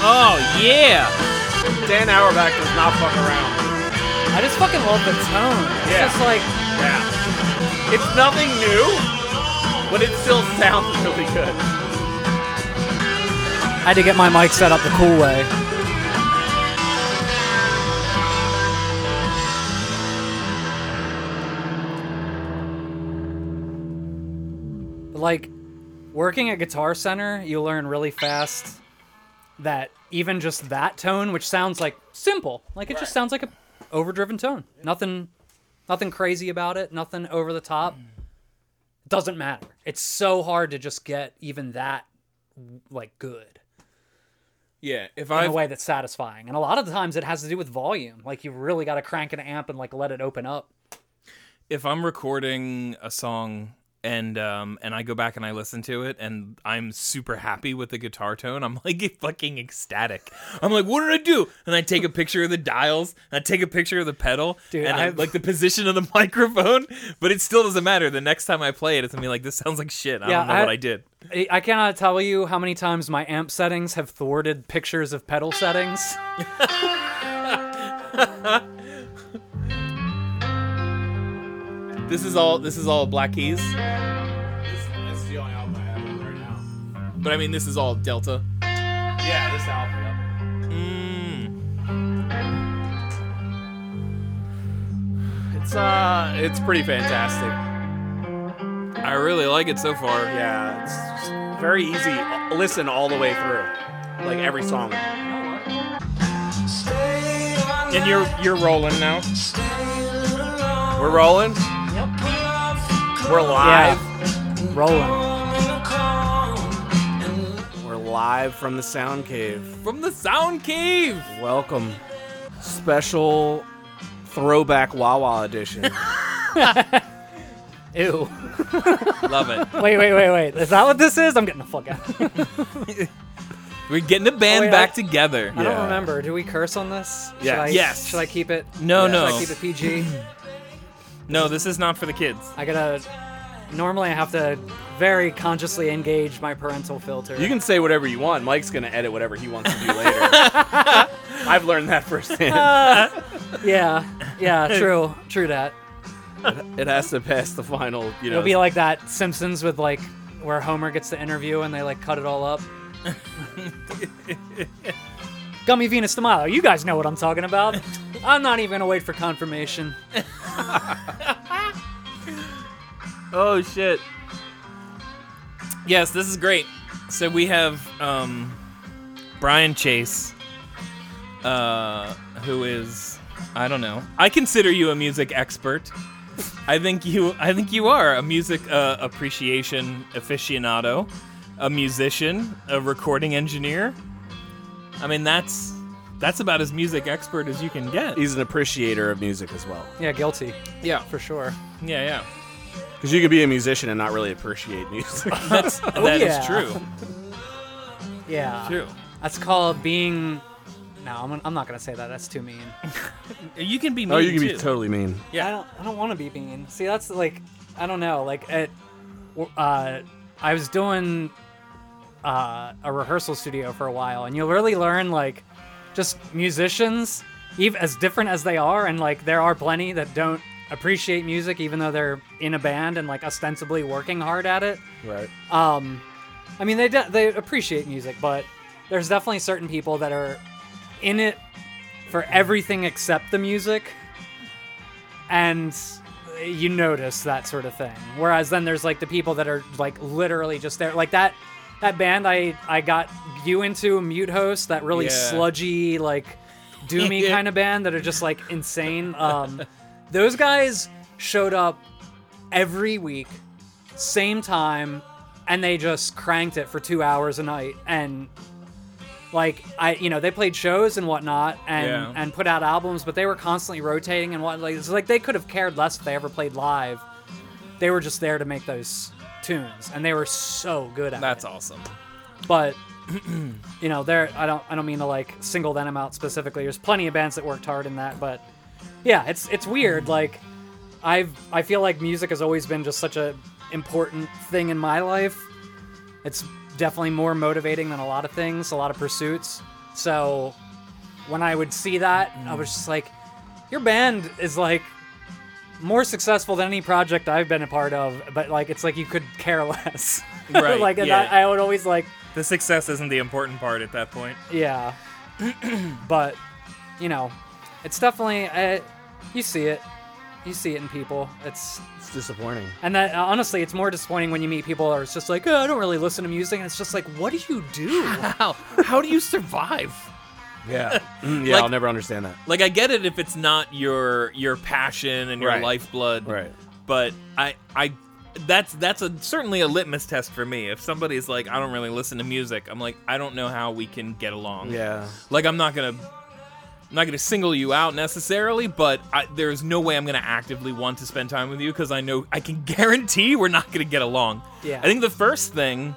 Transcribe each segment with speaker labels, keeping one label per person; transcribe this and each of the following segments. Speaker 1: Oh yeah.
Speaker 2: Dan Auerbach does not fuck around.
Speaker 1: I just fucking love the tone. It's
Speaker 2: Yeah.
Speaker 1: just like
Speaker 2: Yeah. It's nothing new, but it still sounds really good.
Speaker 1: I had to get my mic set up the cool way. Like working at Guitar Center, you learn really fast that even just that tone, which sounds like simple, like it just sounds like a overdriven tone. Nothing nothing crazy about it, nothing over the top. Doesn't matter. It's so hard to just get even that like good
Speaker 3: Yeah, if
Speaker 1: in
Speaker 3: I
Speaker 1: a way that's satisfying. And a lot of the times it has to do with volume. Like you really got to crank an amp and like let it open up.
Speaker 3: if I'm recording a song and um and I go back and I listen to it and I'm super happy with the guitar tone, I'm like fucking ecstatic. I'm like, what did I do? And I take a picture of the dials, and I take a picture of the pedal,
Speaker 1: Dude,
Speaker 3: and I,
Speaker 1: I've-
Speaker 3: like the position of the microphone. But it still doesn't matter. The next time I play it, it's gonna be like this sounds like shit. I
Speaker 1: Yeah,
Speaker 3: don't know
Speaker 1: I-
Speaker 3: what I did.
Speaker 1: I I cannot tell you how many times my amp settings have thwarted pictures of pedal settings.
Speaker 3: This is all this is all Black Keys,
Speaker 2: This, this is the only album I have of right now.
Speaker 3: but I mean this is all Delta.
Speaker 2: Yeah, this album. Yep.
Speaker 3: Hmm.
Speaker 2: It's uh, it's pretty fantastic.
Speaker 3: I really like it so far.
Speaker 2: Yeah, it's just very easy. Listen all the way through, like every song.
Speaker 3: And you're you're rolling now.
Speaker 2: We're rolling. We're live.
Speaker 1: Rolling.
Speaker 2: We're live from the Sound Cave.
Speaker 3: From the sound cave.
Speaker 2: Welcome, special throwback Wawa edition.
Speaker 1: Ew.
Speaker 3: Love it.
Speaker 1: Wait, wait, wait, wait. Is that what this is? I'm getting the fuck out.
Speaker 3: We're getting the band
Speaker 1: Oh, yeah.
Speaker 3: back together.
Speaker 1: I
Speaker 2: Yeah.
Speaker 1: don't remember. Do we curse on this? Should
Speaker 2: Yes.
Speaker 1: I,
Speaker 3: Yes.
Speaker 1: Should I keep it?
Speaker 3: No,
Speaker 1: should
Speaker 3: no.
Speaker 1: I keep it PG?
Speaker 3: No, this is not for the kids.
Speaker 1: I gotta. Normally, I have to very consciously engage my parental filter.
Speaker 2: You can say whatever you want. Mike's gonna edit whatever he wants to do later. I've learned that firsthand.
Speaker 1: yeah, yeah, true, true that.
Speaker 2: It has to pass the final. You know,
Speaker 1: It'll be like that Simpsons with like where Homer gets the interview and they like cut it all up. Gummy Venus de Milo, you guys know what I'm talking about. I'm not even gonna wait for confirmation.
Speaker 3: Oh shit. Yes, this is great. So we have um, Brian Chase, uh, who is I don't know. I consider you a music expert. I think you I think you are a music uh, appreciation aficionado, a musician, a recording engineer. I mean that's that's about as music expert as you can get.
Speaker 2: he's an appreciator of music as well.
Speaker 1: Yeah, guilty
Speaker 3: Yeah,
Speaker 1: for sure.
Speaker 3: yeah, yeah.
Speaker 2: Because you could be a musician and not really appreciate music.
Speaker 3: That's
Speaker 2: Oh,
Speaker 3: that is
Speaker 1: yeah.
Speaker 3: true.
Speaker 1: Yeah,
Speaker 3: True.
Speaker 1: that's called being. No, I'm, I'm not gonna say that. That's too mean.
Speaker 3: You can be mean
Speaker 2: oh, you can
Speaker 3: too.
Speaker 2: be totally mean.
Speaker 1: I don't. I don't want to be mean. See, that's like, I don't know. Like at, uh, I was doing, uh, a rehearsal studio for a while, and you'll really learn like, just musicians, even as different as they are, and like there are plenty that don't appreciate music, even though they're in a band and like ostensibly working hard at it.
Speaker 2: Right.
Speaker 1: Um, I mean, they de- they appreciate music, but there's definitely certain people that are in it for everything except the music, and you notice that sort of thing. Whereas then there's like the people that are like literally just there, like that that band I I got you into Mute Host, that really
Speaker 3: Yeah.
Speaker 1: sludgy like doomy kind of band that are just like insane. Um, those guys showed up every week same time and they just cranked it for two hours a night and like i you know they played shows and whatnot and
Speaker 3: Yeah.
Speaker 1: and put out albums but they were constantly rotating and what like it's like they could have cared less if they ever played live they were just there to make those tunes and they were so good at
Speaker 3: That's
Speaker 1: it
Speaker 3: awesome.
Speaker 1: but you know there i don't i don't mean to like single them out specifically there's plenty of bands that worked hard in that but yeah it's it's weird like i've i feel like music has always been just such a important thing in my life it's definitely more motivating than a lot of things a lot of pursuits So when I would see that, I was just like, your band is like more successful than any project I've been a part of, but like it's like you could care less.
Speaker 3: Right,
Speaker 1: like and
Speaker 3: yeah.
Speaker 1: I, I would always like,
Speaker 3: The success isn't the important part at that point.
Speaker 1: yeah. but you know, it's definitely uh, you see it. You see it in people. It's
Speaker 2: It's disappointing.
Speaker 1: and that honestly, it's more disappointing when you meet people who are just like, oh, I don't really listen to music, and it's just like, what do you do?
Speaker 4: How how do you survive?
Speaker 2: Yeah. Mm, yeah,
Speaker 3: Like-
Speaker 2: I'll never understand that.
Speaker 3: Like I get it if it's not your your passion and your
Speaker 2: Right.
Speaker 3: lifeblood,
Speaker 2: Right.
Speaker 3: but I I that's that's a certainly a litmus test for me. If somebody's like I don't really listen to music, I'm like I don't know how we can get along.
Speaker 2: Yeah.
Speaker 3: Like I'm not gonna I'm not gonna single you out necessarily, but I, there's no way I'm gonna actively want to spend time with you because I know I can guarantee we're not gonna get along.
Speaker 1: Yeah.
Speaker 3: I think the first thing,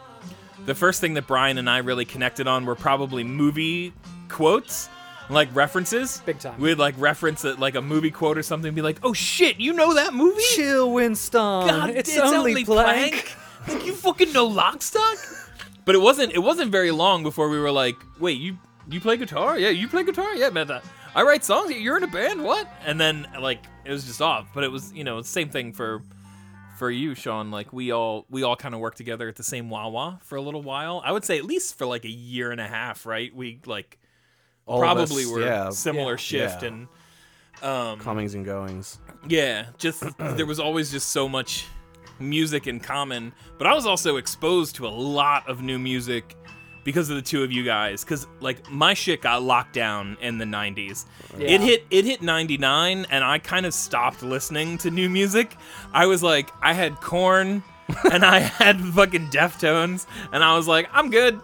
Speaker 3: the first thing that Brian and I really connected on were probably movie quotes. Like references,
Speaker 1: Big time.
Speaker 3: We'd like reference it, like a movie quote or something, and be like, "Oh shit, you know that movie?
Speaker 1: Chill, Winston.
Speaker 3: God,
Speaker 1: it's, only, Plank.
Speaker 3: Like you fucking know Lockstock? But it wasn't. It wasn't very long before we were like, "Wait, you you play guitar? Yeah, you play guitar? Yeah, man. uh, I write songs. You're in a band? What?" And then like it was just off. But it was you know same thing for for you, Sean. Like we all we all kind of worked together at the same Wawa for a little while. I would say at least for like a year and a half, right? We like
Speaker 2: All of
Speaker 3: probably
Speaker 2: us,
Speaker 3: were
Speaker 2: yeah,
Speaker 3: similar shift
Speaker 2: Yeah.
Speaker 3: and
Speaker 2: comings and goings.
Speaker 3: Yeah, just there was always just so much music in common, but I was also exposed to a lot of new music because of the two of you guys cuz like my shit got locked down in the 90s.
Speaker 1: Yeah.
Speaker 3: It hit it hit 99 and I kind of stopped listening to new music. I was like I had corn and I had fucking Deftones and I was like I'm good.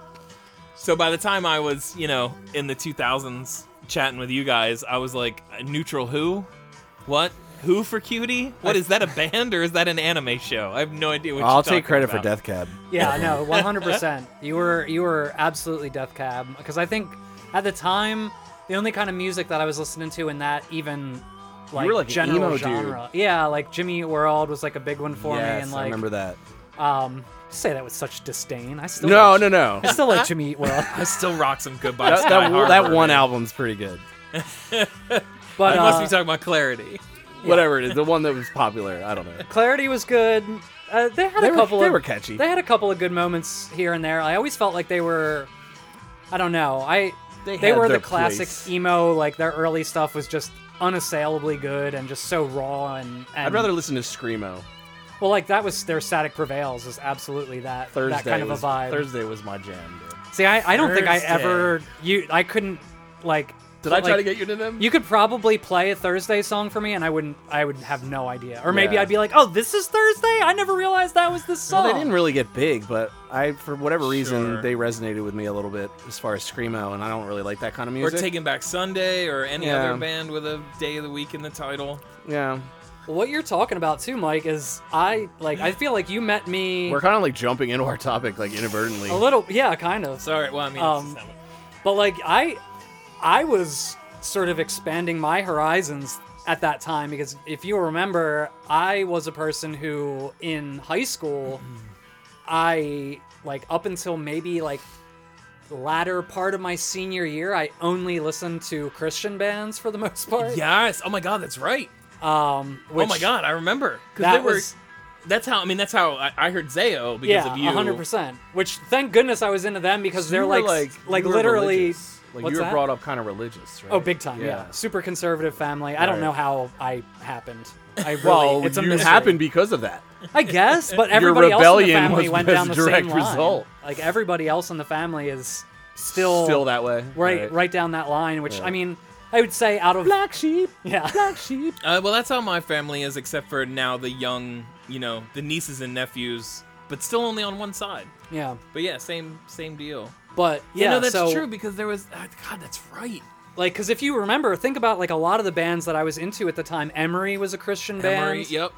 Speaker 3: So by the time I was, you know, in the 2000s chatting with you guys, I was like neutral who? What? Who for cutie? What is that a band or is that an anime show? I have no idea what
Speaker 2: I'll
Speaker 3: you're
Speaker 2: take
Speaker 3: talking
Speaker 2: credit for
Speaker 3: about.
Speaker 2: Death Cab.
Speaker 1: Yeah, no, 100%. you were you were absolutely Death Cab because I think at the time the only kind of music that I was listening to in that even like,
Speaker 2: were like an
Speaker 1: general
Speaker 2: emo dude.
Speaker 1: genre. Yeah, like Jimmy Eat World was like a big one for me
Speaker 2: yes,
Speaker 1: and
Speaker 2: I
Speaker 1: like
Speaker 2: remember that.
Speaker 1: um say that with such disdain. I still
Speaker 2: No,
Speaker 1: like,
Speaker 2: no, no.
Speaker 1: I still like Jimmy Eat World.
Speaker 3: I still rock some good by
Speaker 2: that,
Speaker 3: Sky
Speaker 2: that,
Speaker 3: Harbor.
Speaker 2: that one album's pretty good.
Speaker 1: But
Speaker 3: I must be
Speaker 1: uh,
Speaker 3: talking about clarity.
Speaker 2: Whatever it is, the one that was popular. I don't know.
Speaker 1: Clarity was good. Uh, they had
Speaker 2: They
Speaker 1: a
Speaker 2: were-
Speaker 1: couple.
Speaker 2: they
Speaker 1: of,
Speaker 2: were catchy.
Speaker 1: They had a couple of good moments here and there. I always felt like they were. I don't know. I
Speaker 2: They
Speaker 1: they,
Speaker 2: had
Speaker 1: were
Speaker 2: their
Speaker 1: the classic
Speaker 2: place.
Speaker 1: emo. Like their early stuff was just unassailably good and just so raw and. and
Speaker 2: I'd rather listen to screamo.
Speaker 1: Well, like that was their static prevails is absolutely that
Speaker 2: Thursday
Speaker 1: that kind
Speaker 2: was,
Speaker 1: of a vibe.
Speaker 2: Thursday was my jam. Dude.
Speaker 1: See, I, I don't think I
Speaker 3: Thursday.
Speaker 1: ever you I couldn't like.
Speaker 2: Did I try
Speaker 1: like,
Speaker 2: to get you to them?
Speaker 1: You could probably play a Thursday song for me, and I wouldn't. I would have no idea. Or maybe
Speaker 2: Yeah.
Speaker 1: I'd be like, "Oh, this is Thursday. I never realized that was this
Speaker 2: well,
Speaker 1: song."
Speaker 2: they didn't really get big, but I, for whatever reason,
Speaker 3: Sure.
Speaker 2: they resonated with me a little bit as far as screamo, and I don't really like that kind of
Speaker 3: Or
Speaker 2: music.
Speaker 3: Taking Back Sunday or any
Speaker 2: Yeah.
Speaker 3: other band with a day of the week in the title.
Speaker 2: yeah,
Speaker 1: What you're talking about too, Mike, is I like. I feel like you met me
Speaker 2: we're kind of like jumping into our topic like inadvertently.
Speaker 1: a little. Yeah, kind of.
Speaker 3: Sorry, well I mean
Speaker 1: Um,
Speaker 3: it's just
Speaker 1: But like I, I was sort of expanding my horizons at that time because if you remember, I was a person who in high school, I like up until maybe like latter part of my senior year, I only listened to Christian bands for the most part.
Speaker 3: Yes. Oh my god, that's right.
Speaker 1: Um. Which,
Speaker 3: oh my god, I remember. Because
Speaker 1: That
Speaker 3: they were
Speaker 1: was
Speaker 3: that's how I mean that's how I, I heard Zayo because
Speaker 1: yeah,
Speaker 3: of you.
Speaker 1: hundred percent. Which thank goodness I was into them because
Speaker 2: You
Speaker 1: they're
Speaker 2: were,
Speaker 1: like
Speaker 2: like,
Speaker 1: like,
Speaker 2: you were
Speaker 1: literally
Speaker 2: religious. like
Speaker 1: what's
Speaker 2: you were
Speaker 1: that?
Speaker 2: brought up kind of religious, right?
Speaker 1: Oh, big time! Yeah, super conservative family. I don't
Speaker 2: Right.
Speaker 1: know how I happened. I really,
Speaker 2: Well,
Speaker 1: it's a
Speaker 2: you
Speaker 1: mystery.
Speaker 2: happened because of that.
Speaker 1: I guess, but everybody else in the
Speaker 2: rebellion
Speaker 1: family
Speaker 2: was-
Speaker 1: went
Speaker 2: was
Speaker 1: down the
Speaker 2: direct
Speaker 1: same
Speaker 2: result.
Speaker 1: line. Like everybody else in the family is still
Speaker 2: Still that way.
Speaker 1: right, right, down that line. Which I
Speaker 2: Right.
Speaker 1: mean, I would say out of
Speaker 2: Black sheep.
Speaker 1: yeah,
Speaker 2: Black sheep.
Speaker 3: Uh, well, that's how my family is, except for now the young, you know, the nieces and nephews, but still only on one side.
Speaker 1: yeah,
Speaker 3: But yeah, same same deal.
Speaker 1: but yeah,
Speaker 3: you know, that's
Speaker 1: so,
Speaker 3: true because there was ah, God, that's right.
Speaker 1: Like, because if you remember, think about like a lot of the bands that I was into at the time. Emery was a Christian band.
Speaker 3: Emory, yep,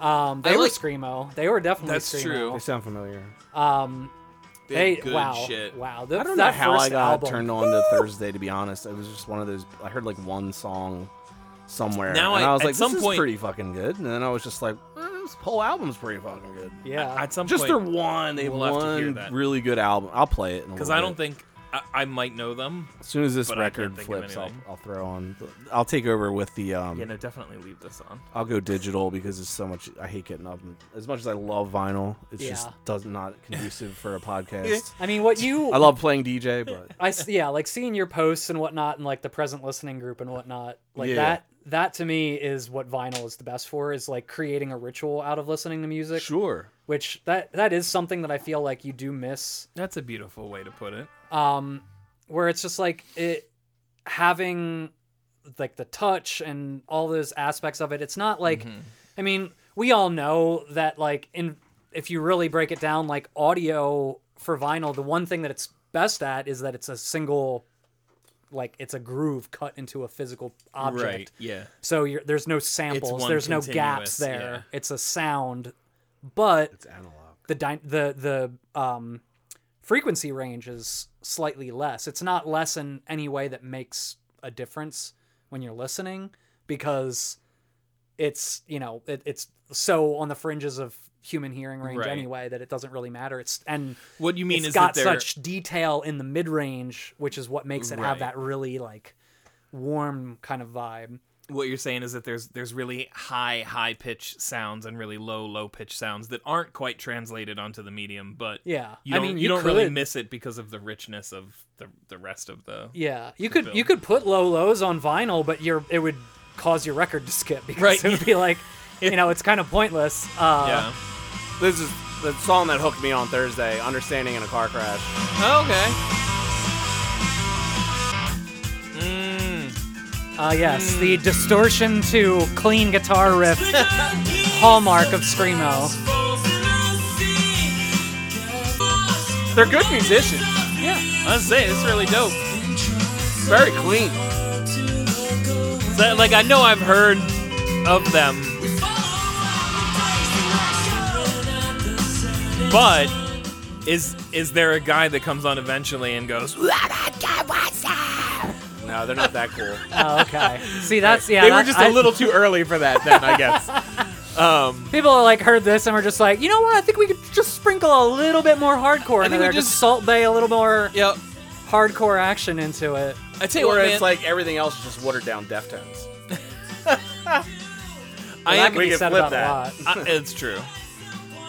Speaker 1: Um, they
Speaker 3: I
Speaker 1: were
Speaker 3: like-
Speaker 1: screamo. They were definitely
Speaker 3: That's
Speaker 1: screamo.
Speaker 3: true.
Speaker 2: They sound familiar.
Speaker 1: Um,
Speaker 3: They
Speaker 1: they,
Speaker 3: had good
Speaker 1: wow,
Speaker 3: shit.
Speaker 1: wow. That,
Speaker 2: I don't
Speaker 1: that
Speaker 2: know how I
Speaker 1: first
Speaker 2: got
Speaker 1: album.
Speaker 2: turned on to Thursday. To be honest, it was just one of those. I heard like one song somewhere,
Speaker 3: Now
Speaker 2: and
Speaker 3: I-
Speaker 2: I, was
Speaker 3: at
Speaker 2: like,
Speaker 3: some
Speaker 2: "This
Speaker 3: point-
Speaker 2: is pretty fucking good." And then I was just like, "Eh, "This whole album's pretty fucking good."
Speaker 1: Yeah,
Speaker 3: At some
Speaker 2: Just
Speaker 3: point,
Speaker 2: their one, they have
Speaker 3: we'll have to hear
Speaker 2: one
Speaker 3: that.
Speaker 2: really good album. I'll play it
Speaker 3: because I don't think I, I might know them.
Speaker 2: As soon as this
Speaker 3: But I can't
Speaker 2: record
Speaker 3: think of
Speaker 2: flips, I'll,
Speaker 3: anything.
Speaker 2: I'll throw on. the- I'll take over with the. Um,
Speaker 3: Yeah, no, definitely leave this on.
Speaker 2: I'll go digital because it's so much. I hate getting up. and- As much as I love vinyl, it's
Speaker 1: Yeah.
Speaker 2: just does not conducive for a podcast.
Speaker 1: I mean, what you
Speaker 2: I love playing DJ, but
Speaker 1: I s- yeah, like seeing your posts and whatnot, and like the present listening group and whatnot, like
Speaker 2: Yeah.
Speaker 1: that. That to me is what vinyl is the best for. Is like creating a ritual out of listening to music,
Speaker 2: sure.
Speaker 1: which that that is something that I feel like you do miss.
Speaker 3: That's a beautiful way to put it.
Speaker 1: Um, where it's just like it having like the touch and all those aspects of it. It's not like,
Speaker 3: Mm-hmm.
Speaker 1: I mean, we all know that like in if you really break it down, like audio for vinyl, the one thing that it's best at is that it's a single like it's a groove cut into a physical object.
Speaker 3: Right. Yeah.
Speaker 1: So you're, there's no samples,
Speaker 3: one
Speaker 1: there's no gaps
Speaker 3: continuous,
Speaker 1: there. It's a sound, but
Speaker 2: It's analog.
Speaker 1: the dy- the the um frequency range is slightly less. It's not less in any way that makes a difference when you're listening because it's you know it, it's so on the fringes of human hearing range
Speaker 3: Right.
Speaker 1: anyway that it doesn't really matter. It's and
Speaker 3: What you mean
Speaker 1: it's
Speaker 3: is
Speaker 1: got
Speaker 3: that they're
Speaker 1: such detail in the mid range, which is what makes it have
Speaker 3: Right.
Speaker 1: that really like warm kind of vibe.
Speaker 3: what you're saying is that there's there's really high high pitch sounds and really low low pitch sounds that aren't quite translated onto the medium, but
Speaker 1: Yeah,
Speaker 3: you
Speaker 1: I
Speaker 3: don't,
Speaker 1: mean
Speaker 3: you, don't really
Speaker 1: could-
Speaker 3: miss it because of the richness of the the rest of the
Speaker 1: Yeah, you could
Speaker 3: film.
Speaker 1: you could put low lows on vinyl, but your it would cause your record to skip because
Speaker 3: Right.
Speaker 1: it would be like, you know, it's kind of pointless. Uh,
Speaker 3: yeah.
Speaker 2: This is the song that hooked me on Thursday. Understanding in a car crash.
Speaker 1: yeah. Uh, yes, the distortion to clean guitar riff, hallmark of screamo.
Speaker 2: They're good musicians.
Speaker 1: Yeah,
Speaker 3: I say it's really dope.
Speaker 2: Very clean.
Speaker 3: So, like I know I've heard of them, but is is there a guy that comes on eventually and goes?
Speaker 2: No, they're not that cool.
Speaker 1: oh, okay. See, that's yeah.
Speaker 2: they were
Speaker 1: that-
Speaker 2: just
Speaker 1: I-
Speaker 2: a little too early for that then, I guess. Um,
Speaker 1: People like heard this and were just like, you know what? I think we could just sprinkle a little bit more hardcore into
Speaker 4: think we
Speaker 1: there. Just,
Speaker 4: just-
Speaker 1: Salt Bay a little more
Speaker 4: Yep.
Speaker 1: hardcore action into it.
Speaker 4: I tell you
Speaker 2: or
Speaker 4: what,
Speaker 2: it's
Speaker 4: man,
Speaker 2: like everything else is just watered down Deftones.
Speaker 1: I
Speaker 2: am-
Speaker 1: that could
Speaker 2: we
Speaker 1: be
Speaker 2: can
Speaker 1: said
Speaker 2: flip
Speaker 1: about
Speaker 2: that.
Speaker 1: a lot.
Speaker 3: I, it's true.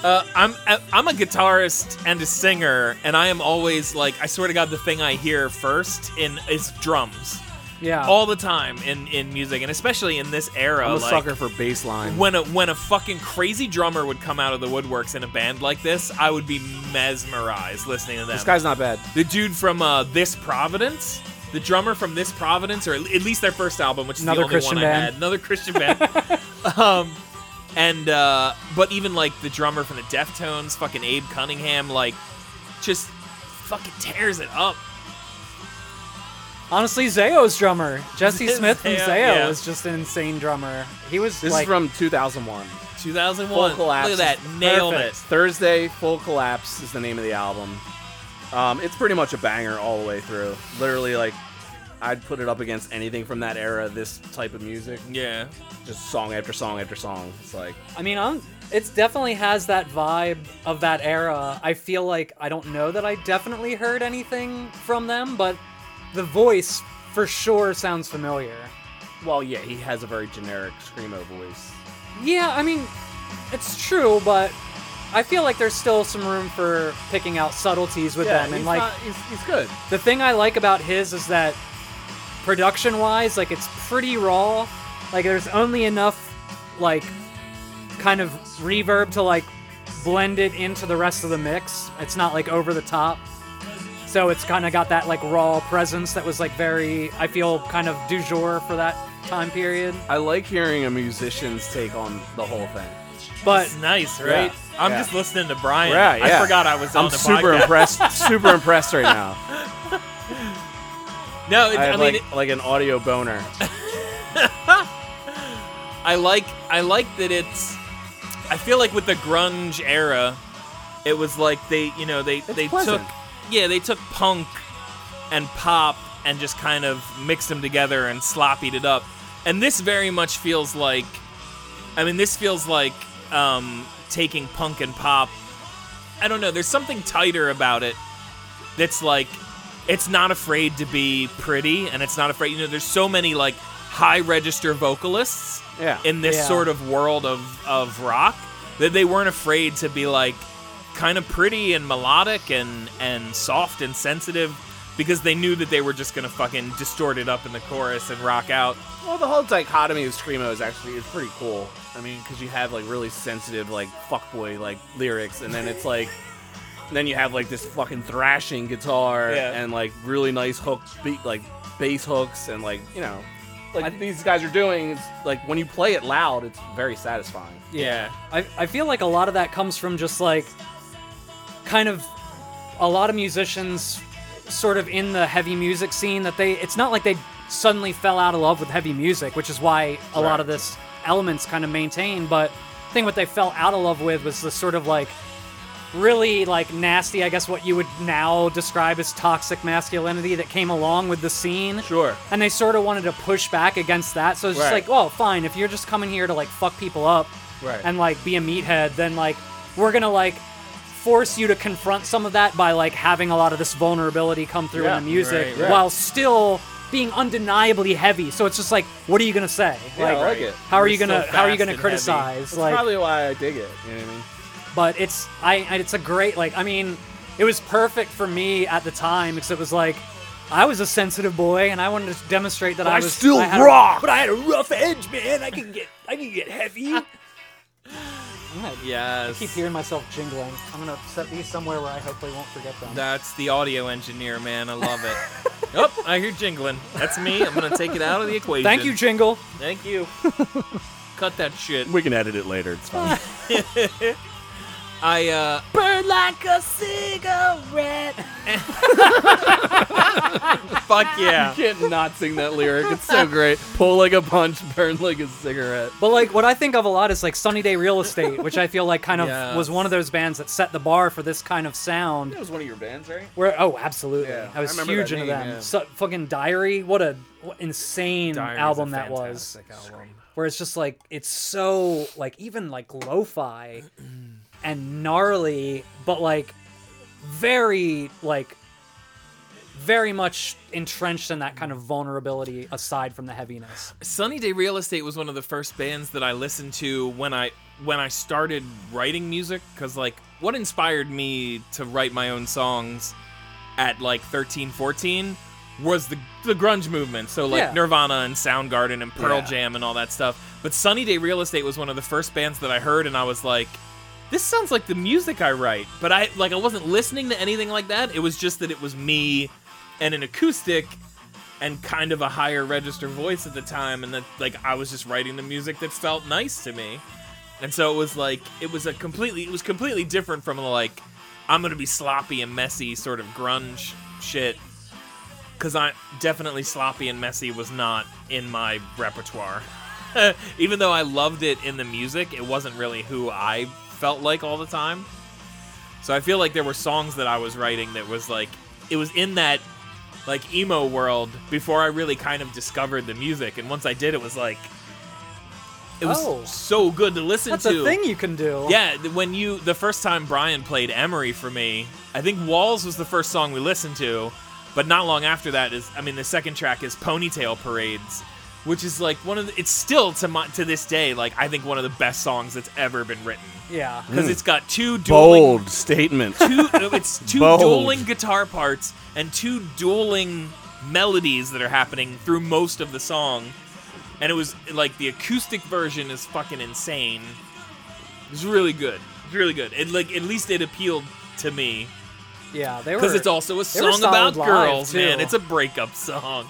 Speaker 3: Uh, I'm I- I'm a guitarist and a singer, and I am always like I swear to God, the thing I hear first in is drums
Speaker 1: Yeah.
Speaker 3: all the time in in music, and especially in this era.
Speaker 2: Uh-huh. I'm a
Speaker 3: like,
Speaker 2: sucker for bass line.
Speaker 3: When a when a fucking crazy drummer would come out of the woodworks in a band like this, I would be mesmerized listening to them.
Speaker 2: This guy's not bad.
Speaker 3: the dude from uh, This Providence, the drummer from This Providence, or at at least their first album, which is
Speaker 1: Another
Speaker 3: the only
Speaker 1: Christian
Speaker 3: one I
Speaker 1: band.
Speaker 3: had, another Christian band. um, and uh, but even like the drummer from the Deftones, fucking Abe Cunningham, like just fucking tears it up.
Speaker 1: Honestly, Zayo's drummer, Jesse
Speaker 3: Zayo,
Speaker 1: Smith from Zayo,
Speaker 3: yeah.
Speaker 1: was just an insane drummer. He was
Speaker 2: This
Speaker 1: like,
Speaker 2: is from 2001. Full
Speaker 3: 2001.
Speaker 2: Collapse.
Speaker 3: Look at that,
Speaker 2: is
Speaker 3: nailed
Speaker 2: perfect. Thursday, Full Collapse is the name of the album. Um, it's pretty much a banger all the way through. Literally, like, I'd put it up against anything from that era, this type of music.
Speaker 3: it. Yeah.
Speaker 2: Just song after song after song. It's like,
Speaker 1: I mean, I'm, it's definitely has that vibe of that era. I feel like I don't know that I definitely heard anything from them, but the voice for sure sounds familiar.
Speaker 2: well, yeah, he has a very generic Screamo voice.
Speaker 1: Yeah, I mean, it's true, but I feel like there's still some room for picking out subtleties with them, and
Speaker 2: he's,
Speaker 1: like
Speaker 2: not- he's, he's good.
Speaker 1: The thing I like about his is that production wise, like it's pretty raw. Like there's only enough like kind of reverb to like blend it into the rest of the mix. It's not like over the top. So it's kind of got that like raw presence that was like very I feel kind of du jour for that time period.
Speaker 2: I like hearing a musician's take on the whole thing.
Speaker 1: But
Speaker 3: It's nice, right?
Speaker 2: Yeah,
Speaker 3: I'm
Speaker 2: yeah.
Speaker 3: just listening to Brian.
Speaker 2: Yeah, yeah.
Speaker 3: I forgot I was on
Speaker 2: I'm
Speaker 3: the
Speaker 2: super
Speaker 3: podcast.
Speaker 2: impressed. super impressed right now.
Speaker 3: No, it,
Speaker 2: I
Speaker 3: I,
Speaker 2: have
Speaker 3: mean,
Speaker 2: like,
Speaker 3: it-
Speaker 2: like an audio boner.
Speaker 3: I like I like that it's I feel like with the grunge era it was like they you know they they
Speaker 2: pleasant.
Speaker 3: took yeah they took punk and pop and just kind of mixed them together and sloppied it up and this very much feels like I mean this feels like um taking punk and pop I don't know there's something tighter about it that's like it's not afraid to be pretty and it's not afraid you know there's so many like high register vocalists
Speaker 2: Yeah.
Speaker 3: in this
Speaker 1: Yeah.
Speaker 3: sort of world of of rock that they weren't afraid to be like kind of pretty and melodic and and soft and sensitive because they knew that they were just gonna fucking distort it up in the chorus and rock out
Speaker 2: Well, the whole dichotomy of screamo is actually is pretty cool. I mean, because you have like really sensitive like fuckboy like lyrics, and then it's like, then you have like this fucking thrashing guitar
Speaker 3: Yeah.
Speaker 2: and like really nice hook beat like bass hooks and like you know, like
Speaker 1: I-
Speaker 2: these guys are doing. It's like when you play it loud, it's very satisfying.
Speaker 3: yeah
Speaker 1: I, I feel like a lot of that comes from just like kind of a lot of musicians sort of in the heavy music scene that they it's not like they suddenly fell out of love with heavy music which is why a lot of this elements kind of maintain but i think what they fell out of love with was this sort of like really like nasty i guess what you would now describe as toxic masculinity that came along with the scene
Speaker 2: Sure.
Speaker 1: and they sort of wanted to push back against that. So it's just
Speaker 2: Right.
Speaker 1: like, oh, fine. If you're just coming here to like fuck people up
Speaker 2: Right.
Speaker 1: and like be a meathead, then like we're gonna like force you to confront some of that by like having a lot of this vulnerability come through
Speaker 2: Yeah,
Speaker 1: in the music
Speaker 2: right, right.
Speaker 1: while still being undeniably heavy. So it's just like, what are you gonna say?
Speaker 2: Yeah, I like it.
Speaker 1: How are you
Speaker 3: We're
Speaker 1: gonna
Speaker 3: still
Speaker 1: How are you
Speaker 3: fast
Speaker 1: gonna
Speaker 3: and
Speaker 1: criticize?
Speaker 2: That's
Speaker 1: Like,
Speaker 2: probably why I dig it. You know what I mean?
Speaker 1: but it's I I- it's a great like I mean, it was perfect for me at the time because it was like. I was a sensitive boy, and I wanted to demonstrate that I was I had a-
Speaker 3: Ah.
Speaker 4: but I had a rough edge, man. I can get, I can get heavy.
Speaker 1: I'm gonna
Speaker 3: yes
Speaker 1: keep hearing myself jingling. I'm gonna set these somewhere where I hopefully won't forget them.
Speaker 3: That's the audio engineer, man. I love it. oh, I hear jingling. That's me. I'm gonna take it out of the equation.
Speaker 1: Thank you, Jingle.
Speaker 3: Thank you. Cut that shit.
Speaker 2: We can edit it later. It's fine.
Speaker 3: I uh
Speaker 4: Burn like a cigarette.
Speaker 3: fuck yeah.
Speaker 2: Can't not sing that lyric. It's so great. Pull like a punch, burn like a cigarette.
Speaker 1: But like, what I think of a lot is like Sunny Day Real Estate, which I feel like kind of
Speaker 3: Yes.
Speaker 1: was one of those bands that set the bar for this kind of sound.
Speaker 2: That was one of your bands, right?
Speaker 1: Where oh, absolutely,
Speaker 2: Yeah,
Speaker 1: I
Speaker 2: I
Speaker 1: was
Speaker 2: remember
Speaker 1: huge
Speaker 2: that
Speaker 1: into
Speaker 2: name,
Speaker 1: them.
Speaker 2: yeah.
Speaker 1: So, fucking Diary, what a what insane
Speaker 3: Diary's
Speaker 1: album
Speaker 3: a
Speaker 1: that was.
Speaker 3: fantastic album.
Speaker 1: Where it's just like it's so like even like lo-fi and gnarly, but like very like very much entrenched in that kind of vulnerability aside from the heaviness.
Speaker 3: Sunny Day Real Estate was one of the first bands that I listened to when I when I started writing music cuz like what inspired me to write my own songs at like 13 14 was the the grunge movement. So like
Speaker 1: Yeah.
Speaker 3: Nirvana and Soundgarden and Pearl
Speaker 2: Yeah.
Speaker 3: Jam and all that stuff. But Sunny Day Real Estate was one of the first bands that I heard and I was like this sounds like the music I write, but I like I wasn't listening to anything like that. It was just that it was me and an acoustic and kind of a higher register voice at the time and that like I was just writing the music that felt nice to me. And so it was like it was a completely it was completely different from like I'm going to be sloppy and messy sort of grunge shit cuz I definitely sloppy and messy was not in my repertoire. Even though I loved it in the music, it wasn't really who I felt like all the time. So I feel like there were songs that I was writing that was like it was in that like emo world before I really kind of discovered the music and once I did it was like it was
Speaker 1: Oh.
Speaker 3: so good to listen
Speaker 1: That's
Speaker 3: to.
Speaker 1: a thing you can do.
Speaker 3: Yeah, th- when you the first time Brian played Emery for me, I think Walls was the first song we listened to, but not long after that is I mean the second track is Ponytail Parades, which is like one of the, it's still to my, to this day like I think one of the best songs that's ever been written
Speaker 1: Yeah.
Speaker 3: because it's got two dueling
Speaker 2: Bold statement.
Speaker 3: two it's two
Speaker 2: Bold.
Speaker 3: dueling guitar parts and two dueling melodies that are happening through most of the song. And it was like the acoustic version is fucking insane. It's really good. It's really good. It like at least it appealed to me
Speaker 1: Yeah, they were.
Speaker 3: because it's also a
Speaker 1: they were
Speaker 3: song
Speaker 1: solid
Speaker 3: about
Speaker 1: live,
Speaker 3: girls,
Speaker 1: too.
Speaker 3: man. It's a breakup song.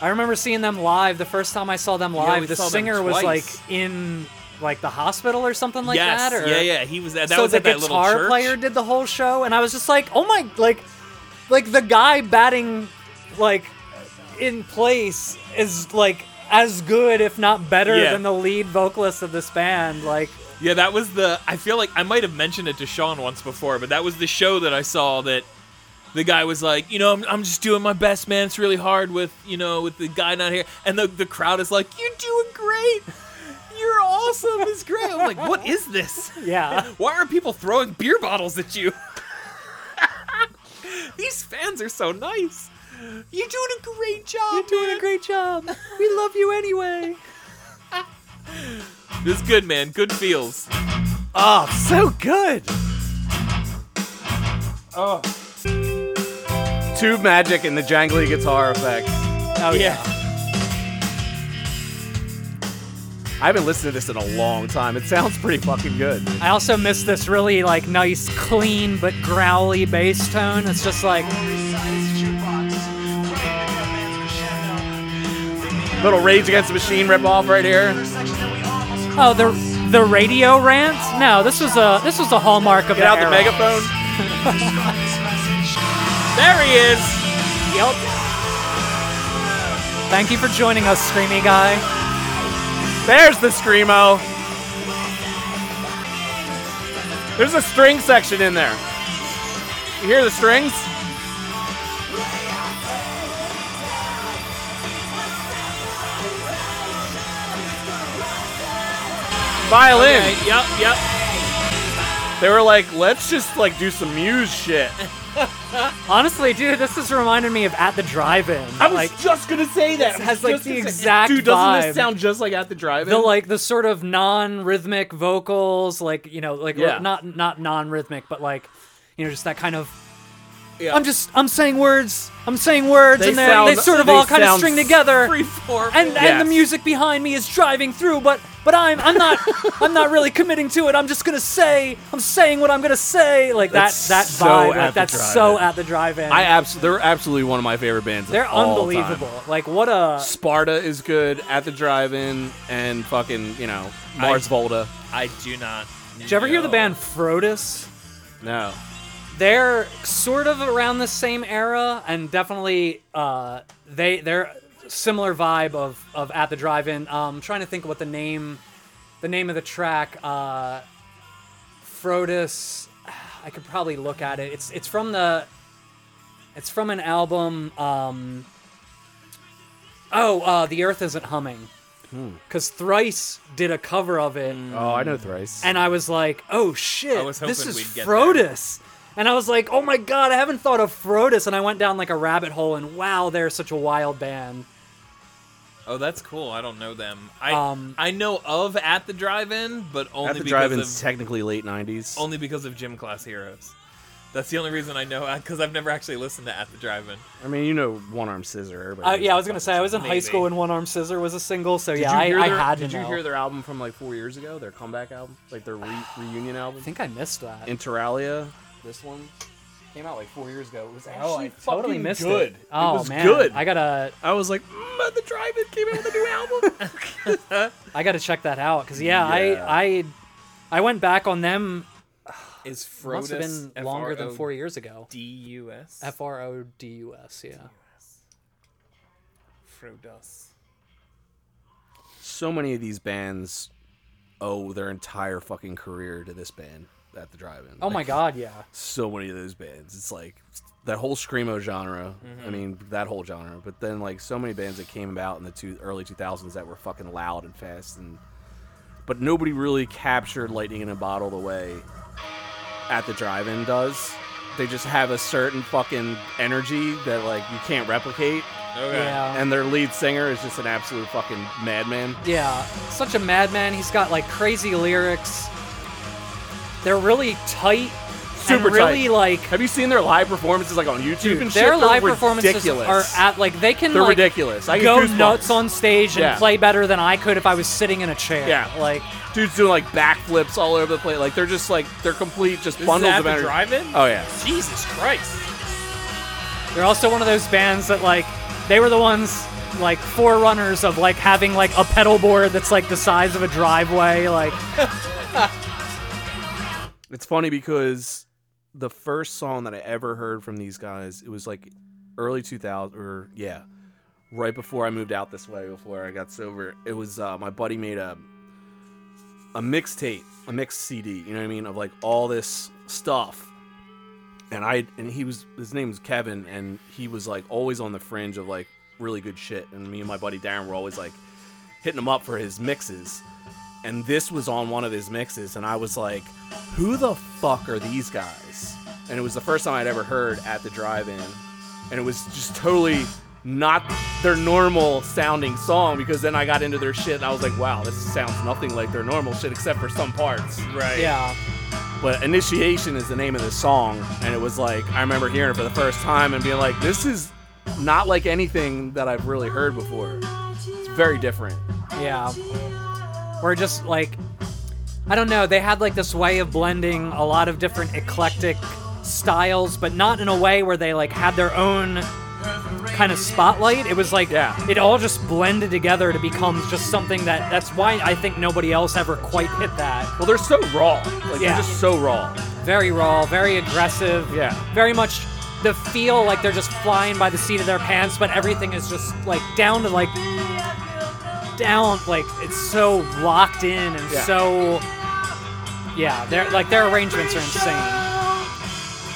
Speaker 1: I remember seeing them live. The first time I saw them
Speaker 3: Yeah,
Speaker 1: live,
Speaker 3: we
Speaker 1: the
Speaker 3: saw them
Speaker 1: singer was like
Speaker 3: twice.
Speaker 1: in like the hospital or something like
Speaker 3: yes,
Speaker 1: that. Or,
Speaker 3: yeah, yeah. He was that. That
Speaker 1: so
Speaker 3: was
Speaker 1: the
Speaker 3: at that little
Speaker 1: guitar
Speaker 3: church.
Speaker 1: player did the whole show, and I was just like, oh my, like, like the guy batting, like, in place is like as good, if not better,
Speaker 3: Yeah.
Speaker 1: than the lead vocalist of this band. Like,
Speaker 3: Yeah, that was the. I feel like I might have mentioned it to Sean once before, but that was the show that I saw that the guy was like, you know, I'm, I'm just doing my best, man. It's really hard with, you know, with the guy not here. And the, the crowd is like, you're doing great. You're awesome. It's great. I'm like, what is this?
Speaker 1: yeah,
Speaker 3: Why are people throwing beer bottles at you? These These fans are so nice. You're doing a great job.
Speaker 1: You're doing
Speaker 3: man.
Speaker 1: a great job. We love you anyway.
Speaker 3: This is good, man. Good feels.
Speaker 2: Ah,
Speaker 1: Oh, so good.
Speaker 2: Oh. Tube magic and the jangly guitar effects.
Speaker 1: Oh yeah.
Speaker 2: I haven't listened to this in a long time. It sounds pretty fucking good.
Speaker 1: I also miss this really like nice, clean but growly bass tone. It's just like
Speaker 2: Little Rage Against the Machine ripoff right here.
Speaker 1: oh the the radio rant. No, this was a this was a hallmark of
Speaker 2: Get out the
Speaker 1: era.
Speaker 2: megaphone.
Speaker 3: There he is.
Speaker 1: Yep. Thank you for joining us, Screamy Guy.
Speaker 2: There's the screamo. There's a string section in there. You hear the strings? Violin.
Speaker 3: Okay, yep, yep.
Speaker 2: They were like, let's just like do some muse shit.
Speaker 1: Honestly, dude, this is reminding me of At the Drive-In. like
Speaker 2: just gonna say that.
Speaker 1: It has, like, the exact
Speaker 2: Dude, doesn't
Speaker 1: vibe.
Speaker 2: this sound just like at the drive-in?
Speaker 1: the like the sort of non-rhythmic vocals, like you know, like
Speaker 2: Yeah.
Speaker 1: not not non-rhythmic, but like you know, just that kind of.
Speaker 2: Yeah.
Speaker 1: I'm just I'm saying words. I'm saying words,
Speaker 2: They
Speaker 1: and they're-
Speaker 2: sound-
Speaker 1: they sort of
Speaker 2: they
Speaker 1: all kind of
Speaker 2: sound
Speaker 1: string together.
Speaker 3: Free form.
Speaker 1: and and the
Speaker 2: Yes.
Speaker 1: music behind me is driving through but but i'm i'm not i'm not really committing to it i'm just gonna say i'm saying what i'm gonna say like that
Speaker 2: That's
Speaker 1: that
Speaker 2: so
Speaker 1: vibe
Speaker 2: at
Speaker 1: like
Speaker 2: the
Speaker 1: that's so
Speaker 2: drive-in.
Speaker 1: at the drive-in
Speaker 2: I abs- they're absolutely one of my favorite bands. of
Speaker 1: they're
Speaker 2: all time.
Speaker 1: unbelievable like what a
Speaker 2: Sparta is good at the drive-in, and fucking you know Mars
Speaker 3: I-
Speaker 2: Volta.
Speaker 3: I do not.
Speaker 1: did you ever hear the band frotus
Speaker 2: No,
Speaker 1: they're sort of around the same era and definitely uh they they're similar vibe of of at the drive-in um trying to think what the name the name of the track uh frotus i could probably look at it it's it's from the it's from an album um oh uh the earth isn't humming because thrice did a cover of it
Speaker 2: oh I know Thrice.
Speaker 1: and I was like, "Oh shit,
Speaker 3: I was hoping
Speaker 1: this is
Speaker 3: we'd get
Speaker 1: Frotus." And I was like, "Oh my god, I haven't thought of Frotus." And I went down like a rabbit hole, and wow, they're such a wild band.
Speaker 3: Oh, that's cool. I don't know them. I
Speaker 1: Um,
Speaker 3: I know of at the drive-in, but only
Speaker 2: at the
Speaker 3: because
Speaker 2: drive-in's
Speaker 3: of
Speaker 2: technically late '90s.
Speaker 3: only because of gym class heroes. That's the only reason I know because I've never actually listened to at the drive-in.
Speaker 2: I mean, you know One Arm Scissor. but-
Speaker 1: Uh, yeah, I was gonna say I was in high
Speaker 3: Maybe.
Speaker 1: school when One Arm Scissor was a single, so
Speaker 2: Did
Speaker 1: yeah,
Speaker 2: you
Speaker 1: I,
Speaker 2: hear
Speaker 1: I
Speaker 2: their-
Speaker 1: had to
Speaker 2: Did you
Speaker 1: know.
Speaker 2: hear their album from like four years ago? Their comeback album, like their re- reunion album.
Speaker 1: I think I missed that.
Speaker 2: Interalia. This one came out like four years ago. It was actually
Speaker 1: oh, I totally
Speaker 2: fucking
Speaker 1: missed
Speaker 2: good.
Speaker 1: it. Oh
Speaker 2: was
Speaker 1: man,
Speaker 2: good.
Speaker 1: I gotta
Speaker 2: I was like, mm, but the Drive-In came out with a new album.
Speaker 1: I gotta check that out because yeah,
Speaker 2: Yeah.
Speaker 1: I I I went back on them.
Speaker 3: Is
Speaker 1: Must have been longer than four years ago.
Speaker 3: D U S.
Speaker 1: F R O D U S. Yeah.
Speaker 3: Frodos.
Speaker 2: so many of these bands owe their entire fucking career to this band at the Drive-In.
Speaker 1: Oh my
Speaker 2: Like,
Speaker 1: god, yeah.
Speaker 2: so many of those bands. It's like that whole screamo genre. I
Speaker 1: Mm-hmm.
Speaker 2: mean, that whole genre. But then like so many bands that came about in the two early 2000s that were fucking loud and fast and but nobody really captured lightning in a bottle the way at the drive-in does. They just have a certain fucking energy that like you can't replicate
Speaker 3: Okay.
Speaker 1: Yeah.
Speaker 2: and their lead singer is just an absolute fucking madman.
Speaker 1: Yeah, such a madman. He's got like crazy lyrics. They're really tight.
Speaker 2: Super
Speaker 1: and really
Speaker 2: tight.
Speaker 1: like
Speaker 2: Have you seen their live performances like on YouTube
Speaker 1: dude,
Speaker 2: and shit?
Speaker 1: their
Speaker 2: They're
Speaker 1: live performances
Speaker 2: ridiculous.
Speaker 1: are at like they can
Speaker 2: They're
Speaker 1: like
Speaker 2: ridiculous. I get
Speaker 1: go
Speaker 2: goosebumps.
Speaker 1: nuts on stage and
Speaker 2: Yeah.
Speaker 1: play better than I could if I was sitting in a chair.
Speaker 2: Yeah.
Speaker 1: like
Speaker 2: dudes doing like backflips all over the place. Like they're just like they're complete just
Speaker 3: This
Speaker 2: bundles
Speaker 3: is at
Speaker 2: of
Speaker 3: the
Speaker 2: energy.
Speaker 3: drive-in.
Speaker 2: Oh yeah,
Speaker 3: Jesus Christ.
Speaker 1: they're also one of those bands that like they were the ones like forerunners of like having like a pedal board that's like the size of a driveway. Like
Speaker 2: it's funny because the first song that I ever heard from these guys it was like early 2000 or yeah, right before I moved out this way before I got sober. It was uh, my buddy made a a mixtape, a mixed CD. You know what I mean of like all this stuff. And I and he was his name was Kevin and he was like always on the fringe of like really good shit and me and my buddy Darren were always like hitting him up for his mixes. And this was on one of his mixes, and I was like, who the fuck are these guys? and it was the first time I'd ever heard at the drive-in, and it was just totally not their normal sounding song because then I got into their shit and I was like, wow, this sounds nothing like their normal shit except for some parts.
Speaker 3: Right.
Speaker 1: Yeah.
Speaker 2: But Initiation is the name of the song, and it was like I remember hearing it for the first time and being like, this is not like anything that I've really heard before. It's very different.
Speaker 1: Yeah. We're just like I don't know, they had like this way of blending a lot of different eclectic styles, but not in a way where they like had their own kind of spotlight. It was like
Speaker 2: Yeah.
Speaker 1: it all just blended together to become just something that that's why I think nobody else ever quite hit that.
Speaker 2: Well, they're so raw. Like
Speaker 1: Yeah.
Speaker 2: they're just so raw.
Speaker 1: Very raw, very aggressive.
Speaker 2: Yeah.
Speaker 1: Very much the feel like they're just flying by the seat of their pants, but everything is just like down to like down like it's so locked in and
Speaker 2: Yeah.
Speaker 1: so yeah, they're like their arrangements are insane.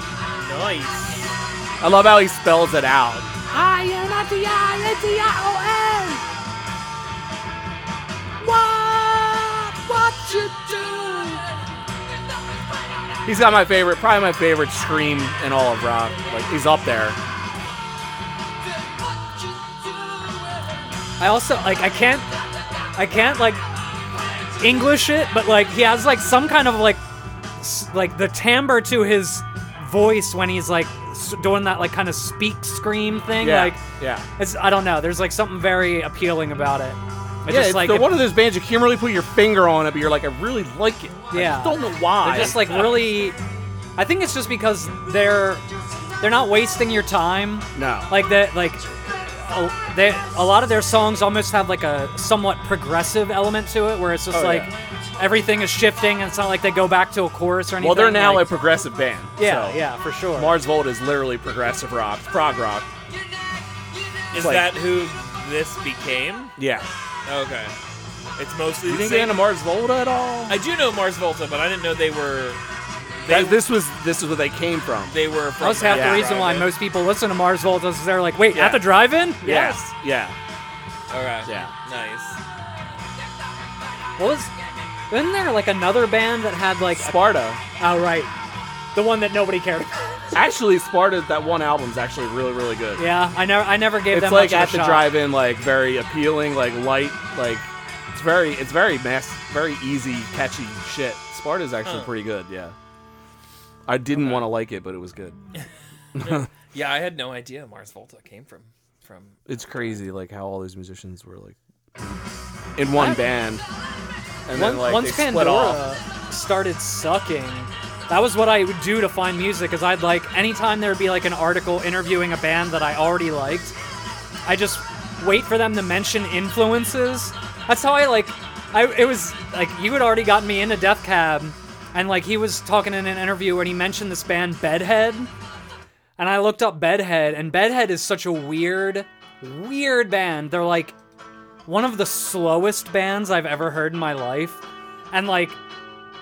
Speaker 3: Nice.
Speaker 2: I love how he spells it out. He's got my favorite, probably my favorite scream in all of rock. Like he's up there.
Speaker 1: I also like I can't I can't like English it, but like he has like some kind of like s- like the timbre to his voice when he's like s- doing that like kind of speak scream thing
Speaker 2: Yeah,
Speaker 1: like
Speaker 2: yeah.
Speaker 1: it's I don't know there's like something very appealing about it. It's
Speaker 2: yeah,
Speaker 1: just
Speaker 2: it's
Speaker 1: like
Speaker 2: the
Speaker 1: it-
Speaker 2: one of those bands you can't really put your finger on it, but you're like, I really like it.
Speaker 1: Yeah.
Speaker 2: I just don't know why.
Speaker 1: they're just like really I think it's just because they're they're not wasting your time.
Speaker 2: no.
Speaker 1: like that like a, they, a lot of their songs almost have like a somewhat progressive element to it where it's just
Speaker 2: Oh,
Speaker 1: like
Speaker 2: yeah.
Speaker 1: everything is shifting and it's not like they go back to a chorus or anything
Speaker 2: well, they're now
Speaker 1: like,
Speaker 2: a progressive band.
Speaker 1: yeah
Speaker 2: so.
Speaker 1: yeah for sure
Speaker 2: Mars Volta is literally progressive rock, prog rock.
Speaker 3: Is
Speaker 2: like-
Speaker 3: that who this became?
Speaker 2: Yeah.
Speaker 3: Okay. It's mostly.
Speaker 2: You
Speaker 3: the
Speaker 2: didn't get
Speaker 3: same-
Speaker 2: into Mars Volta at all?
Speaker 3: I do know Mars Volta, but I didn't know they were. They,
Speaker 2: That- this was this is where they came from.
Speaker 3: they were. From
Speaker 1: that's half
Speaker 2: Yeah.
Speaker 1: the reason why
Speaker 3: Drive-In.
Speaker 1: most people listen to Mars Volta is they're like wait
Speaker 2: Yeah.
Speaker 1: at the drive-in
Speaker 2: Yeah.
Speaker 1: yes
Speaker 2: Yeah.
Speaker 3: All right.
Speaker 2: Yeah.
Speaker 3: Nice.
Speaker 1: what was isn't there like another band that had like a-
Speaker 2: Sparta.
Speaker 1: oh right the one that nobody cared about
Speaker 2: Actually, Sparta. That one album's actually really, really good.
Speaker 1: yeah I never I never gave
Speaker 2: it's
Speaker 1: them
Speaker 2: like
Speaker 1: much
Speaker 2: at
Speaker 1: of a
Speaker 2: the
Speaker 1: shot.
Speaker 2: drive-in, like very appealing, like light, like it's very, it's very mass, very easy, catchy shit. Sparta's actually
Speaker 3: Huh.
Speaker 2: pretty good. Yeah, I didn't want to like it, but it was good.
Speaker 3: Yeah, I had no idea Mars Volta came from from.
Speaker 2: It's crazy, like how all those musicians were like in one band, and
Speaker 1: Once,
Speaker 2: then like
Speaker 1: once
Speaker 2: they split off.
Speaker 1: Pandora started sucking, that was what I would do to find music. Is I'd like anytime there would be like an article interviewing a band that I already liked, I just wait for them to mention influences. That's how I like. I it was like you had already gotten me into Death Cab, and like he was talking in an interview and he mentioned this band Bedhead, and I looked up Bedhead, and Bedhead is such a weird, weird band. They're like one of the slowest bands I've ever heard in my life. And like,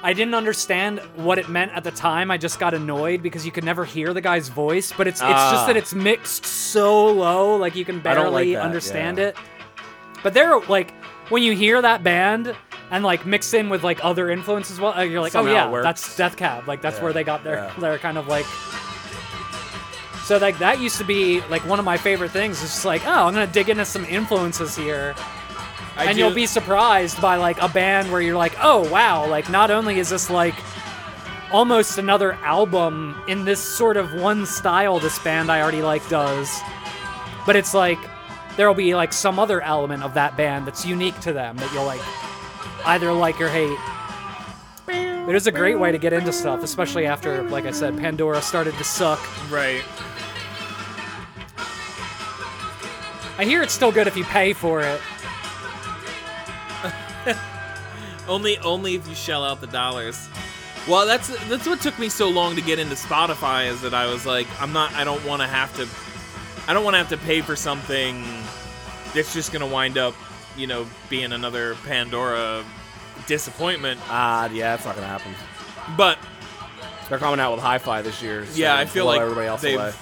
Speaker 1: I didn't understand what it meant at the time. I just got annoyed because you could never hear the guy's voice, but it's it's
Speaker 2: Ah.
Speaker 1: just that it's mixed so low, like you can
Speaker 2: I don't like
Speaker 1: barely
Speaker 2: that,
Speaker 1: understand
Speaker 2: yeah.
Speaker 1: it. But they're like, when you hear that band and like mixed in with like other influences, well, uh, you're like,
Speaker 2: Somehow it
Speaker 1: oh yeah,
Speaker 2: works.
Speaker 1: that's Death Cab. Like that's
Speaker 2: Yeah,
Speaker 1: where they got their
Speaker 2: yeah.
Speaker 1: their kind of like. So like that used to be like one of my favorite things. It's just like, oh, I'm gonna dig into some influences here
Speaker 3: I
Speaker 1: and
Speaker 3: do-
Speaker 1: you'll be surprised by like a band where you're like, oh wow, like not only is this like almost another album in this sort of one style this band I already like does, but it's like there'll be like some other element of that band that's unique to them that you'll like either like or hate. It is a great way to get into stuff, especially after, like I said, Pandora started to suck.
Speaker 3: right.
Speaker 1: I hear it's still good if you pay for it.
Speaker 3: Only only if you shell out the dollars. Well, that's that's what took me so long to get into Spotify is that I was like, I'm not I don't want to have to I don't want to have to pay for something that's just going to wind up, you know, being another Pandora disappointment.
Speaker 2: Ah, yeah, that's not gonna happen.
Speaker 3: But
Speaker 2: They're coming out with Hi-Fi this year. so
Speaker 3: yeah, I
Speaker 2: they
Speaker 3: feel
Speaker 2: blow
Speaker 3: like
Speaker 2: everybody else
Speaker 3: they've
Speaker 2: away.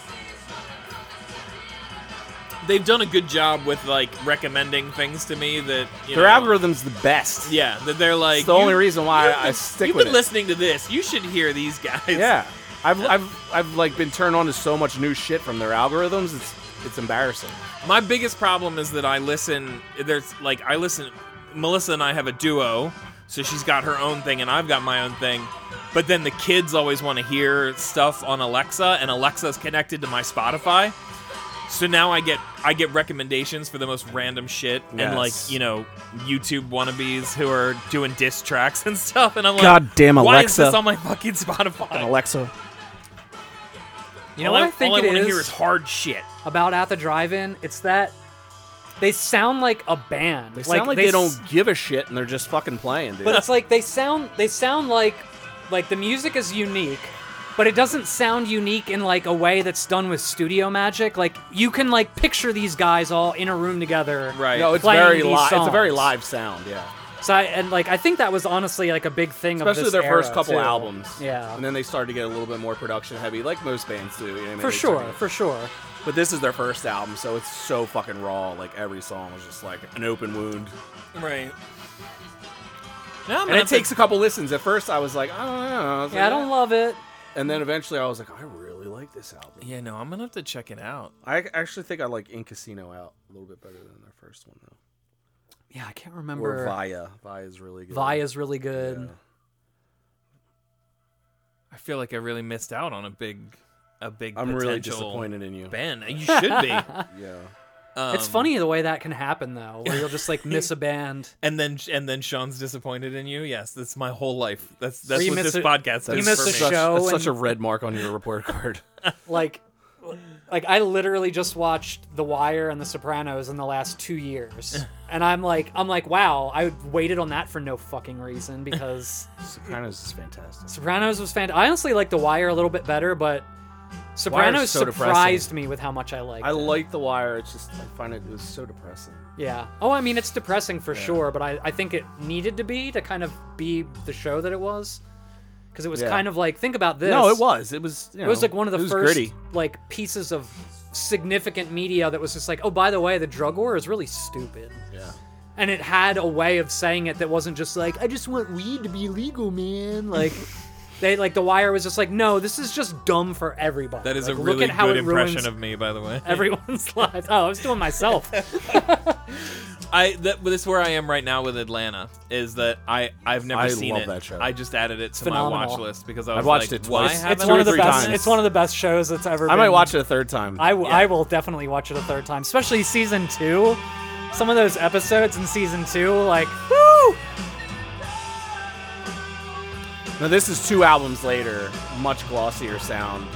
Speaker 3: they've done a good job with like recommending things to me that you
Speaker 2: Their
Speaker 3: know,
Speaker 2: algorithm's the best.
Speaker 3: Yeah, that they're like
Speaker 2: it's the only
Speaker 3: "You-
Speaker 2: reason why
Speaker 3: you've
Speaker 2: I
Speaker 3: been-
Speaker 2: stick
Speaker 3: You've
Speaker 2: with
Speaker 3: been
Speaker 2: it.
Speaker 3: listening to this. You should hear these guys.
Speaker 2: Yeah, I've, I've I've like been turned on to so much new shit from their algorithms. It's it's embarrassing.
Speaker 3: My biggest problem is that I listen. There's like I listen. Melissa and I have a duo, so she's got her own thing and I've got my own thing. But then the kids always want to hear stuff on Alexa, and Alexa's connected to my Spotify. So now I get I get recommendations for the most random shit and like
Speaker 2: Yes.
Speaker 3: you know YouTube wannabes who are doing diss tracks and stuff, and I'm like,
Speaker 2: Goddamn
Speaker 3: why is this
Speaker 2: Alexa.
Speaker 3: on my fucking Spotify?
Speaker 2: Alexa,
Speaker 1: You know
Speaker 3: all
Speaker 1: what
Speaker 3: I,
Speaker 1: I think
Speaker 3: all
Speaker 1: it
Speaker 3: I want to
Speaker 1: is?
Speaker 3: hear is hard shit.
Speaker 1: about at the drive-in. It's that they sound like a band.
Speaker 2: they sound like, they, don't give a shit and they're just fucking playing, dude.
Speaker 1: But it's like they sound they sound like like the music is unique, but it doesn't sound unique in like a way that's done with studio magic. Like you can like picture these guys all in a room together.
Speaker 3: Right.
Speaker 2: no, it's
Speaker 1: playing
Speaker 2: very
Speaker 1: these
Speaker 2: live. It's a very
Speaker 1: songs.
Speaker 2: live sound, yeah.
Speaker 1: So I, and like I think that was honestly like a big thing of
Speaker 2: Especially
Speaker 1: this
Speaker 2: their
Speaker 1: era,
Speaker 2: first couple
Speaker 1: too.
Speaker 2: albums,
Speaker 1: Yeah.
Speaker 2: And then they started to get a little bit more production heavy, like most bands do. You know what I mean?
Speaker 1: for
Speaker 2: They
Speaker 1: sure,
Speaker 2: started-
Speaker 1: for sure.
Speaker 2: But this is their first album, so it's so fucking raw. Like every song was just like an open wound.
Speaker 3: Right. No, I'm
Speaker 2: And
Speaker 3: gonna
Speaker 2: it takes a couple listens. At first, I was like, I don't know. I was
Speaker 1: Yeah, I
Speaker 2: like,
Speaker 1: don't love it.
Speaker 2: And then eventually, I was like, I really like this album.
Speaker 3: Yeah, no, I'm gonna have to check it out.
Speaker 2: I actually think I like In Casino out a little bit better than their first one though.
Speaker 1: Yeah, I can't
Speaker 2: Or
Speaker 1: remember.
Speaker 2: Via. Via is really good.
Speaker 1: Via's really good.
Speaker 2: Yeah.
Speaker 3: I feel like I really missed out on a big, a big.
Speaker 2: I'm really
Speaker 3: potential
Speaker 2: disappointed in you.
Speaker 3: Ben, you should be.
Speaker 2: Yeah.
Speaker 3: Um,
Speaker 1: It's funny the way that can happen though, where you'll just like miss a band.
Speaker 3: And then and then Sean's disappointed in you. Yes, that's my whole life. That's that's
Speaker 1: you
Speaker 3: what
Speaker 1: miss
Speaker 3: this
Speaker 1: a-
Speaker 3: podcast
Speaker 1: you
Speaker 3: is
Speaker 1: miss
Speaker 3: for
Speaker 1: a
Speaker 3: me.
Speaker 1: show
Speaker 2: That's
Speaker 1: and-
Speaker 2: such a red mark on your report card.
Speaker 1: like like I literally just watched The Wire and The Sopranos in the last 2 years. And I'm like I'm like wow, I waited on that for no fucking reason because
Speaker 2: Sopranos is fantastic.
Speaker 1: Sopranos was fantastic. I honestly like The Wire a little bit better, but Sopranos
Speaker 2: so depressing.
Speaker 1: surprised me with how much I liked.
Speaker 2: I
Speaker 1: it.
Speaker 2: like The Wire. It's just I find it, it was so depressing.
Speaker 1: yeah. Oh, I mean it's depressing for sure, but I I think it needed to be to kind of be the show that it was. Cuz it was
Speaker 2: Yeah.
Speaker 1: kind of like think about this.
Speaker 2: No, it was. It was. You know,
Speaker 1: It was like one of the
Speaker 2: it was
Speaker 1: first
Speaker 2: gritty.
Speaker 1: like pieces of significant media that was just like, oh, by the way, the drug war is really stupid,
Speaker 2: Yeah.
Speaker 1: and it had a way of saying it that wasn't just like, I just want weed to be legal, man. Like, they like The Wire was just like, no, this is just dumb for everybody.
Speaker 3: That is
Speaker 1: Like,
Speaker 3: a
Speaker 1: look
Speaker 3: really
Speaker 1: at how
Speaker 3: good
Speaker 1: it
Speaker 3: impression
Speaker 1: ruins
Speaker 3: of me, by the way.
Speaker 1: everyone's lives. Oh, I was doing myself.
Speaker 3: I that, this is where I am right now with Atlanta. Is that I I've never
Speaker 2: I
Speaker 3: seen
Speaker 2: love
Speaker 3: it.
Speaker 2: that show.
Speaker 3: I just added it to my
Speaker 1: phenomenal.
Speaker 3: watch list because I was
Speaker 2: watched
Speaker 3: like,
Speaker 2: it
Speaker 3: why
Speaker 2: twice.
Speaker 3: haven't
Speaker 1: It's
Speaker 2: Two
Speaker 3: I
Speaker 1: one
Speaker 2: or
Speaker 1: of the
Speaker 2: three
Speaker 1: best.
Speaker 2: times.
Speaker 1: It's one of the best shows that's ever.
Speaker 2: I might
Speaker 1: been-
Speaker 2: watch it a third time.
Speaker 1: I, w- I will definitely watch it a third time, especially season two. Some of those episodes in season two, like, woo!
Speaker 2: Now this is two albums later, much glossier sound.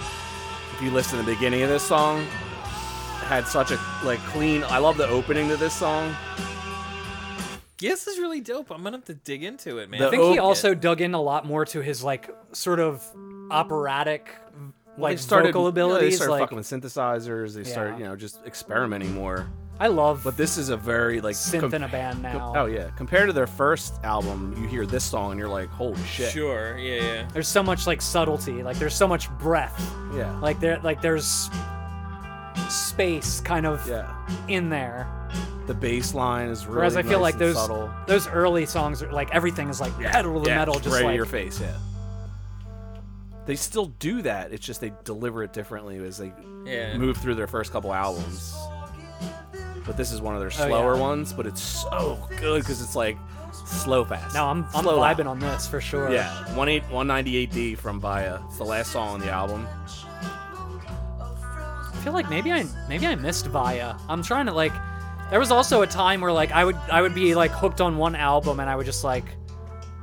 Speaker 2: If you listen to the beginning of this song, it had such a like clean. I love the opening to this song.
Speaker 3: Yeah, this is really dope. I'm gonna have to dig into it, man.
Speaker 1: I
Speaker 2: The-
Speaker 1: think he
Speaker 2: Oh,
Speaker 1: also dug in a lot more to his like sort of operatic
Speaker 2: They
Speaker 1: like
Speaker 2: started,
Speaker 1: vocal
Speaker 2: yeah, they
Speaker 1: abilities.
Speaker 2: started
Speaker 1: like
Speaker 2: fucking with synthesizers. They started,
Speaker 1: Yeah.
Speaker 2: you know, just experimenting more.
Speaker 1: I love
Speaker 2: But this is a very like
Speaker 1: synth
Speaker 2: com-
Speaker 1: in a band now.
Speaker 2: Oh yeah, compared to their first album, you hear this song and you're like, holy shit.
Speaker 3: Sure. Yeah. Yeah.
Speaker 1: There's so much like subtlety. Like there's so much breath.
Speaker 2: Yeah.
Speaker 1: Like there like there's space kind of
Speaker 2: yeah.
Speaker 1: in there.
Speaker 2: The bass line is really
Speaker 1: Whereas I
Speaker 2: nice
Speaker 1: feel like
Speaker 2: and
Speaker 1: those
Speaker 2: subtle.
Speaker 1: those early songs are like everything is like pedal to the
Speaker 2: Yeah,
Speaker 1: metal,
Speaker 2: it's
Speaker 1: just
Speaker 2: right
Speaker 1: like
Speaker 2: in your face. Yeah. They still do that. It's just they deliver it differently as they
Speaker 3: Yeah.
Speaker 2: move through their first couple albums. But this is one of their slower
Speaker 1: yeah.
Speaker 2: ones, but it's so good because it's like slow fast.
Speaker 1: no, I'm I'm
Speaker 2: Slow
Speaker 1: vibing
Speaker 2: out.
Speaker 1: on this for sure.
Speaker 2: Yeah, one eight one ninety eight D from Via. It's the last song on the album.
Speaker 1: I feel like maybe I maybe I missed Via. I'm trying to like there was also a time where like I would I would be like hooked on one album and I would just like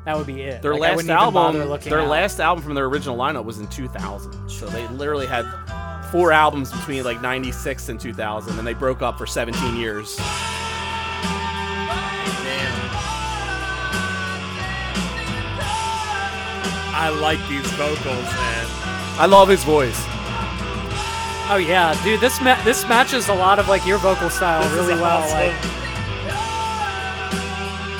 Speaker 1: that would be it.
Speaker 2: Their
Speaker 1: Like, I
Speaker 2: last
Speaker 1: wouldn't even bother
Speaker 2: album,
Speaker 1: looking
Speaker 2: their
Speaker 1: out.
Speaker 2: last album from their original lineup was in 2000. So they literally had four albums between like 96 and 2000 and they broke up for 17 years.
Speaker 3: I like these vocals, man.
Speaker 2: I love his voice.
Speaker 1: Oh yeah, dude, this ma- this matches a lot of like your vocal style really well. Like,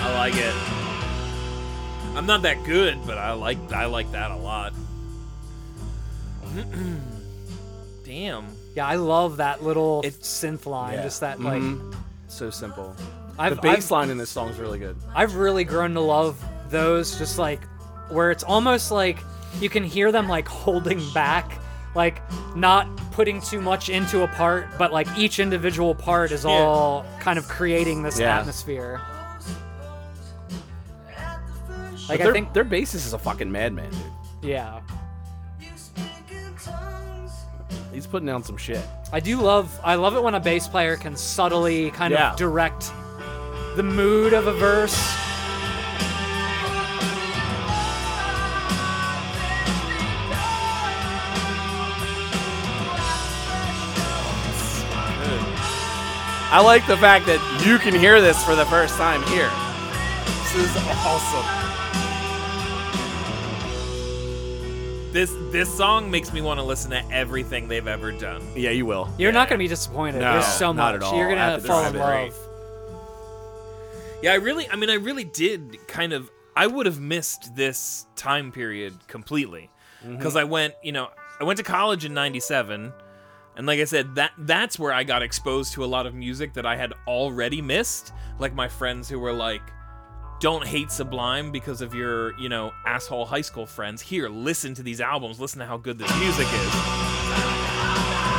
Speaker 3: I like it. I'm not that good, but I like I like that a lot. Damn.
Speaker 1: Yeah, I love that little
Speaker 2: It-
Speaker 1: synth line.
Speaker 2: yeah.
Speaker 1: Just that like,
Speaker 2: So simple.
Speaker 1: I've,
Speaker 2: the
Speaker 1: I've
Speaker 2: bass line in this song is really good.
Speaker 1: I've really grown to love those. Just like where it's almost like you can hear them like holding back, like not putting too much into a part, but like each individual part is all kind of creating this
Speaker 2: Yeah.
Speaker 1: atmosphere.
Speaker 2: Like
Speaker 1: Like
Speaker 2: their,
Speaker 1: I think,
Speaker 2: their bassist is a fucking madman, dude.
Speaker 1: yeah.
Speaker 2: He's putting down some shit.
Speaker 1: I do love I love it when a bass player can subtly kind
Speaker 2: Yeah.
Speaker 1: of direct the mood of a verse.
Speaker 2: I like the fact that you can hear this for the first time here. This is awesome.
Speaker 3: This this song makes me want to listen to everything they've ever done.
Speaker 2: Yeah, you will.
Speaker 1: You're not gonna be disappointed.
Speaker 2: No,
Speaker 1: There's so
Speaker 2: not at
Speaker 1: much.
Speaker 2: all.
Speaker 1: You're gonna
Speaker 2: After
Speaker 1: fall
Speaker 2: this,
Speaker 1: in
Speaker 2: I've been-
Speaker 1: love.
Speaker 3: Yeah, I really I mean I really did kind of I would have missed this time period completely.
Speaker 2: Mm-hmm.
Speaker 3: Cuz I went, you know, I went to college in 97 and like I said that that's where I got exposed to a lot of music that I had already missed, like my friends who were like don't hate Sublime because of your, you know, asshole high school friends. Here, listen to these albums. Listen to how good this music is.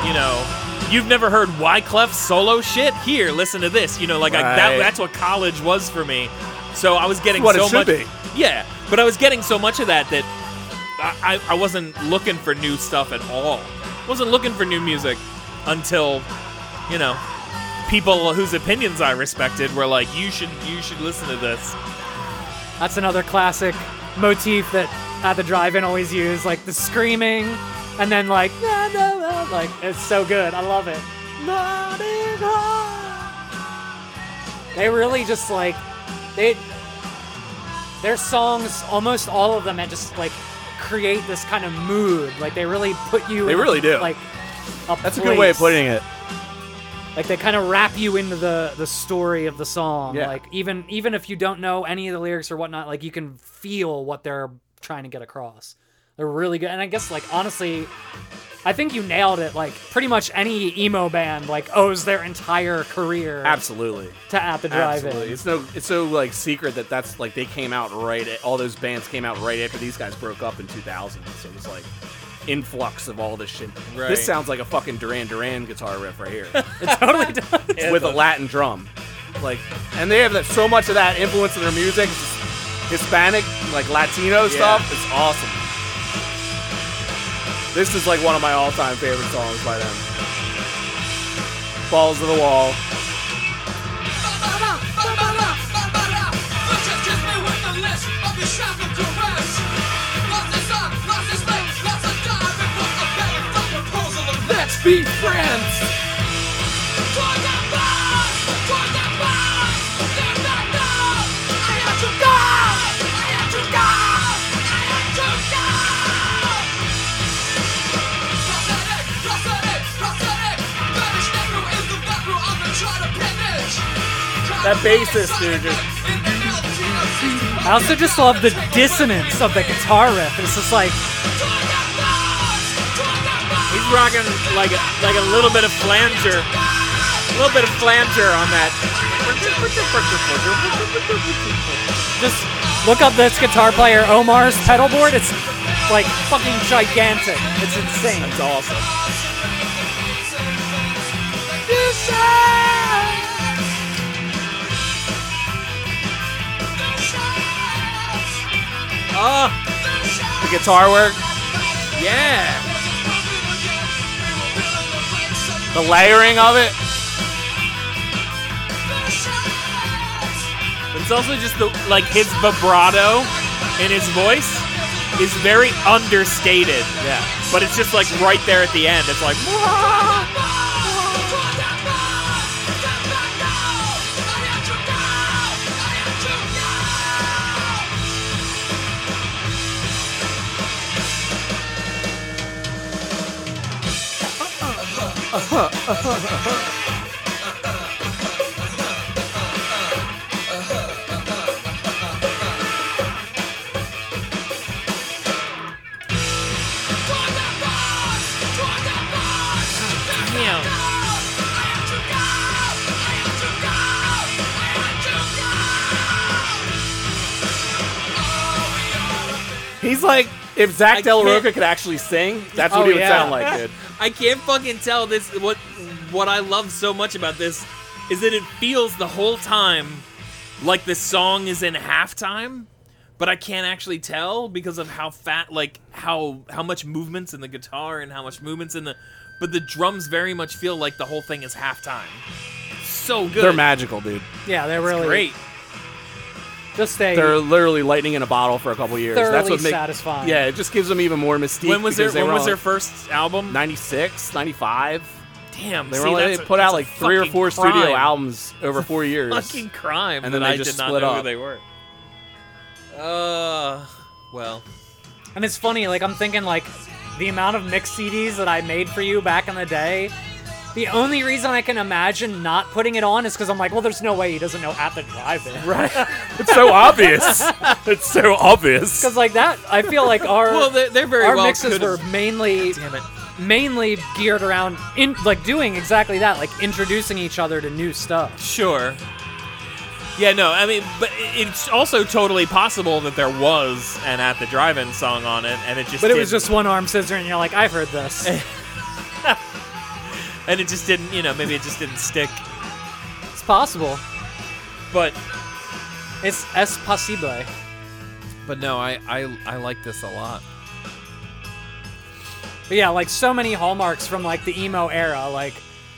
Speaker 3: You know, you've never heard Wyclef solo shit? Here, listen to this. You know, like I, that,
Speaker 2: Right.
Speaker 3: that's what college was for me. So I was getting
Speaker 2: What it
Speaker 3: so
Speaker 2: should
Speaker 3: much.
Speaker 2: be.
Speaker 3: Yeah, but I was getting so much of that that I, I, I wasn't looking for new stuff at all. wasn't looking for new music until, you know, people whose opinions I respected were like, "You should, you should listen to this."
Speaker 1: That's another classic motif that at the drive-in always use, like the screaming, and then like "Na, na, na," like it's so good. I love it. Notting Hill. They really just like they their songs, almost all of them, that just like create this kind of mood. Like they really put you.
Speaker 2: They
Speaker 1: in,
Speaker 2: really do.
Speaker 1: Like a
Speaker 2: That's a good way of
Speaker 1: place.
Speaker 2: putting it.
Speaker 1: Like they kind of wrap you into the the story of the song.
Speaker 2: Yeah.
Speaker 1: Like even even if you don't know any of the lyrics or whatnot, like you can feel what they're trying to get across. They're really good, and I guess like honestly, I think you nailed it. Like pretty much any emo band like owes their entire career
Speaker 2: Absolutely.
Speaker 1: to at the drive-in.
Speaker 2: Absolutely. It's no it's so like secret that that's like they came out right at, all those bands came out right after these guys broke up in 2000. So it was like influx of all this shit.
Speaker 3: Right.
Speaker 2: This sounds like a fucking Duran Duran guitar riff right here.
Speaker 1: It totally does.
Speaker 2: with a Latin drum. Like, and they have that, so much of that influence in their music, it's just Hispanic, like Latino stuff. It's awesome. This is like one of my all-time favorite songs by them. Balls of the wall. Let's be friends.
Speaker 5: That bassist, dude, just.
Speaker 1: I also just love the dissonance of the guitar riff. It's just like
Speaker 3: He's rocking like a, like a little bit of flanger, a little bit of flanger on that.
Speaker 1: just look up this guitar player Omar's pedal board. It's like fucking gigantic. It's insane.
Speaker 2: It's awesome.
Speaker 3: Oh,
Speaker 2: The guitar work,
Speaker 3: yeah.
Speaker 2: the layering of it.
Speaker 3: But it's also just the like his vibrato in his voice is very understated.
Speaker 2: Yeah.
Speaker 3: But it's just like right there at the end. It's like
Speaker 2: He's like, if
Speaker 3: I
Speaker 2: Zach Del
Speaker 3: can't-
Speaker 2: Roca could actually sing, that's what
Speaker 1: Oh,
Speaker 2: he would
Speaker 1: yeah.
Speaker 2: sound like, dude.
Speaker 3: I can't fucking tell this what what I love so much about this is that it feels the whole time like the song is in halftime, but I can't actually tell because of how fat like how how much movements in the guitar and how much movements in the but the drums very much feel like the whole thing is halftime. So good.
Speaker 2: They're magical, dude.
Speaker 1: Yeah, they're really
Speaker 3: Great.
Speaker 1: Just a
Speaker 2: They're literally lightning in a bottle for a couple years. That's
Speaker 1: thoroughly
Speaker 2: what makes
Speaker 1: satisfying.
Speaker 2: Yeah, it just gives them even more mystique.
Speaker 3: When was their
Speaker 2: because they
Speaker 3: when
Speaker 2: were
Speaker 3: was
Speaker 2: on,
Speaker 3: their
Speaker 2: like,
Speaker 3: first album?
Speaker 2: 96, 95?
Speaker 3: Damn,
Speaker 2: They
Speaker 3: see,
Speaker 2: were only,
Speaker 3: that's
Speaker 2: they
Speaker 3: a-
Speaker 2: put
Speaker 3: that's
Speaker 2: out
Speaker 3: a
Speaker 2: like three or
Speaker 3: fucking
Speaker 2: four
Speaker 3: crime.
Speaker 2: studio albums over four years.
Speaker 3: Fucking crime.
Speaker 2: And then
Speaker 3: that
Speaker 2: they
Speaker 3: I
Speaker 2: just
Speaker 3: did not
Speaker 2: split
Speaker 3: know who
Speaker 2: up.
Speaker 3: they were. Uh, well.
Speaker 1: And it's funny, like I'm thinking like the amount of mix CDs that I made for you back in the day. The only reason I can imagine not putting it on is because I'm like, well, there's no way he doesn't know at the drive-in.
Speaker 2: Right. it's so obvious. It's so obvious.
Speaker 1: Because like that, I feel like our
Speaker 3: Well, they- they're very
Speaker 1: our
Speaker 3: well
Speaker 1: mixes
Speaker 3: could've-
Speaker 1: were mainly
Speaker 3: Damn it.
Speaker 1: mainly geared around in like doing exactly that, like introducing each other to new stuff.
Speaker 3: Sure. Yeah, no, I mean, but i- it's also totally possible that there was an At the Drive-In song on it, and it just
Speaker 1: But it was
Speaker 3: didn't-
Speaker 1: just one arm scissor, and you're like, I've heard this.
Speaker 3: and it just didn't, you know, maybe it just didn't stick.
Speaker 1: It's possible.
Speaker 3: But
Speaker 1: It's es posible.
Speaker 3: but no, I I I like this a lot.
Speaker 1: But yeah, like so many hallmarks from like the emo era, like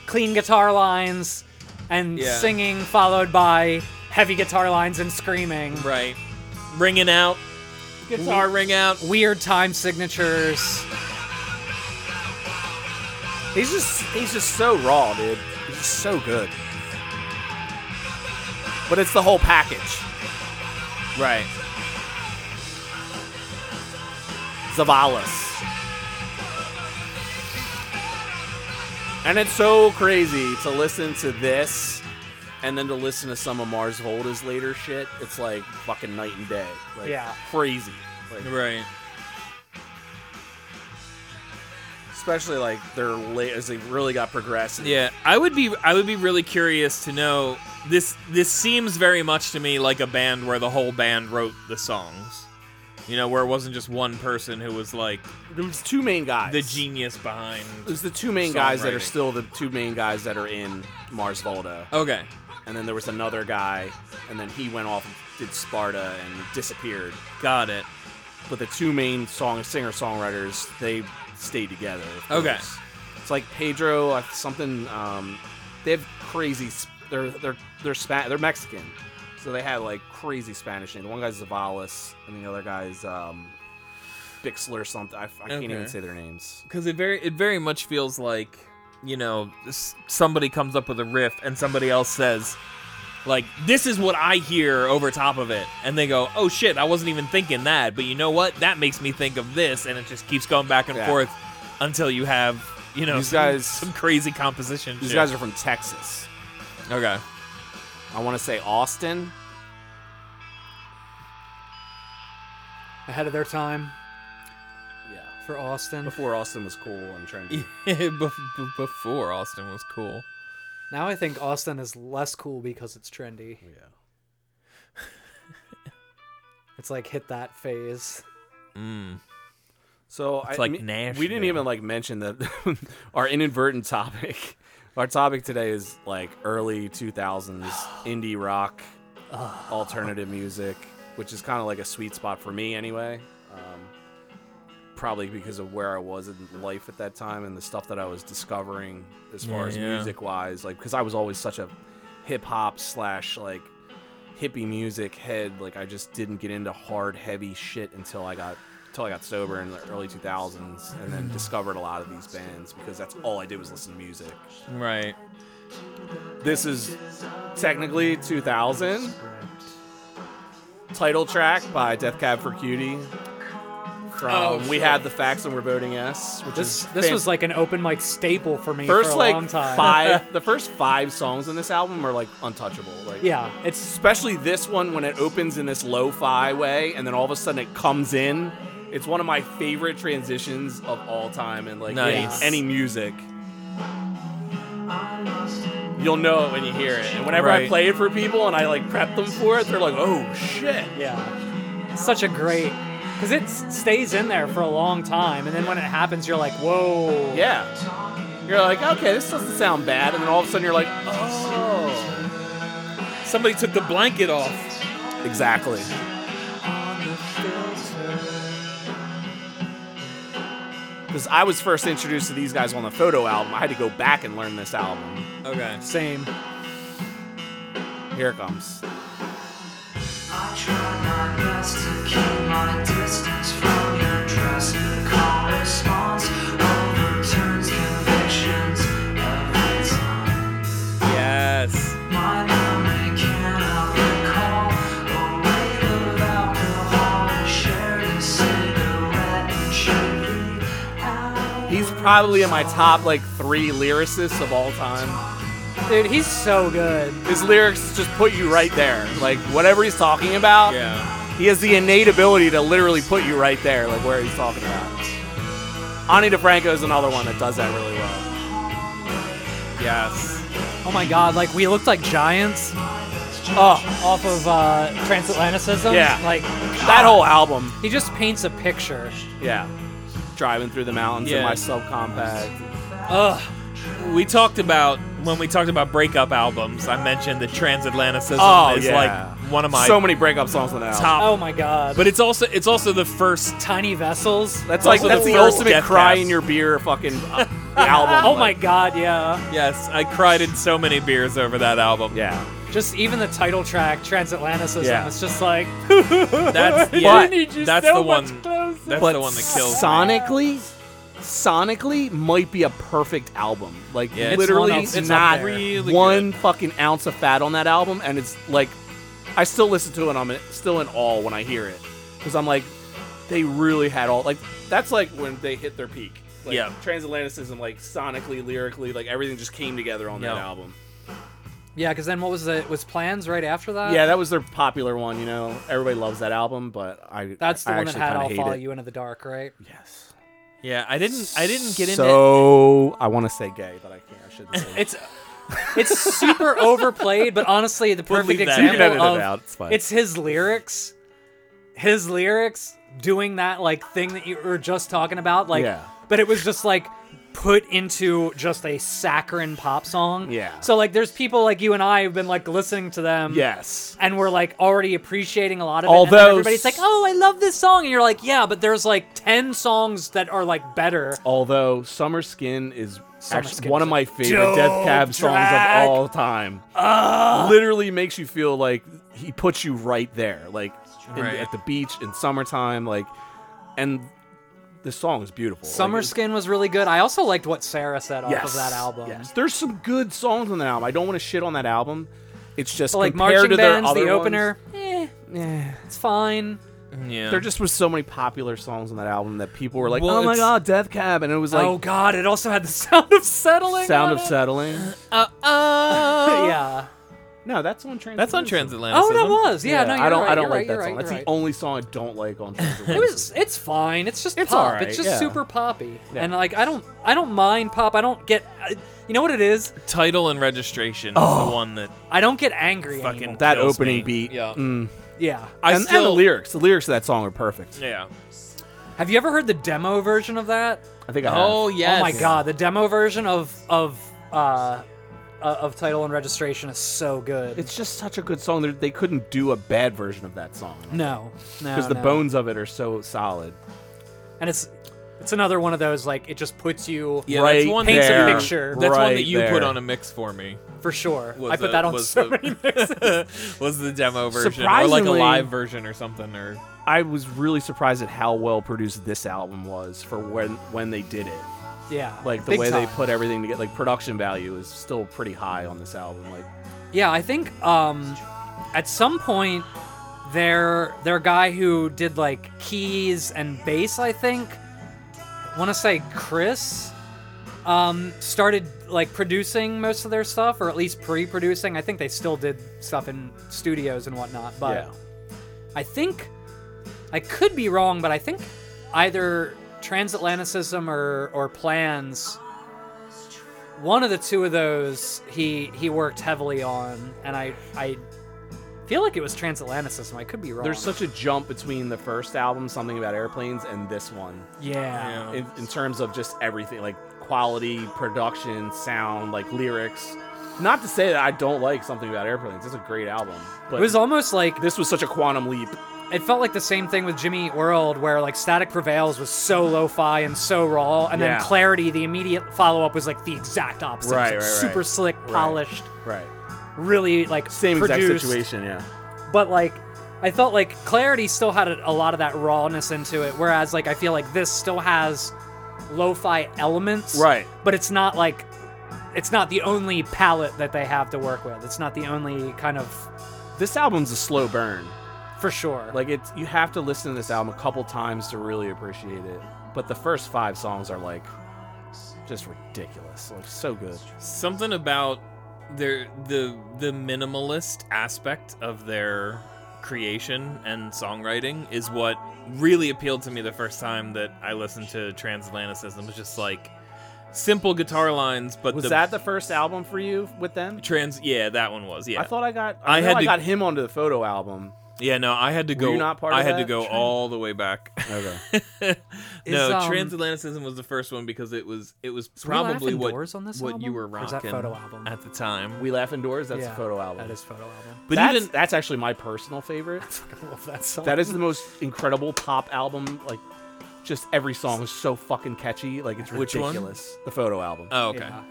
Speaker 1: clean guitar lines and
Speaker 3: Yeah.
Speaker 1: singing followed by heavy guitar lines and screaming.
Speaker 3: Right. Ringing out. Guitar ring out.
Speaker 1: Weird time signatures.
Speaker 2: He's just he's just so raw, dude. He's just so good. But it's the whole package.
Speaker 3: Right.
Speaker 2: Zavalis. And it's so crazy to listen to this and then to listen to some of Mars Volta's later shit. It's like fucking night and day. Like,
Speaker 1: Yeah.
Speaker 2: Crazy. Like,
Speaker 3: Right.
Speaker 2: especially like their late as they really got progressive.
Speaker 3: Yeah, I would be I would be really curious to know this this seems very much to me like a band where the whole band wrote the songs. You know, where it wasn't just one person who was like
Speaker 2: There was two main guys.
Speaker 3: the genius behind.
Speaker 2: It was the two main guys that are
Speaker 3: Songwriting.
Speaker 2: still the two main guys that are in Mars Volta.
Speaker 3: Okay.
Speaker 2: and then there was another guy, and then he went off and did Sparta and disappeared.
Speaker 3: Got it.
Speaker 2: But the two main song singer songwriters they stayed together. of
Speaker 3: Okay.
Speaker 2: course. it's like Pedro uh, something. Um, they have crazy. sp- They're they're they're Spa- they're Mexican, so they had like crazy Spanish names. One guy's Zavalis, and the other guy's um, Bixler something. I, I can't
Speaker 3: Okay.
Speaker 2: even say their names.
Speaker 3: Cuz it very it very much feels like, you know, s- somebody comes up with a riff and somebody else says like this is what I hear over top of it and they go, "Oh shit, I wasn't even thinking that." But you know what? That makes me think of this and it just keeps going back and
Speaker 2: Yeah.
Speaker 3: forth until you have, you know,
Speaker 2: These
Speaker 3: some-
Speaker 2: guys-
Speaker 3: some crazy composition.
Speaker 2: These
Speaker 3: shit.
Speaker 2: guys are from Texas.
Speaker 3: Okay.
Speaker 2: I want to say Austin.
Speaker 1: Ahead of their time
Speaker 2: Yeah.
Speaker 1: for Austin.
Speaker 2: Before Austin was cool, I'm trying to.
Speaker 3: before Austin was cool.
Speaker 1: Now I think Austin is less cool because it's trendy.
Speaker 2: Yeah.
Speaker 1: It's like hit that phase.
Speaker 2: So I,
Speaker 3: like
Speaker 2: mean, we
Speaker 3: Nashville.
Speaker 2: didn't even like mention that our inadvertent topic. Our topic today is like early 2000s indie rock, alternative music, which is kind of like a sweet spot for me anyway. Um, probably because of where I was in life at that time and the stuff that I was discovering as far
Speaker 3: Yeah,
Speaker 2: as
Speaker 3: yeah.
Speaker 2: music wise. Like, because I was always such a hip hop slash like hippie music head. Like I just didn't get into hard, heavy shit until I got until I got sober in the early 2000s, and then discovered a lot of these bands because that's all I did was listen to music.
Speaker 3: Right.
Speaker 2: This is technically 2000. Title track by Death Cab for Cutie. From We Had the Facts and We're Voting Yes, which
Speaker 1: Oh, This
Speaker 2: is
Speaker 1: this
Speaker 2: fan-
Speaker 1: was like an open mic staple for me
Speaker 2: first
Speaker 1: for a
Speaker 2: like
Speaker 1: long time.
Speaker 2: five. the first five songs on this album are like untouchable. Like
Speaker 1: Yeah, it's
Speaker 2: especially this one when it opens in this lo-fi way and then all of a sudden it comes in it's one of my favorite transitions of all time and like in
Speaker 3: Nice.
Speaker 2: any music you'll know it when you hear it and whenever i
Speaker 3: Right.
Speaker 2: play it for people and i like prep them for it they're like oh shit
Speaker 1: yeah, such a great because it s- stays in there for a long time, and then when it happens, you're like, whoa.
Speaker 2: Yeah. You're like, okay, this doesn't sound bad, and then all of a sudden you're like, oh.
Speaker 3: Somebody took the blanket off.
Speaker 2: Exactly. Because I was first introduced to these guys on the photo album. I had to go back and learn this album.
Speaker 3: Okay.
Speaker 1: Same.
Speaker 2: Here it comes.
Speaker 6: I try my best to keep my distance from your trust. Call response overturns convictions every time.
Speaker 3: Yes.
Speaker 6: My memory cannot recall a weight of alcohol and shared a cigarette and chewed out.
Speaker 2: He's probably in my top like three lyricists of all time.
Speaker 1: Dude, he's so good.
Speaker 2: His lyrics just put you right there. Like whatever he's talking about,
Speaker 3: Yeah.
Speaker 2: he has the innate ability to literally put you right there, like where he's talking about. Ani DeFranco is another one that does that really well.
Speaker 3: Yes.
Speaker 1: Oh my god, like we looked like giants. Oh, off of uh, transatlanticism.
Speaker 2: Yeah.
Speaker 1: Like
Speaker 2: That whole album,
Speaker 1: he just paints a picture.
Speaker 2: yeah. Driving through the mountains in
Speaker 3: Yeah.
Speaker 2: my subcompact.
Speaker 1: Ugh.
Speaker 3: We talked about when we talked about breakup albums. I mentioned that transatlanticism
Speaker 2: Oh,
Speaker 3: is
Speaker 2: yeah.
Speaker 3: like one of my
Speaker 2: so many breakup songs on that album.
Speaker 3: top.
Speaker 1: Oh my god.
Speaker 3: But it's also it's also the first.
Speaker 1: tiny vessels.
Speaker 2: That's
Speaker 3: It's
Speaker 2: like
Speaker 3: also
Speaker 2: that's
Speaker 3: the
Speaker 2: the,
Speaker 3: first
Speaker 2: ultimate
Speaker 3: Death
Speaker 2: cry
Speaker 3: Cab.
Speaker 2: in your beer fucking uh, album.
Speaker 1: Oh my
Speaker 2: like-
Speaker 1: god, yeah.
Speaker 3: Yes, I cried in so many beers over that album.
Speaker 2: Yeah.
Speaker 1: Just even the title track, Transatlanticism,
Speaker 2: Yeah.
Speaker 1: it's just like
Speaker 3: That's
Speaker 1: I
Speaker 3: yeah,
Speaker 1: need you
Speaker 3: that's
Speaker 1: so
Speaker 3: the
Speaker 1: much
Speaker 3: one.
Speaker 1: closer.
Speaker 3: That's the one that kills. me.
Speaker 2: sonically sonically might be a perfect album like
Speaker 3: Yeah, it's
Speaker 2: literally
Speaker 1: one up-
Speaker 2: it's,
Speaker 1: it's up
Speaker 2: not
Speaker 1: there.
Speaker 3: Really
Speaker 2: one fucking ounce of fat on that album and it's like i still listen to it and i'm still in awe when i hear it because i'm like they really had all like that's like when they hit their peak like
Speaker 3: Yeah.
Speaker 2: transatlanticism like sonically lyrically like everything just came together on that
Speaker 3: Yeah.
Speaker 2: album
Speaker 1: Yeah, because then what was it? Was plans right after that?
Speaker 2: yeah that was their popular one you know everybody loves that album but i
Speaker 1: That's the
Speaker 2: I
Speaker 1: one that
Speaker 2: actually
Speaker 1: had
Speaker 2: kinda
Speaker 1: I'll
Speaker 2: hate
Speaker 1: follow
Speaker 2: it.
Speaker 1: you into the dark, right?
Speaker 2: yes
Speaker 3: Yeah, I didn't. I didn't get into.
Speaker 2: so i want to say gay but i can't i shouldn't say that.
Speaker 1: It's it's super overplayed, but honestly, the perfect
Speaker 3: leave that.
Speaker 1: example
Speaker 2: You can edit it
Speaker 1: of
Speaker 2: out, it's fine.
Speaker 1: his lyrics, his lyrics doing that like thing that you were just talking about, like,
Speaker 2: Yeah.
Speaker 1: but it was just like put into just a saccharine pop song.
Speaker 2: Yeah.
Speaker 1: So like, there's people like you and I who've been like listening to them.
Speaker 2: Yes.
Speaker 1: And we're like already appreciating a lot of it. and then
Speaker 2: Although-
Speaker 1: everybody's like, "Oh, I love this song," and you're like, "Yeah," but there's like ten songs that are like better.
Speaker 2: Although Summer Skin is actually
Speaker 1: Skin
Speaker 2: one
Speaker 1: is
Speaker 2: of
Speaker 1: a
Speaker 2: my favorite Death Cab
Speaker 1: track.
Speaker 2: songs
Speaker 1: Ah.
Speaker 2: of all time. Literally makes you feel like he puts you right there, like in-
Speaker 3: Right.
Speaker 2: at the beach in summertime, like, and the song is beautiful. Like,
Speaker 1: Summer
Speaker 2: it's-
Speaker 1: Skin was really good. I also liked what Sarah said off
Speaker 2: yes,
Speaker 1: of that album.
Speaker 2: Yes. There's some good songs on that album. I don't want to shit on that album. It's just
Speaker 1: But, like
Speaker 2: compared
Speaker 1: marching
Speaker 2: to their
Speaker 1: bands,
Speaker 2: other
Speaker 1: the
Speaker 2: ones,
Speaker 1: opener, eh, it's fine.
Speaker 3: Yeah.
Speaker 2: There just was so many popular songs on that album that people were like,
Speaker 3: Well,
Speaker 2: "Oh my
Speaker 3: it's-
Speaker 2: god, Death Cab," and it was like
Speaker 1: oh God! It also had the sound of settling.
Speaker 2: sound
Speaker 1: on
Speaker 2: of
Speaker 1: it.
Speaker 2: settling.
Speaker 3: Uh,
Speaker 1: yeah.
Speaker 2: No, that's on Trans.
Speaker 3: that's on transatlantic.
Speaker 1: Oh, that was. Yeah. no, you're
Speaker 2: I don't.
Speaker 1: Right,
Speaker 2: I don't
Speaker 1: you're
Speaker 2: like
Speaker 1: right,
Speaker 2: that
Speaker 1: you're
Speaker 2: song.
Speaker 1: Right,
Speaker 2: That's
Speaker 1: you're
Speaker 2: the only song I don't like on. Transatlantic.
Speaker 1: right. It was. It's fine. It's just
Speaker 2: It's
Speaker 1: pop.
Speaker 2: alright,
Speaker 1: it's just
Speaker 2: yeah.
Speaker 1: super poppy.
Speaker 2: Yeah.
Speaker 1: And like, I don't. I don't mind pop. I don't get. I, you know what it is?
Speaker 3: Title and registration is the one that
Speaker 1: I don't get angry
Speaker 3: fucking
Speaker 1: anymore.
Speaker 2: that
Speaker 3: kills
Speaker 2: opening
Speaker 3: me.
Speaker 2: beat.
Speaker 3: Yeah.
Speaker 2: mm.
Speaker 1: Yeah.
Speaker 3: I
Speaker 2: and, and the
Speaker 3: still-
Speaker 2: lyrics. The lyrics of that song are perfect.
Speaker 3: Yeah.
Speaker 1: Have you ever heard the demo version of that?
Speaker 2: I think I. have.
Speaker 3: Oh yes.
Speaker 1: Oh my god, the demo version of of uh, uh, of title and registration is so good.
Speaker 2: It's just such a good song. They're, they couldn't do a bad version of that song
Speaker 1: no, no,
Speaker 2: because the
Speaker 1: no.
Speaker 2: bones of it are so solid.
Speaker 1: and it's it's another one of those like it just puts you
Speaker 3: Yeah,
Speaker 2: right
Speaker 3: that's one
Speaker 1: Paints a
Speaker 2: there,
Speaker 1: picture.
Speaker 3: That's one
Speaker 2: right
Speaker 3: that you
Speaker 2: there.
Speaker 3: put on a mix for me.
Speaker 1: for sure.
Speaker 3: was
Speaker 1: I put
Speaker 3: a-
Speaker 1: that on
Speaker 3: was
Speaker 1: so
Speaker 3: the-
Speaker 1: many mixes.
Speaker 3: was the demo version or like a
Speaker 2: Surprisingly-
Speaker 3: live version or something or
Speaker 2: I was really surprised at how well produced this album was for when when they did it.
Speaker 1: Yeah,
Speaker 2: Like the
Speaker 1: big
Speaker 2: way they
Speaker 1: time.
Speaker 2: put everything together, like production value is still pretty high on this album. Like
Speaker 1: Yeah, I think um, at some point their their guy who did like keys and bass, I think, want to say Chris, um, started like producing most of their stuff, or at least pre-producing. I think they still did stuff in studios and whatnot, but.
Speaker 2: yeah.
Speaker 1: I think I could be wrong, but I think either transatlanticism or or plans one of the two of those he he worked heavily on and I I feel like it was transatlanticism. I could be wrong.
Speaker 2: There's such a jump between the first album, something about airplanes, and this one
Speaker 1: yeah.
Speaker 2: in, in terms of just everything, like quality, production, sound, like lyrics. Not to say that I don't like something about airplanes. It's a great album, but
Speaker 1: It was almost like
Speaker 2: this was such a quantum leap.
Speaker 1: it felt like the same thing with Jimmy Eat World, where like Static Prevails was so lo-fi and so raw, and
Speaker 2: Yeah.
Speaker 1: then Clarity, the immediate follow-up, was like the exact opposite. It was,
Speaker 2: Right,
Speaker 1: like,
Speaker 2: right, right.
Speaker 1: super slick, polished,
Speaker 2: Right.
Speaker 1: really like
Speaker 2: Same exact
Speaker 1: produced,
Speaker 2: situation. Yeah.
Speaker 1: But like, I felt like Clarity still had a, a lot of that rawness into it, whereas like I feel like this still has lo-fi elements,
Speaker 2: Right.
Speaker 1: But it's not like it's not the only palette that they have to work with. It's not the only kind of
Speaker 2: This album's a slow burn.
Speaker 1: for sure.
Speaker 2: Like it's you have to listen to this album a couple times to really appreciate it. But the first five songs are like just ridiculous. Like so good.
Speaker 3: Something about their the the minimalist aspect of their creation and songwriting is what really appealed to me the first time that I listened to Transatlanticism. It was just like simple guitar lines, but
Speaker 2: Was
Speaker 3: the
Speaker 2: that the first album for you with them?
Speaker 3: trans yeah that one was yeah
Speaker 2: I thought I got.
Speaker 3: I
Speaker 2: I, know
Speaker 3: had
Speaker 2: I
Speaker 3: to-
Speaker 2: got him onto the photo album.
Speaker 3: yeah no I had to
Speaker 2: Were
Speaker 3: go
Speaker 2: you not part
Speaker 3: I
Speaker 2: of
Speaker 3: had to
Speaker 2: that
Speaker 3: go
Speaker 2: trend?
Speaker 3: all the way back
Speaker 2: Okay.
Speaker 3: no,
Speaker 1: um,
Speaker 3: Transatlanticism was the first one because it was it was
Speaker 1: Were we
Speaker 3: probably
Speaker 1: Laughing
Speaker 3: what
Speaker 1: Doors on this
Speaker 3: what
Speaker 1: album?
Speaker 3: you were
Speaker 1: Or is that
Speaker 3: rocking
Speaker 1: photo album?
Speaker 3: at the time.
Speaker 2: we laugh indoors. That's
Speaker 1: Yeah,
Speaker 2: a photo album.
Speaker 1: That is photo album.
Speaker 3: But
Speaker 2: that's,
Speaker 3: even
Speaker 2: that's actually my personal favorite.
Speaker 1: I love that song.
Speaker 2: That is the most incredible pop album. Like, just every song is so fucking catchy. Like it's
Speaker 3: Which one?
Speaker 2: ridiculous. The photo album.
Speaker 3: oh okay
Speaker 1: Yeah.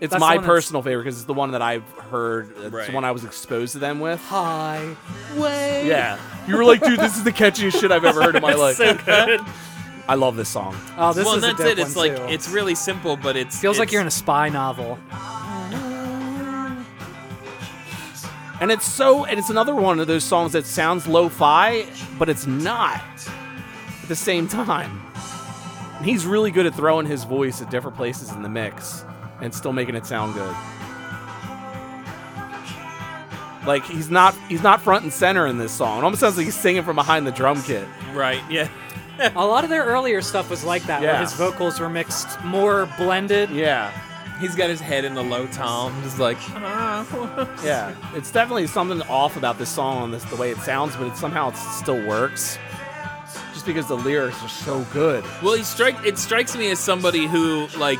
Speaker 2: it's
Speaker 1: that's the
Speaker 2: my
Speaker 1: one that's-
Speaker 2: personal favorite because it's the one that I've heard. It's
Speaker 3: Right.
Speaker 2: the one I was exposed to them with.
Speaker 1: Hi. Way.
Speaker 2: Yeah. You were like, dude, this is the catchiest shit I've ever heard in my life.
Speaker 3: so good.
Speaker 2: I love this song.
Speaker 1: Oh, this
Speaker 3: well,
Speaker 1: is
Speaker 3: and that's
Speaker 1: a dope
Speaker 3: it. It's
Speaker 1: one,
Speaker 3: like
Speaker 1: too.
Speaker 3: it's really simple, but it's
Speaker 1: feels like
Speaker 3: it's-
Speaker 1: you're in a spy novel.
Speaker 2: And it's so, and it's another one of those songs that sounds lo fi, but it's not at the same time. And he's really good at throwing his voice at different places in the mix and still making it sound good. Like he's not he's not front and center in this song. It almost sounds like he's singing from behind the drum kit.
Speaker 3: right. Yeah,
Speaker 1: a lot of their earlier stuff was like that, where
Speaker 2: Yeah.
Speaker 1: his vocals were mixed more blended.
Speaker 2: Yeah.
Speaker 3: he's got his head in the low tom, just like ah.
Speaker 2: Yeah, it's definitely something off about this song and this the way it sounds, but it somehow it still works. Just because the lyrics are so good.
Speaker 3: well, he strike. It strikes me as somebody who like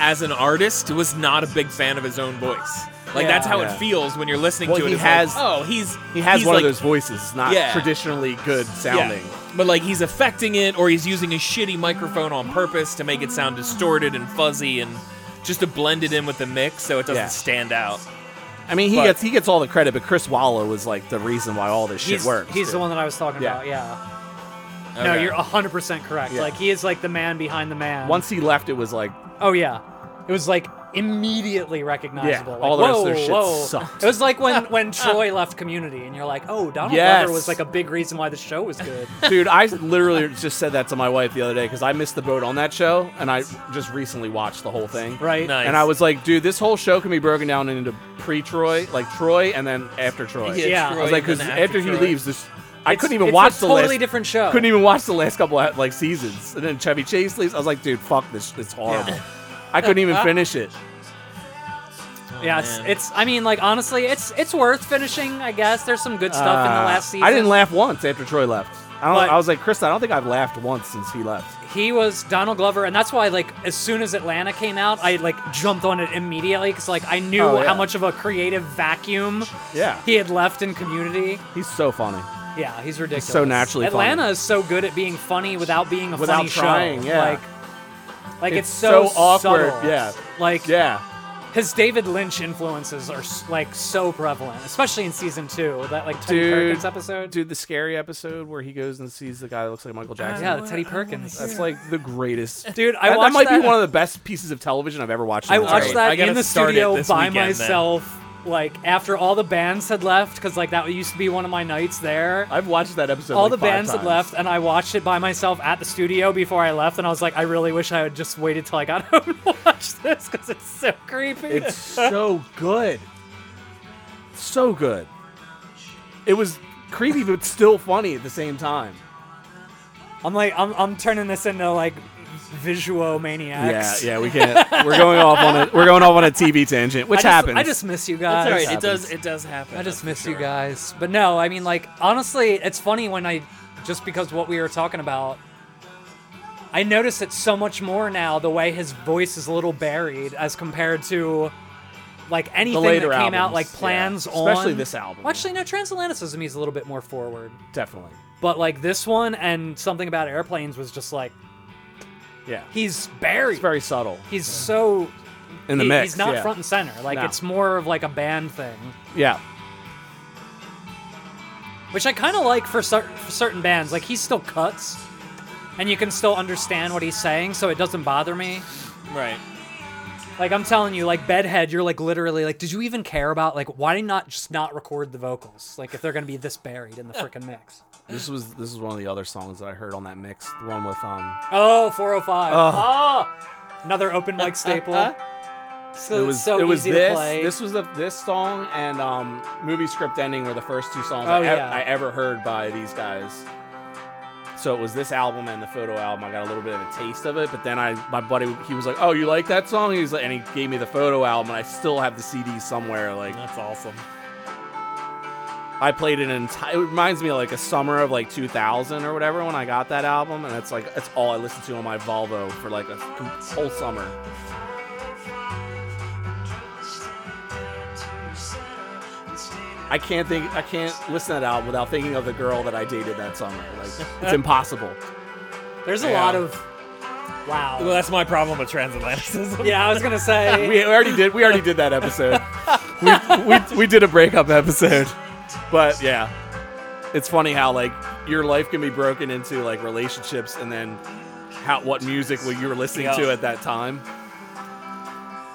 Speaker 3: as an artist was not a big fan of his own voice. Like
Speaker 1: Yeah.
Speaker 3: that's how
Speaker 2: Yeah.
Speaker 3: it feels when you're listening
Speaker 2: Well,
Speaker 3: to it.
Speaker 2: he
Speaker 3: It's
Speaker 2: has-
Speaker 3: like, oh, he's
Speaker 2: He has
Speaker 3: he's
Speaker 2: one
Speaker 3: like,
Speaker 2: of those voices, it's not
Speaker 3: Yeah.
Speaker 2: traditionally good sounding.
Speaker 3: Yeah. But like he's affecting it, or he's using a shitty microphone on purpose to make it sound distorted and fuzzy, and just to blend it in with the mix so it doesn't
Speaker 2: Yeah.
Speaker 3: stand out.
Speaker 2: I mean, he
Speaker 3: But-
Speaker 2: gets he gets all the credit, but Chris Wallow was like the reason why all this shit
Speaker 1: He's,
Speaker 2: works.
Speaker 1: he's
Speaker 2: dude.
Speaker 1: the one that I was talking
Speaker 2: Yeah.
Speaker 1: about. Yeah. No,
Speaker 3: Okay.
Speaker 1: you're 100% correct.
Speaker 2: Yeah.
Speaker 1: Like he is like the man behind the man.
Speaker 2: Once he left, it was like
Speaker 1: Oh yeah, it was like immediately
Speaker 2: Yeah,
Speaker 1: recognizable. like,
Speaker 2: all the rest
Speaker 1: whoa,
Speaker 2: of their shit
Speaker 1: whoa.
Speaker 2: sucked.
Speaker 1: It was like when when Troy left Community, and you're like, oh, Donald
Speaker 2: Yes.
Speaker 1: Glover was like a big reason why the show was good.
Speaker 2: Dude, I literally just said that to my wife the other day because I missed the boat on that show, and I just recently watched the whole thing.
Speaker 1: Right.
Speaker 3: Nice.
Speaker 2: And I was like, dude, this whole show can be broken down into pre-Troy, like Troy, and then after Troy.
Speaker 1: Yeah.
Speaker 2: I was like, because
Speaker 3: and
Speaker 2: after he
Speaker 3: Troy.
Speaker 2: leaves, this I
Speaker 1: It's-
Speaker 2: couldn't even
Speaker 1: it's
Speaker 2: watch
Speaker 1: a
Speaker 2: the
Speaker 1: totally
Speaker 2: last.
Speaker 1: different show.
Speaker 2: Couldn't even watch the last couple of, like seasons, and then Chevy Chase leaves. I was like, dude, fuck this, it's horrible. I couldn't even finish it.
Speaker 1: yeah, it's,
Speaker 3: man.
Speaker 1: it's. I mean, like honestly, it's it's worth finishing. I guess there's some good stuff in the
Speaker 2: Uh,
Speaker 1: last season.
Speaker 2: I didn't laugh once after Troy left. I, don't,
Speaker 1: But-
Speaker 2: I was like, Chris, I don't think I've laughed once since he left.
Speaker 1: He was Donald Glover, and that's why like as soon as Atlanta came out, I like jumped on it immediately because like I knew
Speaker 2: Oh, yeah.
Speaker 1: how much of a creative vacuum
Speaker 2: Yeah,
Speaker 1: he had left in Community.
Speaker 2: he's so funny.
Speaker 1: Yeah, he's ridiculous.
Speaker 2: so naturally funny.
Speaker 1: Atlanta is so good at being funny without being a
Speaker 2: Without
Speaker 1: funny
Speaker 2: trying,
Speaker 1: show.
Speaker 2: yeah.
Speaker 1: Like, like it's,
Speaker 2: It's so awkward,
Speaker 1: subtle.
Speaker 2: yeah.
Speaker 1: Like
Speaker 2: Yeah,
Speaker 1: his David Lynch influences are s- like so prevalent, especially in season two. That like Teddy
Speaker 2: Dude.
Speaker 1: Perkins episode.
Speaker 2: dude, the scary episode where he goes and sees the guy that looks like Michael Jackson.
Speaker 1: Yeah, the Teddy Perkins.
Speaker 2: That's like the greatest.
Speaker 1: Dude, I
Speaker 2: that, that
Speaker 1: watched
Speaker 2: might
Speaker 1: that-
Speaker 2: be one of the best pieces of television I've ever watched. in
Speaker 1: I
Speaker 2: my
Speaker 1: watched
Speaker 2: life.
Speaker 1: that
Speaker 3: I gotta
Speaker 1: in the
Speaker 3: start it
Speaker 1: studio
Speaker 3: this
Speaker 1: by
Speaker 3: weekend, then.
Speaker 1: myself. Like after all the bands had left, because like that used to be one of my nights there.
Speaker 2: I've watched that episode.
Speaker 1: all
Speaker 2: like
Speaker 1: the
Speaker 2: five
Speaker 1: bands had
Speaker 2: times.
Speaker 1: left, and I watched it by myself at the studio before I left, and I was like, I really wish I had just waited till I got home to watch this because it's so creepy.
Speaker 2: It's so good, so good. It was creepy but still funny at the same time.
Speaker 1: I'm like, I'm, I'm turning this into like visual
Speaker 2: Yeah,
Speaker 1: maniacs.
Speaker 2: yeah, we can't. We're going off on a we're going off on a TV tangent, which
Speaker 1: I just,
Speaker 2: happens.
Speaker 1: I just miss you
Speaker 5: That's
Speaker 1: guys.
Speaker 5: all right. It
Speaker 2: happens.
Speaker 5: does. It does happen.
Speaker 1: I just
Speaker 5: that's for
Speaker 1: miss you
Speaker 5: sure.
Speaker 1: guys. But no, I mean, like, honestly, it's funny when I, just because what we were talking about, I notice it so much more now, the way his voice is a little buried as compared to, like, anything that
Speaker 5: later
Speaker 1: came out,
Speaker 5: albums,
Speaker 1: like,
Speaker 5: yeah.
Speaker 1: Plans on.
Speaker 2: Especially this album.
Speaker 1: Well, actually, no, Transatlanticism, he's a little bit more forward.
Speaker 2: definitely.
Speaker 1: But, like, this one and something about airplanes was just like,
Speaker 2: Yeah.
Speaker 1: he's buried.
Speaker 5: It's very subtle.
Speaker 1: he's so.
Speaker 2: In the
Speaker 1: he-
Speaker 2: mix.
Speaker 1: He's not
Speaker 2: yeah.
Speaker 1: front and center. Like,
Speaker 2: No.
Speaker 1: it's more of like a band thing.
Speaker 2: Yeah.
Speaker 1: which I kind of like for, cer- for certain bands. Like he still cuts, and you can still understand what he's saying, so it doesn't bother me.
Speaker 3: Right.
Speaker 1: Like I'm telling you, like Bedhead, you're like literally like, did you even care about like why not just not record the vocals? Like if they're gonna be this buried in the freaking mix.
Speaker 2: This was this is one of the other songs that I heard on that mix. The one with um
Speaker 1: Oh, 405. Ah! another open mic staple. So
Speaker 2: it was
Speaker 1: so
Speaker 2: it was
Speaker 1: easy
Speaker 2: this
Speaker 1: to play.
Speaker 2: this was the this song and um movie script ending were the first two songs
Speaker 1: Oh,
Speaker 2: I, ev-
Speaker 1: yeah.
Speaker 2: I ever heard by these guys. So it was this album and the photo album. I got a little bit of a taste of it, but then I my buddy he was like, "Oh, you like that song?" He was like, and he gave me the photo album. And I still have the CD somewhere. Like
Speaker 5: That's awesome.
Speaker 2: I played it an entire. It reminds me of like a summer of like 2000 or whatever when I got that album, and it's like that's all I listened to on my Volvo for like a com- whole summer. I can't think. I can't listen to that album without thinking of the girl that I dated that summer. Like it's impossible.
Speaker 1: There's a
Speaker 2: Yeah.
Speaker 1: lot of
Speaker 5: Well,
Speaker 1: wow.
Speaker 5: that's my problem with transatlanticism.
Speaker 1: Yeah, I was gonna say.
Speaker 2: We already did. We already did that episode. we, we we did a breakup episode, but yeah, it's funny how like your life can be broken into like relationships and then how what music were you were listening to at that time.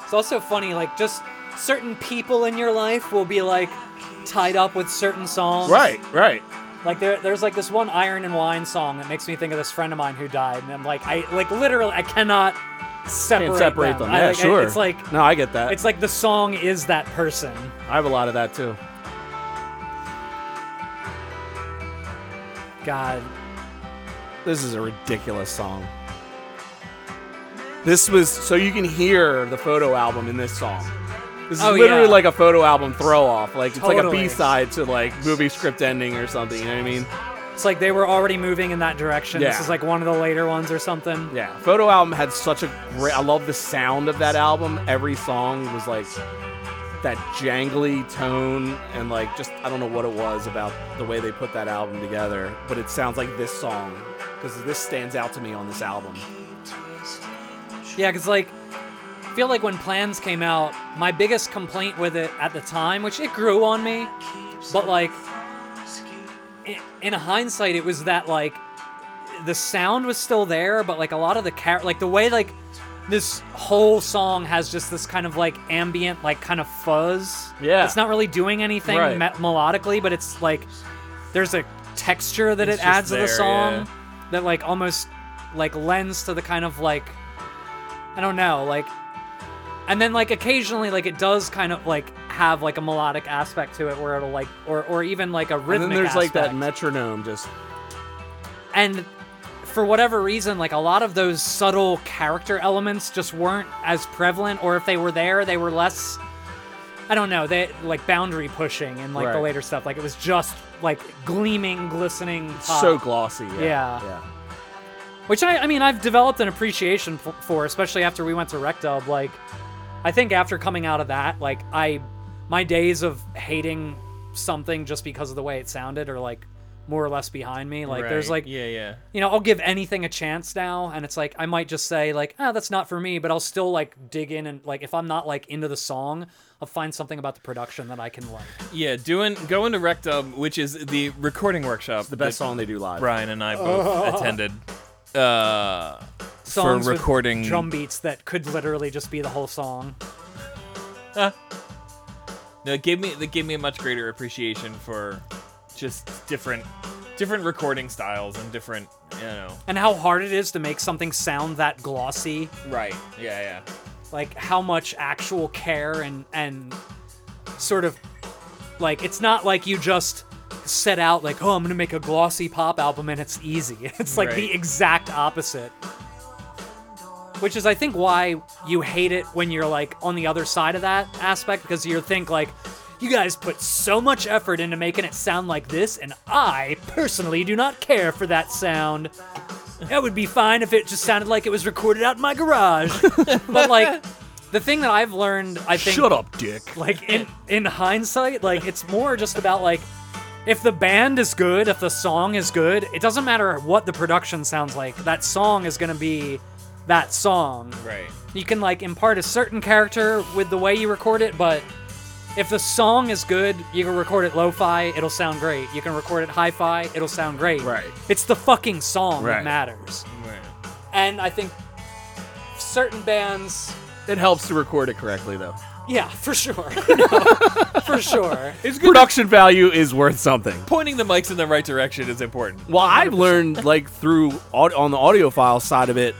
Speaker 1: It's also funny, like just certain people in your life will be like tied up with certain songs.
Speaker 2: right.
Speaker 1: Like there, there's like this one Iron and Wine song that makes me think of this friend of mine who died, and I'm like, I like literally, I cannot separate,
Speaker 2: Can't separate them.
Speaker 1: I,
Speaker 2: Yeah,
Speaker 1: like, I-
Speaker 2: sure.
Speaker 1: it's like
Speaker 2: no, I get that.
Speaker 1: it's like the song is that person.
Speaker 2: I have a lot of that too.
Speaker 1: God,
Speaker 2: This is a ridiculous song. This was so you can hear the photo album in this song. This is
Speaker 1: Oh,
Speaker 2: literally
Speaker 1: yeah.
Speaker 2: like a photo album throw off. Like it's like a
Speaker 1: Totally.
Speaker 2: B side to like movie script ending or something. You know what I mean?
Speaker 1: it's like they were already moving in that direction. This
Speaker 2: Yeah.
Speaker 1: is like one of the later ones or something.
Speaker 2: Yeah. Photo album had such a great. I love the sound of that album. Every song was like that jangly tone and like just I don't know what it was about the way they put that album together, but it sounds like this song because this stands out to me on this album.
Speaker 1: Yeah, because like, I feel like when Plans came out, my biggest complaint with it at the time, which it grew on me, but like, in, in hindsight, it was that like, the sound was still there, but like a lot of the car, like the way like this whole song has just this kind of like ambient, like kind of fuzz.
Speaker 2: Yeah.
Speaker 1: it's not really doing anything
Speaker 2: Right.
Speaker 1: me- melodically, but it's like there's a texture that it
Speaker 3: just
Speaker 1: adds to the
Speaker 3: there,
Speaker 1: song
Speaker 3: yeah.
Speaker 1: that like almost like lends to the kind of like I don't know, like and then like occasionally like it does kind of like have like a melodic aspect to it where it'll like or or even like a
Speaker 2: And
Speaker 1: rhythmic
Speaker 2: then there's like that
Speaker 1: aspect.
Speaker 2: metronome just
Speaker 1: and for whatever reason like a lot of those subtle character elements just weren't as prevalent or if they were there they were less I don't know, they like boundary pushing and like the
Speaker 2: Right.
Speaker 1: later stuff like it was just like gleaming glistening pop.
Speaker 2: so glossy. Yeah.
Speaker 1: Uh, Yeah.
Speaker 2: yeah.
Speaker 1: which I, I mean I've developed an appreciation f- for, especially after we went to Rectub. Like, I think after coming out of that, like I, my days of hating something just because of the way it sounded are like more or less behind me. Like, there's like,
Speaker 3: yeah, yeah.
Speaker 1: you know, I'll give anything a chance now, and it's like I might just say like, ah, that's not for me, but I'll still like dig in and like if I'm not like into the song, I'll find something about the production that I can like.
Speaker 3: Yeah, doing going to Rectum, which is the recording workshop.
Speaker 2: The best song they do live.
Speaker 3: Brian and I both attended. Uh,
Speaker 1: Songs with
Speaker 3: recording-
Speaker 1: drum beats that could literally just be the whole song.
Speaker 3: no, it gave me that gave me a much greater appreciation for just different different recording styles and different you know.
Speaker 1: And how hard it is to make something sound that glossy
Speaker 3: Right. Yeah, yeah.
Speaker 1: like how much actual care and and sort of like it's not like you just set out like oh i'm gonna make a glossy pop album and it's easy it's like the
Speaker 3: Right.
Speaker 1: exact opposite which is I think why you hate it when you're like on the other side of that aspect because you think like you guys put so much effort into making it sound like this and I personally do not care for that sound. That would be fine if it just sounded like it was recorded out in my garage. but like the thing that I've learned I think
Speaker 2: Shut up, Dick.
Speaker 1: like in in hindsight like it's more just about like if the band is good if the song is good it doesn't matter what the production sounds like that song is going to be that song
Speaker 3: Right.
Speaker 1: you can like impart a certain character with the way you record it but if the song is good you can record it lo-fi it'll sound great you can record it hi-fi it'll sound great
Speaker 2: Right.
Speaker 1: it's the fucking song that
Speaker 2: Right.
Speaker 1: matters
Speaker 3: Right.
Speaker 1: and i think certain bands
Speaker 2: It helps to record it correctly, though.
Speaker 1: yeah for sure you know, for sure
Speaker 2: Production value is worth something.
Speaker 3: Pointing the mics in the right direction is important.
Speaker 2: Well, I've learned like through aud- on the audiophile side of it,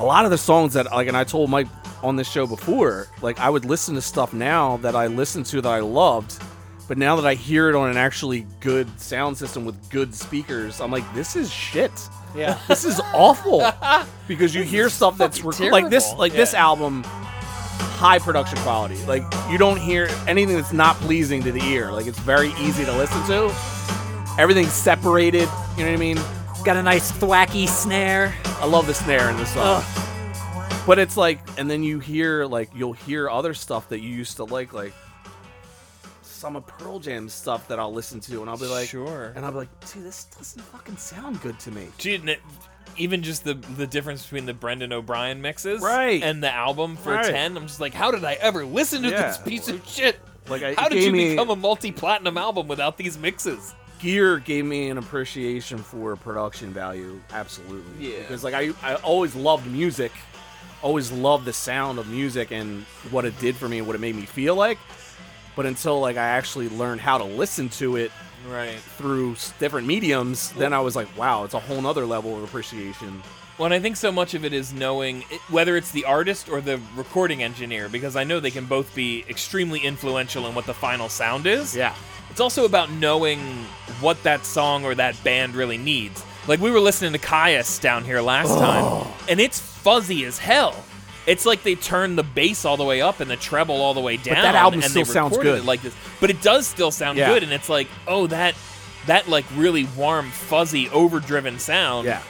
Speaker 2: a lot of the songs that like, and I told Mike on this show before, like I would listen to stuff now that I listened to that I loved, but now that I hear it on an actually good sound system with good speakers, I'm like, this is shit.
Speaker 1: yeah
Speaker 2: This is awful because you hear stuff that's rec- like this, like this album, high production quality. Like you don't hear anything that's not pleasing to the ear. Like it's very easy to listen to. Everything's separated. You know what I mean?
Speaker 1: Got a nice thwacky snare.
Speaker 2: I love the snare in this song. But it's like, and then you hear like you'll hear other stuff that you used to like, like some of Pearl Jam stuff that I'll listen to, and I'll be like,
Speaker 3: Sure.
Speaker 2: and I'll be like, dude, this doesn't fucking sound good to me.
Speaker 3: Gee, n- even just the the difference between the Brendan O'Brien mixes
Speaker 2: Right.
Speaker 3: and the album for
Speaker 2: Right.
Speaker 3: 10 I'm just like how did I ever listen to
Speaker 2: Yeah.
Speaker 3: this piece of shit
Speaker 2: Like, I,
Speaker 3: how
Speaker 2: it
Speaker 3: did you
Speaker 2: gave me,
Speaker 3: become a multi-platinum album without these mixes
Speaker 2: gear? Gave me an appreciation for production value, absolutely.
Speaker 3: Yeah.
Speaker 2: Because like I, I always loved music, always loved the sound of music and what it did for me and what it made me feel like. But until like I actually learned how to listen to it
Speaker 3: right
Speaker 2: through s- different mediums, then I was like, wow, it's a whole nother level of appreciation.
Speaker 3: Well, and I think so much of it is knowing it- whether it's the artist or the recording engineer, because I know they can both be extremely influential in what the final sound is.
Speaker 2: Yeah.
Speaker 3: It's also about knowing what that song or that band really needs. Like, we were listening to Caius down here last time, and it's fuzzy as hell. It's like they turned the bass all the way up and the treble all the way down.
Speaker 2: album
Speaker 3: and
Speaker 2: still
Speaker 3: they
Speaker 2: sounds
Speaker 3: recorded
Speaker 2: good.
Speaker 3: It like this, but it does still sound
Speaker 2: Yeah.
Speaker 3: good, and it's like, oh, that that like really warm, fuzzy, overdriven sound.
Speaker 2: Yeah.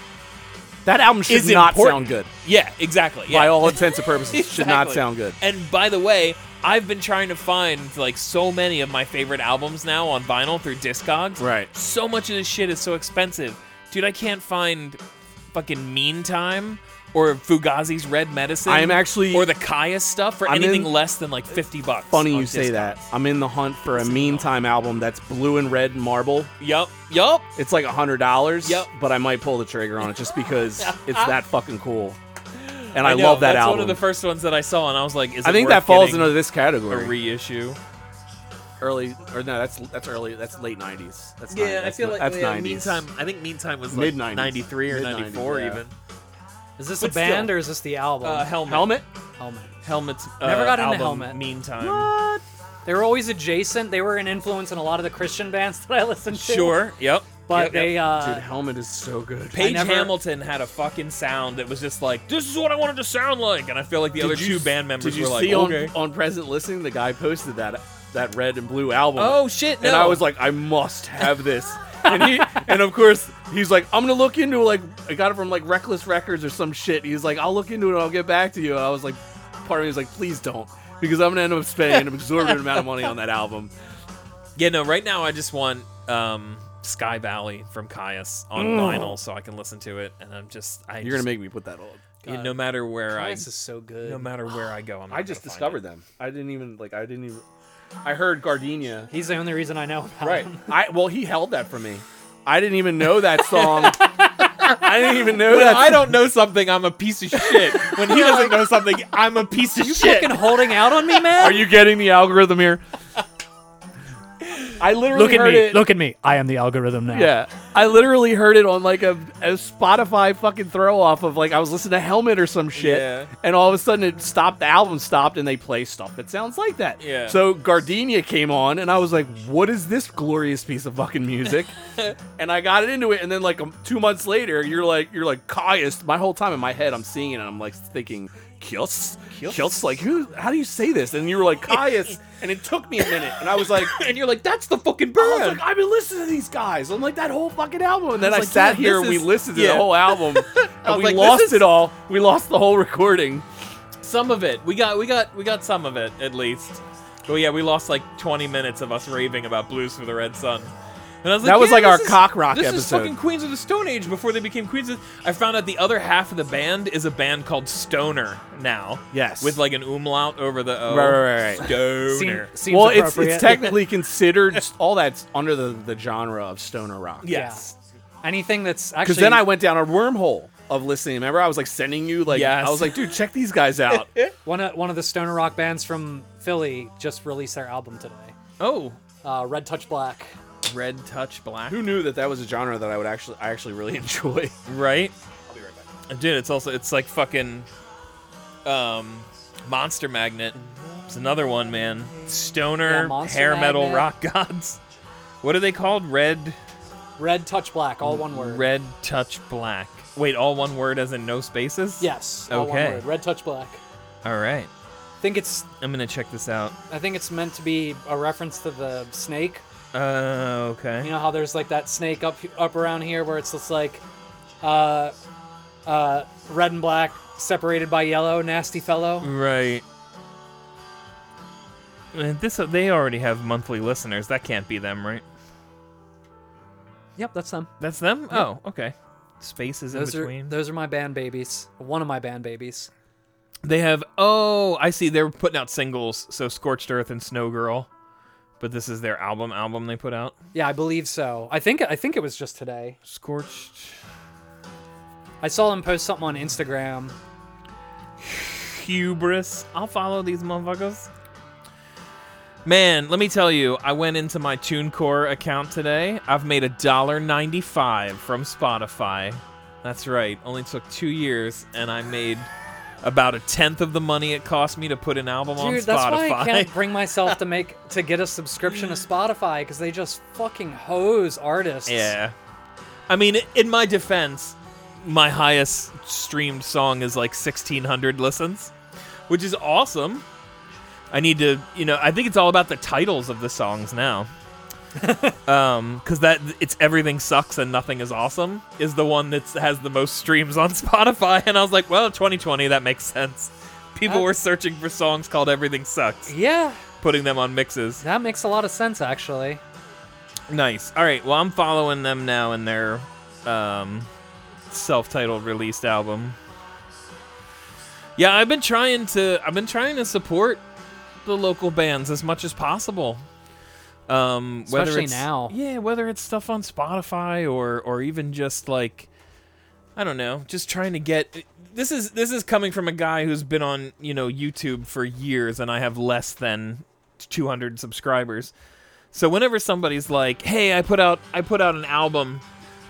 Speaker 2: That album should
Speaker 3: Is
Speaker 2: not
Speaker 3: important.
Speaker 2: sound good.
Speaker 3: yeah, exactly. Yeah.
Speaker 2: By all intents and purposes, it should not
Speaker 3: Exactly.
Speaker 2: sound good.
Speaker 3: And by the way, I've been trying to find like so many of my favorite albums now on vinyl through Discogs.
Speaker 2: Right.
Speaker 3: So much of this shit is so expensive. Dude, I can't find fucking Meantime or Fugazi's Red Medicine.
Speaker 2: I am actually-
Speaker 3: or the Kaya stuff for
Speaker 2: I'm
Speaker 3: anything
Speaker 2: in-
Speaker 3: less than like 50 bucks.
Speaker 2: Funny
Speaker 3: on
Speaker 2: you say
Speaker 3: Discogs.
Speaker 2: that. I'm in the hunt for a meantime album that's blue and red marble.
Speaker 3: Yup. Yup.
Speaker 2: It's like hundred dollars.
Speaker 3: Yep.
Speaker 2: But I might pull the trigger on it just because it's that fucking cool. And I,
Speaker 3: I, know,
Speaker 2: love that
Speaker 3: that's
Speaker 2: album.
Speaker 3: one of the first ones that I saw and I was like is
Speaker 2: I
Speaker 3: it
Speaker 2: think
Speaker 3: worth
Speaker 2: that falls
Speaker 3: getting
Speaker 2: into this
Speaker 3: a
Speaker 2: category.
Speaker 3: reissue.
Speaker 2: early or no, that's that's early. That's late '90s. That's ni- that's, ni- that's '90s.
Speaker 3: I think Meantime was
Speaker 2: like, Mid-nineties. 93 or Mid-nineties, 94 yeah. even.
Speaker 1: Is this
Speaker 3: But
Speaker 1: a band
Speaker 3: still.
Speaker 1: or is this the album? Oh,
Speaker 3: Uh, Helmet.
Speaker 2: Helmet.
Speaker 1: Helmet.
Speaker 3: Helmet's uh,
Speaker 1: Never got into
Speaker 3: album,
Speaker 1: Helmet.
Speaker 3: Meantime.
Speaker 1: They were always adjacent. They were an influence in a lot of the Christian bands that I listened to.
Speaker 3: Sure. Yep.
Speaker 1: But
Speaker 3: Yep,
Speaker 1: they,
Speaker 3: yep.
Speaker 1: uh,
Speaker 2: Dude, Helmet is so good.
Speaker 3: Paige
Speaker 1: never-
Speaker 3: Hamilton had a fucking sound that was just like, "This is what I wanted to sound like," and I feel like the other two band members
Speaker 2: did you
Speaker 3: were like,
Speaker 2: see on,
Speaker 3: "Okay."
Speaker 2: on present listening the guy posted that that red and blue album
Speaker 3: Oh shit! No.
Speaker 2: and i was like i must have this and he and of course he's like i'm gonna look into like i got it from like reckless records or some shit he's like i'll look into it and i'll get back to you and i was like part of me was like please don't because i'm gonna end up spending an exorbitant amount of money on that album
Speaker 3: "Yeah, no." Right now, I just want um, Sky Valley from Caius on vinyl so I can listen to it, and I'm just, I
Speaker 2: you're gonna make me put that on
Speaker 3: make no matter where I,
Speaker 1: This is so good.
Speaker 3: no matter where I go, I'm.
Speaker 2: i just discovered them i didn't even like i didn't even i heard gardenia
Speaker 1: He's the only reason I know about
Speaker 2: Right.
Speaker 1: him.
Speaker 2: I well, he held that for me. I didn't even know that song. I didn't even know that.
Speaker 3: I don't know something. I'm a piece of shit. When he doesn't know something, I'm a piece of shit.
Speaker 1: Fucking holding out on me, man.
Speaker 2: Are you getting the algorithm here? I literally heard it.
Speaker 1: at me. I am the algorithm now.
Speaker 2: Yeah, I literally heard it on like a, a Spotify fucking throw off of like I was listening to Helmet or some shit,
Speaker 3: Yeah.
Speaker 2: and all of a sudden it stopped. The album stopped, and they play stuff that sounds like that.
Speaker 3: Yeah.
Speaker 2: So Gardenia came on, and I was like, "What is this glorious piece of fucking music?" and I got into it, and then like um, two months later, you're like, you're like Caius. My whole time in my head, I'm seeing it, and I'm like thinking. Kios, Kios, like who? How do you say this? And you were like Caius, and it took me a minute, and I was like,
Speaker 3: and you're like, that's the fucking
Speaker 2: I
Speaker 3: bird.
Speaker 2: was like, I've been listening to these guys. I'm like that whole fucking album, and then I,
Speaker 3: was like,
Speaker 2: sat
Speaker 3: yeah,
Speaker 2: here
Speaker 3: this
Speaker 2: and we
Speaker 3: is-
Speaker 2: listened to
Speaker 3: yeah.
Speaker 2: the whole album, and
Speaker 3: was
Speaker 2: we
Speaker 3: like, this
Speaker 2: lost
Speaker 3: is-
Speaker 2: it all. We lost the whole recording.
Speaker 3: some of it. We got we got we got some of it at least. But yeah, we lost like 20 minutes of us raving about Blues for the Red Sun. And I was like,
Speaker 2: That was
Speaker 3: "Yeah,
Speaker 2: like
Speaker 3: this
Speaker 2: our
Speaker 3: is-
Speaker 2: cock rock
Speaker 3: this is
Speaker 2: episode.
Speaker 3: fucking Queens of the Stone Age before they became Queens. Of, I found out the other half of the band is a band called Stoner now.
Speaker 2: Yes.
Speaker 3: with like an umlaut over the O.
Speaker 2: Right, right, right, right.
Speaker 1: Seem,
Speaker 3: Stoner.
Speaker 1: seems
Speaker 2: well, it's
Speaker 1: appropriate.
Speaker 2: it's technically considered all that's under the, the genre of stoner rock.
Speaker 3: yes.
Speaker 1: anything that's actually.
Speaker 2: Because then I went down a wormhole of listening. Remember, I was like sending you like
Speaker 3: Yes.
Speaker 2: I was like, dude, check these guys out.
Speaker 1: one of, one of the stoner rock bands from Philly just released their album today.
Speaker 3: Oh,
Speaker 1: Uh, Red Touch Black.
Speaker 3: Red Touch Black.
Speaker 2: Who knew that that was a genre that I would actually I actually really enjoy?
Speaker 3: Right? I'll be right back. Dude, it's also it's like fucking um Monster Magnet. It's another one, man. Stoner
Speaker 1: Yeah, Monster
Speaker 3: hair metal
Speaker 1: Magnet.
Speaker 3: rock gods. What are they called? Red
Speaker 1: Red Touch Black, all one word.
Speaker 3: Red Touch Black. Wait, all one word as in no spaces?
Speaker 1: Yes. All
Speaker 3: Okay.
Speaker 1: One word. Red Touch Black.
Speaker 3: All right.
Speaker 1: I think it's
Speaker 3: I'm going to check this out.
Speaker 1: I think it's meant to be a reference to the snake.
Speaker 3: Uh okay.
Speaker 1: You know how there's like that snake up up around here where it's just like, uh, uh, red and black separated by yellow, nasty fellow.
Speaker 3: Right. Uh, This they already have monthly listeners. That can't be them, right?
Speaker 1: Yep, that's them.
Speaker 3: That's them? Oh, okay. Spaces
Speaker 1: Those
Speaker 3: in
Speaker 1: are
Speaker 3: between.
Speaker 1: those are my band babies. One of my band babies.
Speaker 3: They have oh, I see. They're putting out singles, so Scorched Earth and Snow Girl, but this is their album album they put out.
Speaker 1: Yeah, I believe so. I think I think it was just today.
Speaker 3: Scorched.
Speaker 1: I saw them post something on Instagram.
Speaker 3: hubris. I'll follow these motherfuckers. Man, let me tell you, I went into my TuneCore account today. I've made a dollar ninety-five from Spotify. That's right. Only took two years, and I made about a tenth of the money it cost me to put an album on
Speaker 1: Dude,
Speaker 3: Spotify.
Speaker 1: that's why I can't bring myself to make to get a subscription to Spotify because they just fucking hose artists.
Speaker 3: Yeah. I mean, in my defense, my highest streamed song is like 1,600 listens, which is awesome. I need to, you know, I think it's all about the titles of the songs now. um, because that it's everything sucks and nothing is awesome is the one that has the most streams on Spotify, and I was like, well, 2020, that makes sense. People
Speaker 1: That-
Speaker 3: were searching for songs called "Everything Sucks,"
Speaker 1: Yeah,
Speaker 3: putting them on mixes.
Speaker 1: that makes a lot of sense actually.
Speaker 3: Nice. All right. Well, I'm following them now in their um, self-titled released album. Yeah, I've been trying to. I've been trying to support the local bands as much as possible. Um, whether
Speaker 1: Especially
Speaker 3: it's,
Speaker 1: now.
Speaker 3: Yeah, whether it's stuff on Spotify or or even just like I don't know, just trying to get. This is this is coming from a guy who's been on you know YouTube for years, and I have less than 200 subscribers. So whenever somebody's like, "Hey, I put out I put out an album."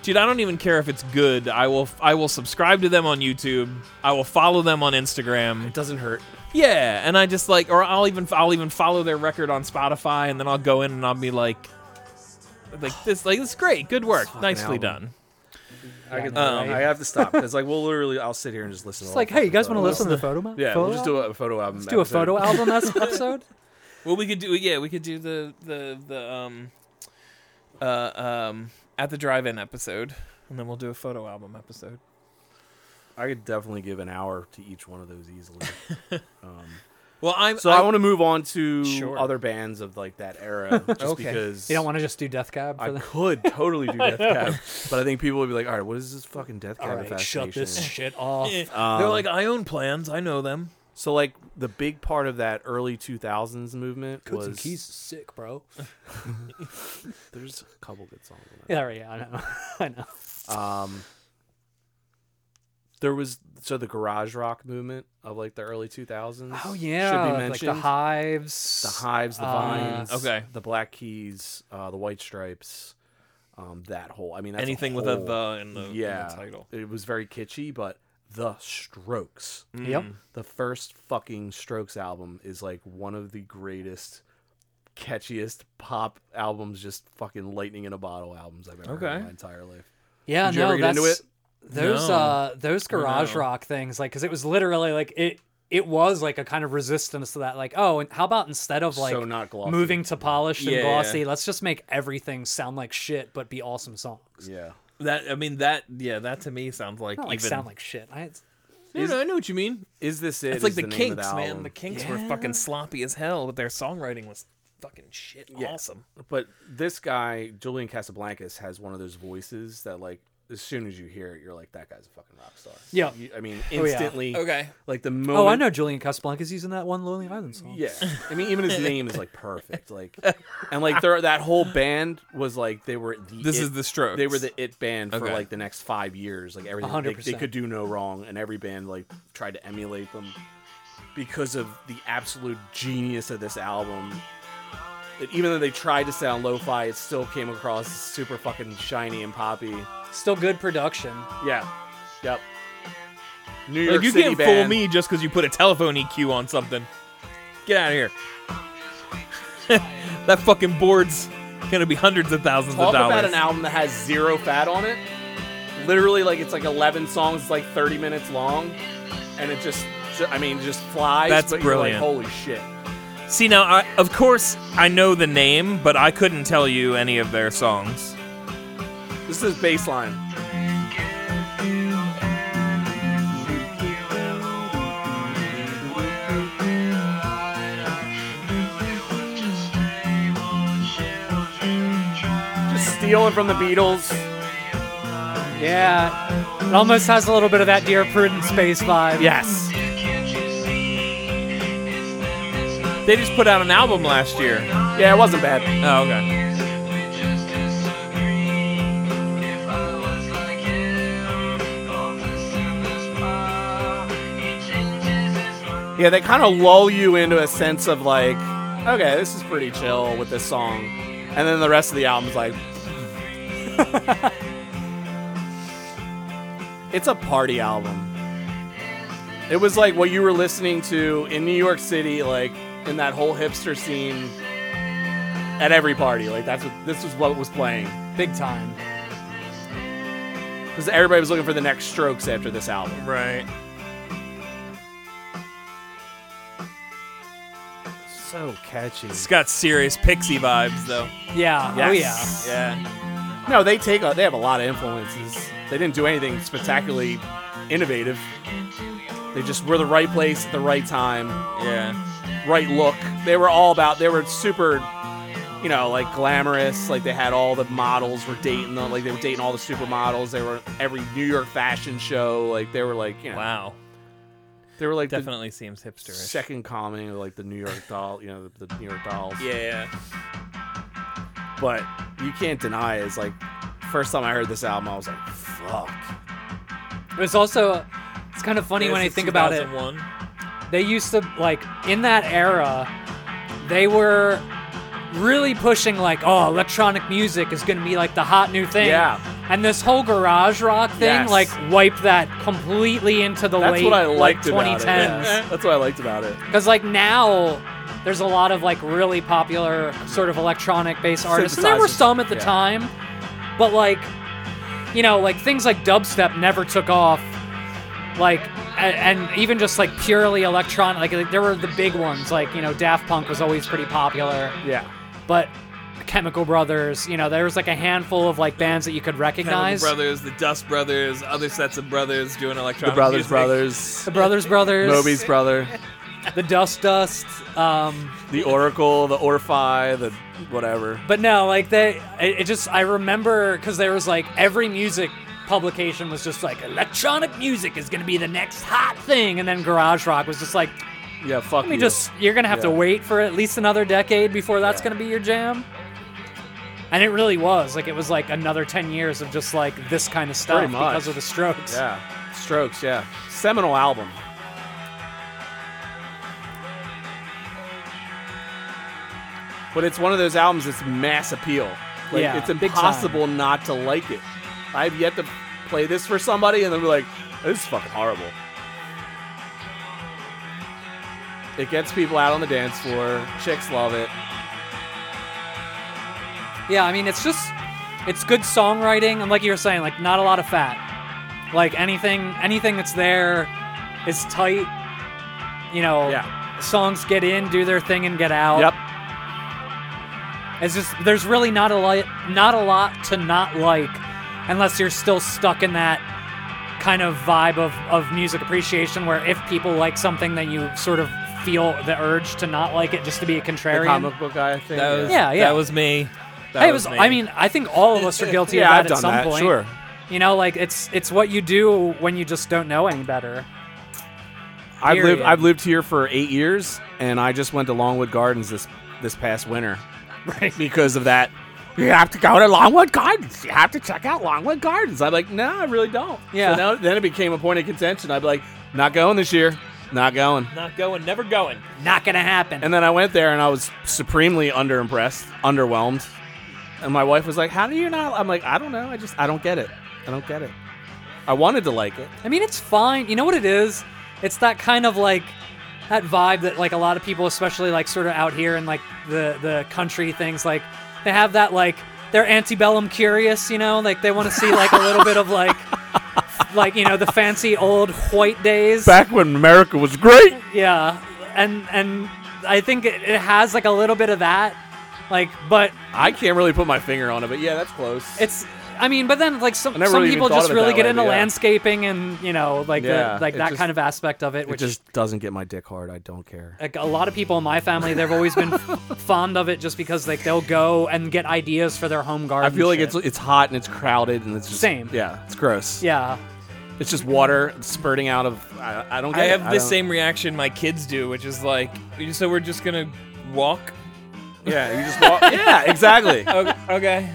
Speaker 3: Dude, I don't even care if it's good. I will I will subscribe to them on YouTube. I will follow them on Instagram.
Speaker 2: It doesn't hurt.
Speaker 3: Yeah, and I just like or I'll even I'll even follow their record on Spotify and then I'll go in and I'll be like like this like this is great. Good work. Nicely
Speaker 2: album.
Speaker 3: done.
Speaker 2: I, could,
Speaker 3: Um,
Speaker 2: I have to stop because like we'll literally I'll sit here and just listen.
Speaker 1: It's like, hey, you guys want to listen to the photo?
Speaker 2: Yeah, we'll just do a photo album.
Speaker 1: do a photo album as episode.
Speaker 3: Well, we could do yeah, we could do the the the um uh um at the drive-in episode and then we'll do a photo album episode.
Speaker 2: I could definitely give an hour to each one of those easily.
Speaker 3: Well, I'm
Speaker 2: So I, want to move on to
Speaker 3: Sure.
Speaker 2: other bands of like that era, just
Speaker 3: Okay.
Speaker 2: because
Speaker 1: You don't want to just do Death Cab for
Speaker 2: I
Speaker 1: them.
Speaker 2: could totally do Death Cab, but I think people would be like, "All right, what is this fucking Death Cab fascination?"
Speaker 1: shit off.
Speaker 3: eh,
Speaker 2: Um,
Speaker 3: They're like, I own plans. I know them.
Speaker 2: So like the big part of that early 2000s movement was
Speaker 1: sick, bro.
Speaker 2: there's a couple good songs. On that.
Speaker 1: Yeah, right, yeah, I know. I know.
Speaker 2: Um, there was so the garage rock movement of like the early 2000s.
Speaker 1: Oh yeah,
Speaker 2: should be
Speaker 1: like
Speaker 2: mentioned.
Speaker 1: the hives.
Speaker 2: the hives, the
Speaker 1: Uh,
Speaker 2: vines,
Speaker 3: okay.
Speaker 2: the black keys, uh, the white stripes, Um, that whole, I mean, that's
Speaker 3: Anything with a
Speaker 2: whole,
Speaker 3: the in the, in the
Speaker 2: yeah,
Speaker 3: title.
Speaker 2: It was very kitschy, but the Strokes,
Speaker 1: Yep.
Speaker 2: the first fucking Strokes album, is like one of the greatest, catchiest pop albums, just fucking lightning in a bottle albums I've ever heard
Speaker 3: Okay.
Speaker 2: in my entire life.
Speaker 1: Yeah,
Speaker 2: Did you
Speaker 1: no,
Speaker 2: ever get
Speaker 1: that's
Speaker 2: into it?
Speaker 1: those
Speaker 3: No.
Speaker 1: uh those garage
Speaker 3: no.
Speaker 1: rock things, like because it was literally like it it was like a kind of resistance to that, like oh, and how about instead of like
Speaker 2: So not glossy.
Speaker 1: moving to polished and
Speaker 3: Yeah,
Speaker 1: glossy,
Speaker 3: yeah.
Speaker 1: let's just make everything sound like shit but be awesome songs.
Speaker 2: Yeah.
Speaker 3: That I mean that yeah that to me sounds like
Speaker 1: Not like
Speaker 3: even
Speaker 1: sound like shit. I, it's-
Speaker 3: no, no, I know what you mean.
Speaker 2: Is this it?
Speaker 3: It's like
Speaker 2: Is
Speaker 3: the,
Speaker 2: name of
Speaker 3: Kinks,
Speaker 2: album.
Speaker 3: man. The Kinks were fucking sloppy as hell, but their songwriting was fucking shit awesome.
Speaker 2: But this guy, Julian Casablancas, has one of those voices that, like, as soon as you hear it, you're like, that guy's a fucking rock star.
Speaker 1: Yeah.
Speaker 2: You- I mean,
Speaker 1: Oh, yeah.
Speaker 2: instantly.
Speaker 3: Okay.
Speaker 2: Like the moment.
Speaker 1: oh, I know Julian Casablancas using that one Lonely Island song.
Speaker 2: Yeah. I mean, even his name is like perfect. Like, and like their that whole band was like they were the.
Speaker 3: This
Speaker 2: it-
Speaker 3: is the Strokes.
Speaker 2: They were the it band for
Speaker 3: Okay.
Speaker 2: like the next five years. Like everything, they, they
Speaker 1: 100%.
Speaker 2: could do no wrong, and every band like tried to emulate them because of the absolute genius of this album. That even though they tried to sound lo-fi, it still came across as super fucking shiny and poppy.
Speaker 1: Still good production.
Speaker 2: Yeah, yep. New York
Speaker 3: Like you
Speaker 2: City
Speaker 3: can't fool
Speaker 2: band.
Speaker 3: me just because you put a telephone EQ on something. Get out of here. that fucking board's gonna be hundreds of thousands
Speaker 2: Talk
Speaker 3: of dollars.
Speaker 2: about an album that has zero fat on it. Literally, like it's like 11 songs, it's like 30 minutes long, and it just, ju- I mean, just flies.
Speaker 3: That's
Speaker 2: but you're like,
Speaker 3: brilliant.
Speaker 2: Holy shit!
Speaker 3: See now, I, of course I know the name, but I couldn't tell you any of their songs.
Speaker 2: This is baseline. Just stealing from the Beatles.
Speaker 1: Yeah, it almost has a little bit of that Dear Prudence Space vibe.
Speaker 2: Yes.
Speaker 3: They just put out an album last year.
Speaker 2: Yeah, it wasn't bad.
Speaker 3: Oh, okay.
Speaker 2: Yeah, they kind of lull you into a sense of like, okay, this is pretty chill with this song, and then the rest of the album's like. it's a party album. It was like what you were listening to in New York City, like in that whole hipster scene at every party. Like that's what this was what was playing
Speaker 1: big time.
Speaker 2: because everybody was looking for the next Strokes after this album.
Speaker 3: Right.
Speaker 2: So catchy.
Speaker 3: It's got serious Pixie vibes though.
Speaker 1: Yeah. Oh yeah.
Speaker 2: Yes.
Speaker 3: Yeah.
Speaker 2: No, they take a, they have a lot of influences. They didn't do anything spectacularly innovative. They just were the right place at the right time,
Speaker 3: Yeah.
Speaker 2: right look. They were all about. They were super, you know, like glamorous. Like they had all the models were dating them. Like they were dating all the supermodels. They were every New York fashion show. Like they were like you know
Speaker 3: Wow.
Speaker 2: they were like the
Speaker 3: Definitely seems hipsterish.
Speaker 2: second coming of like the New York doll. You know the, the New York dolls.
Speaker 3: Yeah.
Speaker 2: but you can't deny it's like first time I heard this album I was like fuck.
Speaker 1: It's also it's kind of funny when I think about it.
Speaker 3: One.
Speaker 1: They used to like in that era, they were really pushing like, oh, electronic music is going to be like the hot new thing.
Speaker 2: Yeah.
Speaker 1: And this whole garage rock thing
Speaker 2: Yes.
Speaker 1: like wiped that completely into the
Speaker 2: That's
Speaker 1: late
Speaker 2: what I
Speaker 1: like
Speaker 2: liked about
Speaker 1: 2010s.
Speaker 2: it. yeah. That's what I liked about it.
Speaker 1: Because like now, there's a lot of like really popular sort of electronic based artists. And there were
Speaker 2: Synthesizers,
Speaker 1: some at the
Speaker 2: yeah.
Speaker 1: time, but like, you know, like things like dubstep never took off. Like, a- and even just like purely electronic, like, like there were the big ones. Like you know, Daft Punk was always pretty popular,
Speaker 2: Yeah.
Speaker 1: but Chemical Brothers, you know, there was like a handful of like bands that you could recognize.
Speaker 3: Brothers, the Dust Brothers, other sets of brothers doing electronic.
Speaker 2: The Brothers
Speaker 3: music.
Speaker 2: Brothers,
Speaker 1: The Brothers Brothers,
Speaker 2: Moby's brother,
Speaker 1: the Dust Dust. Um,
Speaker 2: the Oracle, the Orphi, the whatever.
Speaker 1: But no, like they, it, it just I remember because there was like every music publication was just like electronic music is gonna be the next hot thing, and then garage rock was just like,
Speaker 2: Yeah, fuck
Speaker 1: let me
Speaker 2: you.
Speaker 1: just you're gonna have to
Speaker 2: Yeah.
Speaker 1: wait for at least another decade before that's gonna be your jam. And it really was like it was like another ten years of just like this kind of stuff
Speaker 2: Pretty much.
Speaker 1: because of the Strokes.
Speaker 2: Yeah. Strokes, yeah. Seminal album. But it's one of those albums that's mass appeal. Like
Speaker 1: Yeah,
Speaker 2: it's
Speaker 1: big time.
Speaker 2: impossible not to like it. I've yet to play this for somebody and then be like, this is fucking horrible. It gets people out on the dance floor. Chicks love it.
Speaker 1: Yeah, I mean, it's just it's good songwriting, and like you were saying, like not a lot of fat. Like anything, anything that's there is tight. You know,
Speaker 2: Yeah.
Speaker 1: songs get in, do their thing, and get out.
Speaker 2: Yep.
Speaker 1: It's just there's really not a lot, not a lot to not like, unless you're still stuck in that kind of vibe of of music appreciation, where if people like something, then you sort of feel the urge to not like it, just to be a
Speaker 2: The
Speaker 1: contrarian.
Speaker 2: comic book guy thing.
Speaker 3: That was,
Speaker 1: Yeah. yeah.
Speaker 3: That was me. That
Speaker 1: Hey, it was.
Speaker 3: me.
Speaker 1: I mean, I think all of us are guilty
Speaker 2: Yeah,
Speaker 1: of that
Speaker 2: I've
Speaker 1: at
Speaker 2: done
Speaker 1: some
Speaker 2: that,
Speaker 1: point.
Speaker 2: sure.
Speaker 1: You know, like it's it's what you do when you just don't know any better.
Speaker 2: I've lived
Speaker 1: Period.
Speaker 2: I've lived here for eight years, and I just went to Longwood Gardens this this past winter, right? Because of that, you have to go to Longwood Gardens. You have to check out Longwood Gardens. I'm like, no, I really don't.
Speaker 1: Yeah.
Speaker 2: So now, then it became a point of contention. I'd be like, not going this year. Not going.
Speaker 5: Not going, never going.
Speaker 1: Not gonna happen.
Speaker 2: And then I went there, and I was supremely underimpressed, underwhelmed. And my wife was like, "How do you not?" I'm like, "I don't know. I just I don't get it. I don't get it. I wanted to like it.
Speaker 1: I mean, it's fine. You know what it is? It's that kind of like that vibe that like a lot of people, especially like sort of out here in like the the country things, like they have that like they're antebellum curious. You know, like they want to see like a little bit of like like you know the fancy old white days.
Speaker 2: Back when America was great."
Speaker 1: Yeah, and and I think it, it has like a little bit of that, like, but
Speaker 2: I can't really put my finger on it, but yeah, that's close.
Speaker 1: it's. I mean, but then like some
Speaker 2: I never
Speaker 1: some
Speaker 2: really even
Speaker 1: people
Speaker 2: thought
Speaker 1: just
Speaker 2: of it
Speaker 1: really
Speaker 2: that
Speaker 1: get
Speaker 2: way,
Speaker 1: into
Speaker 2: but yeah.
Speaker 1: landscaping and you know like
Speaker 2: Yeah,
Speaker 1: the, like
Speaker 2: it
Speaker 1: that
Speaker 2: just-
Speaker 1: kind of aspect of it,
Speaker 2: It
Speaker 1: which
Speaker 2: just doesn't get my dick hard. I don't care.
Speaker 1: like, a lot of people in my family they've always been f- fond of it just because like they'll go and get ideas for their home garden.
Speaker 2: I feel like
Speaker 1: shit.
Speaker 2: it's it's hot and it's crowded and it's just
Speaker 1: Same.
Speaker 2: Yeah, it's gross.
Speaker 1: yeah.
Speaker 2: It's just water spurting out of. I, I don't. Get
Speaker 3: I
Speaker 2: it.
Speaker 3: have the
Speaker 2: don't-
Speaker 3: same reaction my kids do, which is like, so we're just gonna walk.
Speaker 2: Yeah, you just walk. yeah, exactly.
Speaker 3: Okay. okay.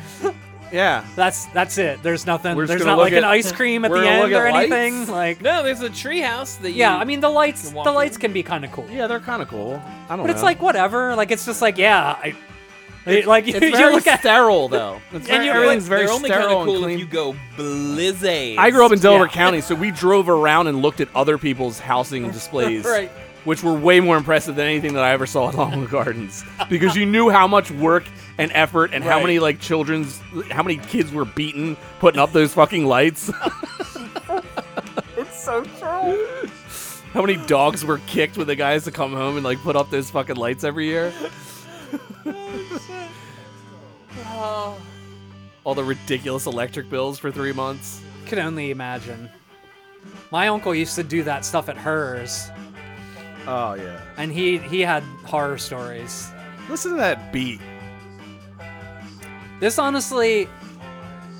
Speaker 2: Yeah,
Speaker 1: That's that's it. There's nothing.
Speaker 2: We're just
Speaker 1: There's
Speaker 2: gonna
Speaker 1: not
Speaker 2: look
Speaker 1: like an
Speaker 2: at-
Speaker 1: ice cream at
Speaker 2: we're
Speaker 1: the
Speaker 2: gonna
Speaker 1: end
Speaker 2: look
Speaker 1: or
Speaker 2: at lights?
Speaker 1: anything. Like
Speaker 3: No, there's a treehouse that. You,
Speaker 1: yeah, I mean the lights
Speaker 3: can walk
Speaker 1: the lights
Speaker 3: in.
Speaker 1: can be kind of cool.
Speaker 2: yeah, they're kind of cool. I don't know.
Speaker 1: But it's like whatever. Like it's just like yeah, I, like you,
Speaker 2: it's
Speaker 1: you
Speaker 2: very
Speaker 1: look at
Speaker 2: sterile though. It's
Speaker 1: And
Speaker 2: very,
Speaker 1: you're-
Speaker 2: everything's very
Speaker 3: They're only kinda
Speaker 2: sterile
Speaker 3: cool
Speaker 2: and clean.
Speaker 3: if you go blizzard.
Speaker 2: I grew up in Delaware
Speaker 1: Yeah.
Speaker 2: County, so we drove around and looked at other people's housing displays,
Speaker 1: Right.
Speaker 2: which were way more impressive than anything that I ever saw at Longwood Gardens, because you knew how much work and effort and how
Speaker 3: Right.
Speaker 2: many like children's, how many kids were beaten putting up those fucking lights. it's so true. How many dogs were kicked with the guys to come home and like put up those fucking lights every year? All the ridiculous electric bills for three months.
Speaker 1: can only imagine. My uncle used to do that stuff at hers,
Speaker 2: Oh yeah.
Speaker 1: and he he had horror stories.
Speaker 2: Listen to that beat.
Speaker 1: This honestly,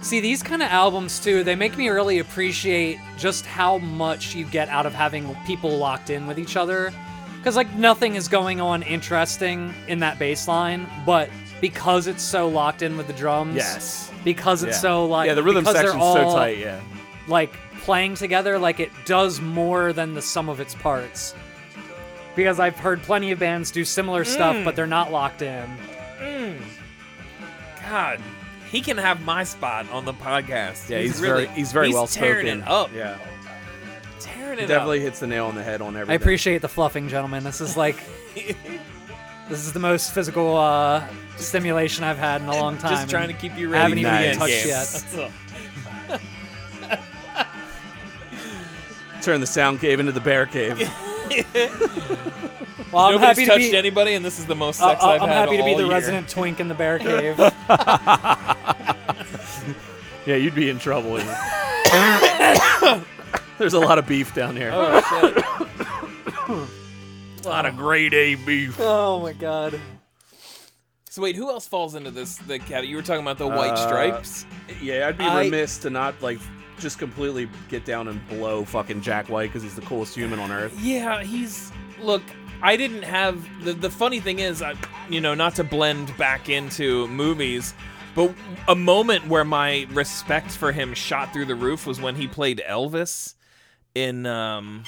Speaker 1: see these kind of albums too. They make me really appreciate just how much you get out of having people locked in with each other, because like nothing is going on interesting in that bass line, but because it's so locked in with the drums,
Speaker 2: Yes.
Speaker 1: because it's so like
Speaker 2: yeah, the rhythm
Speaker 1: because they're
Speaker 2: section's
Speaker 1: all-
Speaker 2: so tight. Yeah,
Speaker 1: like playing together like it does more than the sum of its parts because i've heard plenty of bands do similar stuff
Speaker 3: Mm.
Speaker 1: but they're not locked in
Speaker 5: God, he can have my spot on the podcast.
Speaker 2: yeah, he's,
Speaker 5: really,
Speaker 2: very he's very well spoken.
Speaker 5: tearing it up.
Speaker 2: Yeah,
Speaker 5: Tearing it
Speaker 2: he definitely hits the nail on the head on everything.
Speaker 1: i appreciate the fluffing gentlemen this is like this is the most physical uh stimulation i've had in a long
Speaker 3: Just
Speaker 1: time
Speaker 3: trying
Speaker 1: and
Speaker 3: to keep you
Speaker 1: I haven't
Speaker 3: ready.
Speaker 1: even
Speaker 2: Nice.
Speaker 1: been touched
Speaker 2: Yes.
Speaker 1: yet.
Speaker 2: turn the sound cave into the bear cave.
Speaker 1: Well, I'm
Speaker 3: Nobody's
Speaker 1: happy to
Speaker 3: touched
Speaker 1: be.
Speaker 3: anybody, and this is the most
Speaker 1: uh,
Speaker 3: sex
Speaker 1: uh,
Speaker 3: I've
Speaker 1: I'm
Speaker 3: had
Speaker 1: happy to be
Speaker 3: all
Speaker 1: the
Speaker 3: year.
Speaker 1: resident twink in the bear cave.
Speaker 2: yeah, you'd be in trouble. you know. There's a lot of beef down here.
Speaker 1: Oh.
Speaker 5: A lot of grade A beef.
Speaker 1: oh my god.
Speaker 3: So wait, who else falls into this? The cat? You were talking about the white
Speaker 2: Uh,
Speaker 3: stripes.
Speaker 2: Yeah, I'd be
Speaker 3: I-
Speaker 2: remiss to not like just completely get down and blow fucking Jack White because he's the coolest human on earth.
Speaker 3: Yeah, he's look. I didn't have the the funny thing is, I, you know, not to blend back into movies, but a moment where my respect for him shot through the roof was when he played Elvis in um,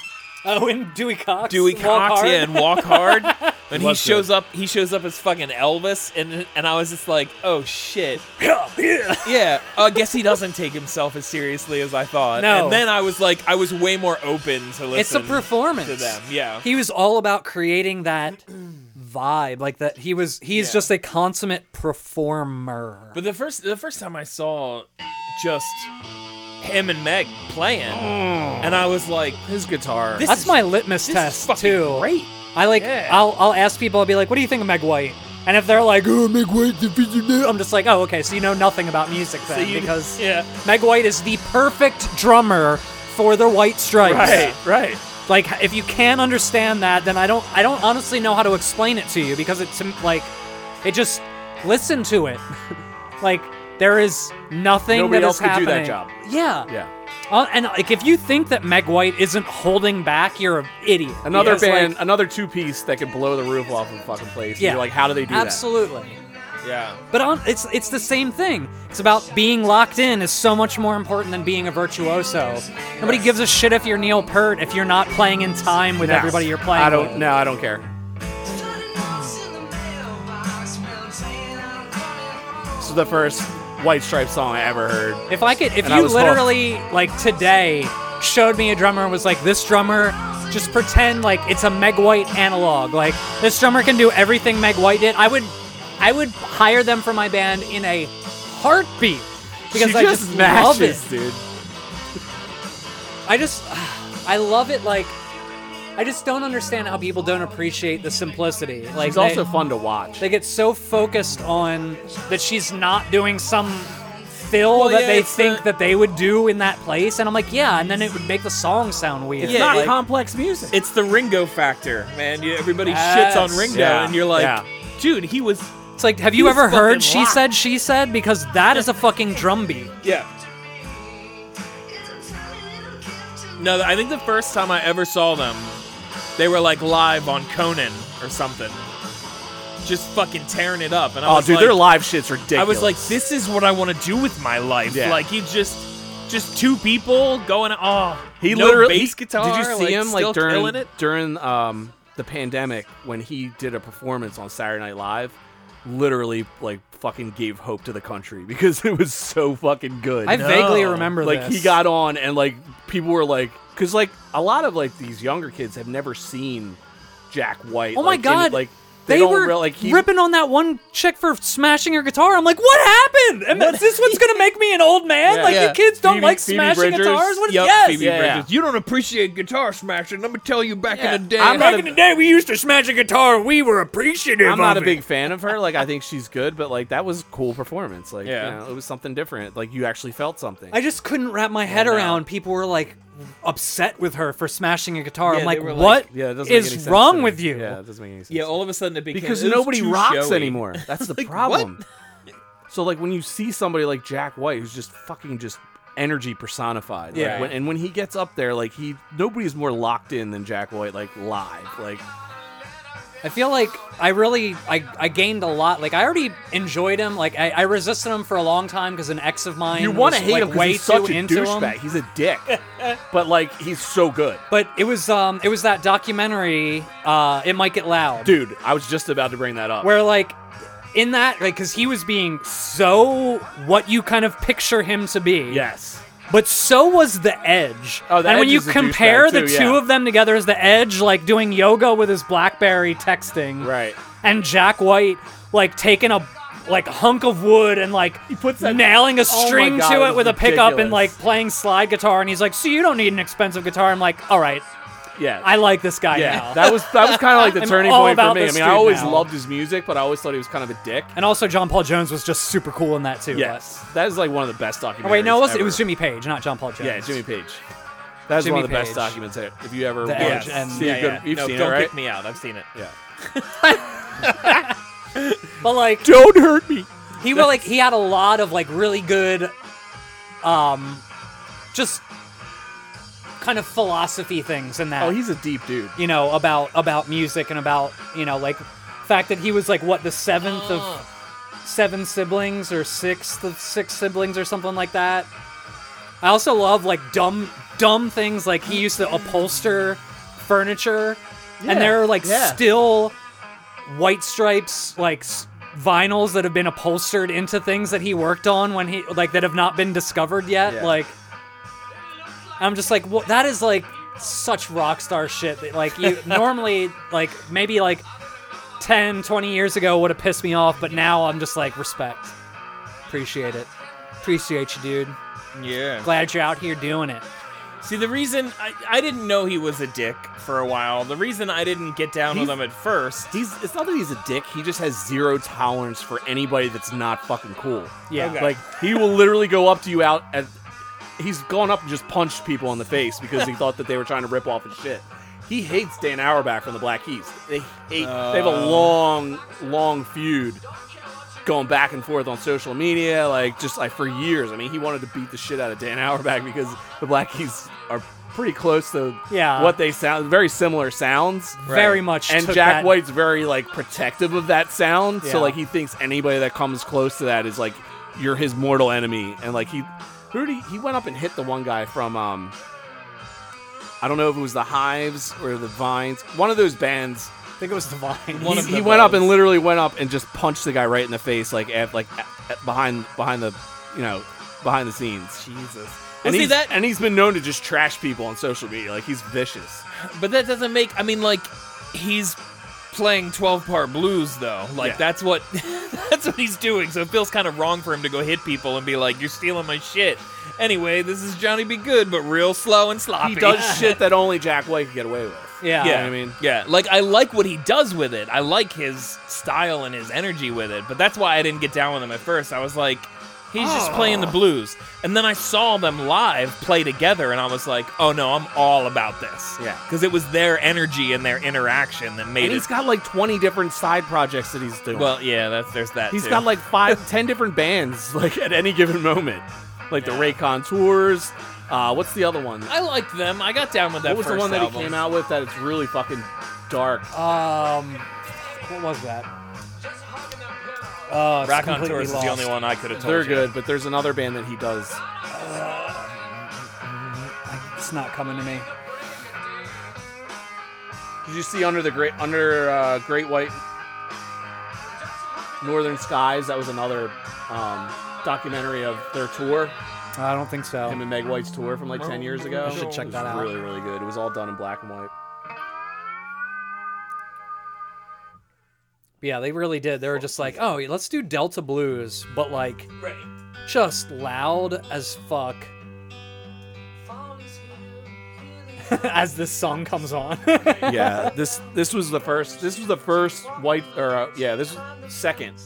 Speaker 1: Oh, and Dewey Cox.
Speaker 3: Dewey
Speaker 1: Walk
Speaker 3: Cox
Speaker 1: Hard.
Speaker 3: yeah, and Walk Hard, And
Speaker 2: He
Speaker 3: he
Speaker 2: was
Speaker 3: shows
Speaker 2: good.
Speaker 3: up. He shows up as fucking Elvis, and and I was just like, oh shit.
Speaker 4: Yeah, yeah.
Speaker 3: Yeah, I guess he doesn't take himself as seriously as I thought.
Speaker 1: No.
Speaker 3: and then I was like, I was way more open to listen.
Speaker 1: it's a performance
Speaker 3: to them. Yeah,
Speaker 1: He was all about creating that vibe, like that. He was. He's just a consummate performer.
Speaker 3: but the first the first time I saw just him and Meg playing, and I was like,
Speaker 2: His guitar.
Speaker 3: Mm. this
Speaker 1: That's
Speaker 3: is,
Speaker 1: my litmus
Speaker 3: this is
Speaker 1: test
Speaker 3: fucking
Speaker 1: too.
Speaker 3: great.
Speaker 1: I like.
Speaker 3: Yeah.
Speaker 1: I'll I'll ask people. I'll be like, "What do you think of Meg White?" And if they're like, "Oh, Meg White," I'm just like, "Oh, okay. So you know nothing about music then,
Speaker 3: you-
Speaker 1: because
Speaker 3: yeah.
Speaker 1: Meg White is the perfect drummer for the White Stripes.
Speaker 3: Right, right.
Speaker 1: Like, if you can't understand that, then I don't. I don't honestly know how to explain it to you because it's um, like, it just listen to it. like there is nothing
Speaker 2: Nobody
Speaker 1: that
Speaker 2: else
Speaker 1: is
Speaker 2: could do
Speaker 1: happening.
Speaker 2: that job.
Speaker 1: Yeah.
Speaker 2: yeah.
Speaker 1: Uh, and like, if you think that Meg White isn't holding back, you're an idiot.
Speaker 2: Another
Speaker 1: Because,
Speaker 2: band,
Speaker 1: like,
Speaker 2: another two piece that could blow the roof off of a fucking place.
Speaker 1: Yeah.
Speaker 2: Yeah. You're like, how do they do
Speaker 1: absolutely.
Speaker 3: Yeah,
Speaker 1: But on, it's it's the same thing. It's about being locked in is so much more important than being a virtuoso. Nobody gives a shit if you're Neil Peart if you're not playing in time with
Speaker 2: that?
Speaker 1: everybody you're playing
Speaker 2: I don't.
Speaker 1: with.
Speaker 2: No, I don't care. This is the first White Stripes song I ever heard.
Speaker 1: If I could, if
Speaker 2: And I
Speaker 1: you
Speaker 2: was hooked.
Speaker 1: literally like today showed me a drummer and was like, this drummer, just pretend like it's a Meg White analog. Like this drummer can do everything Meg White did. I would, I would hire them for my band in a heartbeat because
Speaker 2: she
Speaker 1: I
Speaker 2: just,
Speaker 1: just, love
Speaker 2: mashes,
Speaker 1: it.
Speaker 2: dude.
Speaker 1: I just, I love it. Like, I just don't understand how people don't appreciate the simplicity. Like,
Speaker 2: She's
Speaker 1: they-
Speaker 2: also fun to watch.
Speaker 1: they get so focused on that she's not doing some fill that
Speaker 3: yeah,
Speaker 1: they
Speaker 3: it's
Speaker 1: think
Speaker 3: the-
Speaker 1: that they would do in that place and i'm like yeah and then it would make the song sound weird
Speaker 3: Yeah,
Speaker 2: Not
Speaker 3: like-
Speaker 2: complex music.
Speaker 3: it's the Ringo factor, man. You, everybody shits on
Speaker 1: Yes.
Speaker 3: Ringo,
Speaker 2: Yeah,
Speaker 3: and you're like,
Speaker 2: yeah.
Speaker 3: dude, he was.
Speaker 1: it's like have you
Speaker 3: He's
Speaker 1: ever heard
Speaker 3: fucking
Speaker 1: she
Speaker 3: rock.
Speaker 1: said she said because that is a fucking drum beat
Speaker 3: Yeah. No, I think the first time I ever saw them, they were like live on Conan or something, just fucking tearing it up. And I
Speaker 2: Oh,
Speaker 3: was
Speaker 2: dude,
Speaker 3: like,
Speaker 2: their live shit's ridiculous.
Speaker 3: I was like, this is what I want to do with my life.
Speaker 2: Yeah.
Speaker 3: Like you just, just two people going. Oh,
Speaker 2: He
Speaker 3: no
Speaker 2: literally
Speaker 3: bass guitar.
Speaker 2: Did you see him
Speaker 3: still
Speaker 2: like during
Speaker 3: killing it?
Speaker 2: during um the pandemic when he did a performance on Saturday Night Live? Literally, like fucking gave hope to the country because it was so fucking good.
Speaker 1: i vaguely remember
Speaker 2: like
Speaker 1: this.
Speaker 2: he got on and like people were like, because like a lot of like these younger kids have never seen Jack White.
Speaker 1: oh my
Speaker 2: like, in-
Speaker 1: god
Speaker 2: like
Speaker 1: they,
Speaker 2: they, don't
Speaker 1: were
Speaker 2: real- like he
Speaker 1: ripping on that one chick for smashing her guitar. I'm like, what happened? Am- Is this what's gonna make me an old man?
Speaker 2: Yeah.
Speaker 1: like
Speaker 2: Yeah.
Speaker 1: the kids don't
Speaker 2: Phoebe-
Speaker 1: like
Speaker 2: Phoebe
Speaker 1: smashing
Speaker 2: Bridgers?
Speaker 1: guitars. What?
Speaker 3: Yup,
Speaker 1: yes.
Speaker 3: Phoebe
Speaker 2: Yeah, yeah.
Speaker 3: Bridgers.
Speaker 5: You don't appreciate guitar smashing. Let me tell you, back
Speaker 2: Yeah.
Speaker 5: in the day,
Speaker 2: I'm not
Speaker 5: back
Speaker 2: a-
Speaker 5: in the day, we used to smash a guitar. We were appreciative.
Speaker 2: I'm not a
Speaker 5: of
Speaker 2: big
Speaker 5: It.
Speaker 2: fan of her. Like I think she's good, but like that was a cool performance. Like
Speaker 3: Yeah.
Speaker 2: you know, it was something different. Like you actually felt something.
Speaker 1: I just couldn't wrap my head around people were like upset with her for smashing a guitar. I'm
Speaker 3: they
Speaker 1: like,
Speaker 3: were like-
Speaker 1: what is
Speaker 2: yeah, it doesn't make any sense to
Speaker 1: wrong
Speaker 2: me.
Speaker 1: with you?
Speaker 2: Yeah, it doesn't make any sense.
Speaker 3: Yeah, all of a sudden it became
Speaker 2: because
Speaker 3: it was
Speaker 2: nobody
Speaker 3: too
Speaker 2: rocks
Speaker 3: showy.
Speaker 2: anymore. That's the problem. So like when you see somebody like Jack White who's just fucking just energy personified. like,
Speaker 3: Yeah.
Speaker 2: when- and when he gets up there, like he nobody is more locked in than Jack White, like live. Like
Speaker 1: I feel like I really I, I gained a lot. Like I already enjoyed him. Like I, I resisted him for a long time because an ex of mine
Speaker 2: you
Speaker 1: want to
Speaker 2: hate
Speaker 1: like,
Speaker 2: him because
Speaker 1: way
Speaker 2: he's such
Speaker 1: too
Speaker 2: a
Speaker 1: into him.
Speaker 2: douchebag. He's a dick. but like he's so good.
Speaker 1: But it was um it was that documentary. Uh, it might get loud.
Speaker 2: Dude, I was just about to bring that up.
Speaker 1: where like in that like because he was being so what you kind of picture him to be.
Speaker 2: yes.
Speaker 1: But so was the Edge.
Speaker 2: Oh, The
Speaker 1: and when
Speaker 2: Edge
Speaker 1: you
Speaker 2: is a
Speaker 1: compare
Speaker 2: douchebag
Speaker 1: the
Speaker 2: too,
Speaker 1: two
Speaker 2: yeah.
Speaker 1: of them together as the Edge, like doing yoga with his BlackBerry texting,
Speaker 2: Right.
Speaker 1: and Jack White like taking a like hunk of wood and like
Speaker 2: puts that-
Speaker 1: nailing a
Speaker 2: Oh my
Speaker 1: string
Speaker 2: God,
Speaker 1: to
Speaker 2: it
Speaker 1: it
Speaker 2: was
Speaker 1: with a pickup and
Speaker 2: ridiculous.
Speaker 1: like playing slide guitar, and he's like, "So you don't need an expensive guitar?" I'm like, "All right,
Speaker 2: Yeah.
Speaker 1: I like this guy
Speaker 2: yeah,
Speaker 1: now."
Speaker 2: that was that was kind of like the
Speaker 1: I'm
Speaker 2: turning
Speaker 1: all
Speaker 2: point for
Speaker 1: about
Speaker 2: me. I
Speaker 1: this
Speaker 2: mean, I
Speaker 1: dude
Speaker 2: always
Speaker 1: now.
Speaker 2: loved his music, but I always thought he was kind of a dick.
Speaker 1: and also, John Paul Jones was just super cool in that too.
Speaker 2: Yes, that is like one of the best documentaries.
Speaker 1: But, oh wait, no, it was, it
Speaker 2: ever.
Speaker 1: was Jimmy Page, not John Paul Jones.
Speaker 2: Yeah, Jimmy Page. That's
Speaker 1: Jimmy
Speaker 2: one of the best
Speaker 1: Page.
Speaker 2: documents that- if you ever
Speaker 1: The
Speaker 2: watch.
Speaker 1: Edge and-
Speaker 2: see
Speaker 1: Yeah,
Speaker 2: a good,
Speaker 1: yeah.
Speaker 2: You've
Speaker 3: no,
Speaker 2: seen
Speaker 3: don't
Speaker 2: it, right?
Speaker 3: kick me out. I've seen it.
Speaker 2: Yeah.
Speaker 1: But like,
Speaker 2: Don't hurt me.
Speaker 1: he was like he had a lot of like really good um just kind of philosophy things in that
Speaker 2: Oh, he's a deep dude.
Speaker 1: you know about about music and about you know like fact that he was like what the seventh of seven siblings or sixth of six siblings or something like that i also love like dumb dumb things like he used to upholster furniture and there are like
Speaker 2: yeah.
Speaker 1: still white stripes like s- vinyls that have been upholstered into things that he worked on when he like that have not been discovered yet
Speaker 2: Yeah.
Speaker 1: like i'm just like well, that is like such rock star shit that like you normally like maybe like 10 20 years ago would have pissed me off but now i'm just like respect appreciate it appreciate you dude
Speaker 3: Yeah.
Speaker 1: glad you're out here doing it
Speaker 3: See, the reason I, I didn't know he was a dick for a while. The reason I didn't get down with
Speaker 2: He's-
Speaker 3: him at first.
Speaker 2: He's it's not that he's a dick. He just has zero tolerance for anybody that's not fucking cool.
Speaker 1: yeah
Speaker 2: Like he will literally go up to you out at he's gone up and just punched people in the face because he thought that they were trying to rip off his shit. He hates Dan Auerbach from the Black Keys. They hate they have a long, long feud going back and forth on social media, like just like for years. I mean, he wanted to beat the shit out of Dan Auerbach because the Black Keys are pretty close to
Speaker 1: Yeah.
Speaker 2: what they sound very similar sounds
Speaker 1: very much
Speaker 2: and
Speaker 1: took
Speaker 2: Jack
Speaker 1: that-
Speaker 2: White's very like protective of that sound,
Speaker 1: Yeah.
Speaker 2: so like he thinks anybody that comes close to that is like you're his mortal enemy, and like he, who did he, he went up and hit the one guy from um, I don't know if it was the Hives or the Vines, one of those bands.
Speaker 1: i think it was divine
Speaker 3: One
Speaker 2: He,
Speaker 3: of
Speaker 2: he
Speaker 3: the
Speaker 2: went up and
Speaker 3: Vines.
Speaker 2: literally went up and just punched the guy right in the face, like at like at, at- behind behind the you know behind the scenes.
Speaker 3: Jesus. Well,
Speaker 2: And
Speaker 3: see
Speaker 2: he's,
Speaker 3: that,
Speaker 2: and he's been known to just trash people on social media. Like he's vicious.
Speaker 3: but that doesn't make. I mean, like, he's playing 12 part blues though. Like
Speaker 2: Yeah.
Speaker 3: that's what that's what he's doing. So it feels kind of wrong for him to go hit people and be like, "You're stealing my shit." Anyway, this is Johnny Be Good, but real slow and sloppy.
Speaker 2: He does shit that only Jack White could get away with.
Speaker 1: yeah
Speaker 2: You know what I mean.
Speaker 3: Yeah, like I like what he does with it. I like his style and his energy with it. But that's why I didn't get down with him at first. I was like, he's just playing
Speaker 2: Oh.
Speaker 3: the blues. And then I saw them live play together, and I was like, oh no, I'm all about this.
Speaker 2: Yeah.
Speaker 3: because it was their energy and their interaction that made
Speaker 2: and he's
Speaker 3: it.
Speaker 2: got like 20 different side projects that he's doing.
Speaker 3: Well, yeah, that's there's that.
Speaker 2: he's
Speaker 3: too.
Speaker 2: got like five, 10 different bands like at any given moment, like the Raycon tours. Uh, what's the other one?
Speaker 3: I liked them. I got down with that.
Speaker 2: what was the
Speaker 3: first
Speaker 2: one that
Speaker 3: album.
Speaker 2: he came out with that it's really fucking dark?
Speaker 1: Um, what was that? Oh, it's
Speaker 3: Rock on
Speaker 1: completely
Speaker 3: Tours is
Speaker 1: lost.
Speaker 3: the only one I could have told
Speaker 2: They're
Speaker 3: you.
Speaker 2: good, but there's another band that he does.
Speaker 1: It's not coming to me.
Speaker 2: Did you see under the great under uh, Great White Northern Skies? That was another um, documentary of their tour.
Speaker 1: I don't think so.
Speaker 2: him and Meg White's tour from like 10 years ago.
Speaker 1: I should check
Speaker 2: It was
Speaker 1: that out.
Speaker 2: Really, really good. It was all done in black and white.
Speaker 1: Yeah, they really did. They were just like, oh, yeah, let's do Delta Blues, but like, just loud as fuck. as this song comes on.
Speaker 2: yeah, this this was the first. This was the first white or uh, yeah, this was second.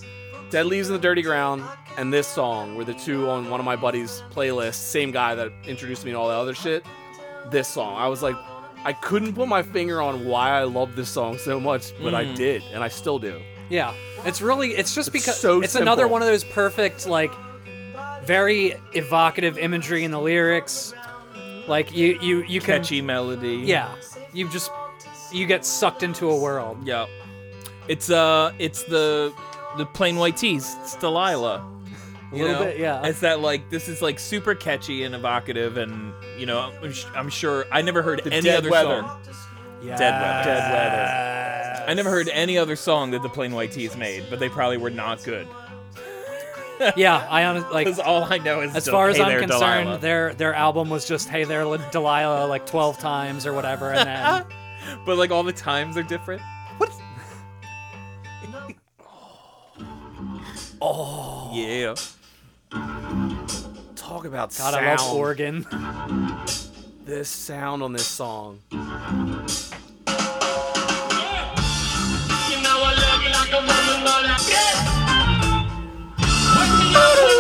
Speaker 2: Dead leaves in the dirty ground and this song were the two on one of my buddies' playlists. Same guy that introduced me to all the other shit. This song, I was like, I couldn't put my finger on why I loved this song so much, but
Speaker 1: Mm.
Speaker 2: I did, and I still do.
Speaker 1: yeah, it's really, it's just because
Speaker 2: so
Speaker 1: it's another
Speaker 2: simple.
Speaker 1: one of those perfect, like, very evocative imagery in the lyrics. Like you, you, you can
Speaker 3: Catchy melody.
Speaker 1: Yeah, you just you get sucked into a world.
Speaker 3: Yeah. It's uh it's the the plain white tees. It's Delilah. A
Speaker 1: little bit, yeah.
Speaker 3: It's that like this is like super catchy and evocative and you know I'm, sh- I'm sure I never heard any
Speaker 2: Dead
Speaker 3: other
Speaker 2: Weather.
Speaker 3: song.
Speaker 1: Yeah.
Speaker 3: Dead weather. I never heard any other song that the plain white tees made, but they probably were not good.
Speaker 1: Yeah, I honestly like
Speaker 3: Because all I know is
Speaker 1: as
Speaker 3: still,
Speaker 1: far as
Speaker 3: "Hey
Speaker 1: I'm
Speaker 3: there,
Speaker 1: concerned,
Speaker 3: Delilah."
Speaker 1: their their album was just "Hey There Li- Delilah" like 12 times or whatever, and then
Speaker 3: but like all the times are different. What? oh yeah.
Speaker 2: Talk about
Speaker 1: God,
Speaker 2: sound.
Speaker 1: I love Oregon.
Speaker 2: This sound on this song.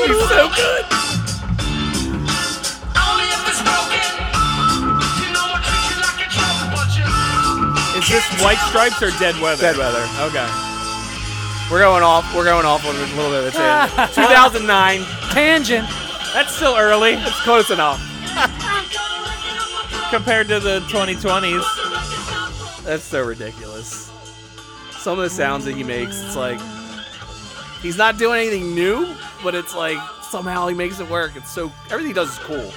Speaker 6: He's so good. Only if it's broken. You know I treat you like a trouble, but you
Speaker 3: Is this White Stripes or Dead Weather?
Speaker 2: Dead weather.
Speaker 3: Okay.
Speaker 2: We're going off. We're going off on a little bit of a tangent. 2009.
Speaker 1: Tangent.
Speaker 3: That's still early
Speaker 2: It's close enough.
Speaker 3: compared to the 2020s.
Speaker 2: That's so ridiculous. Some of the sounds that he makes, it's like he's not doing anything new, but it's like somehow he makes it work. It's so everything he does is cool.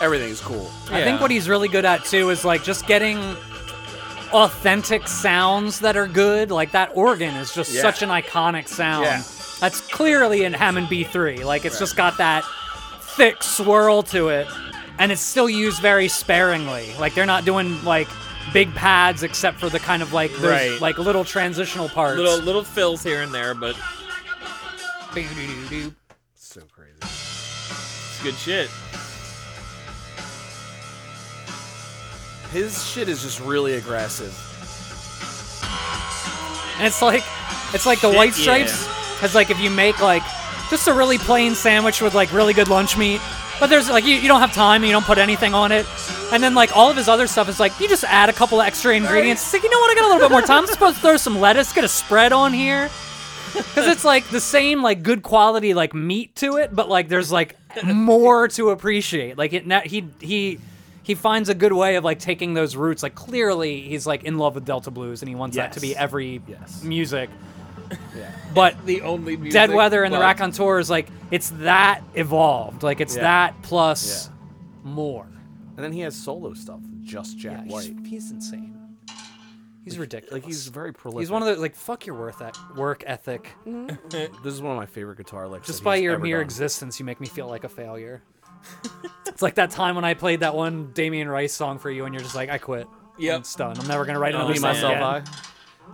Speaker 2: Everything is cool.
Speaker 1: I think what he's really good at too is like just getting authentic sounds that are good. Like that organ is just
Speaker 2: Yeah.
Speaker 1: such an iconic sound.
Speaker 2: Yeah.
Speaker 1: That's clearly in Hammond B3. Like it's just got that thick swirl to it, and it's still used very sparingly. Like they're not doing like big pads except for the kind of like those,
Speaker 3: Right.
Speaker 1: like little transitional parts.
Speaker 3: Little little fills here and there, but
Speaker 2: So crazy.
Speaker 3: it's good shit.
Speaker 2: His shit is just really aggressive.
Speaker 1: And it's like it's like the
Speaker 3: Shit,
Speaker 1: white stripes. It's like if you make like just a really plain sandwich with like really good lunch meat, but there's like you, you don't have time and you don't put anything on it. And then like all of his other stuff is like you just add a couple of extra ingredients. It's like you know what? I got a little bit more time. I'm supposed to throw some lettuce, get a spread on here. Cause it's like the same like good quality like meat to it, but like there's like more to appreciate. Like it na- he he he finds a good way of like taking those roots. Like clearly he's like in love with Delta Blues and he wants that to be
Speaker 2: Yes.
Speaker 1: every
Speaker 2: Yes.
Speaker 1: music. But
Speaker 2: The only music,
Speaker 1: Dead Weather and the
Speaker 2: but-
Speaker 1: Raconteur is like it's that evolved. Like it's
Speaker 2: Yeah.
Speaker 1: that plus more.
Speaker 2: And then he has solo stuff, just Jack White.
Speaker 1: he's insane. He's ridiculous.
Speaker 2: Like he's very prolific.
Speaker 1: He's one of the like fuck your worth at work ethic.
Speaker 2: This is one of my favorite guitar licks.
Speaker 1: Just
Speaker 2: that
Speaker 1: by
Speaker 2: he's
Speaker 1: your
Speaker 2: ever
Speaker 1: mere
Speaker 2: done.
Speaker 1: existence, you make me feel like a failure. it's like that time when I played that one Damien Rice song for you, and you're just like, I quit. Yeah, I'm
Speaker 3: Yep.
Speaker 1: stunned. I'm never gonna write another
Speaker 2: Me,
Speaker 1: song
Speaker 2: myself,
Speaker 1: again."
Speaker 2: I.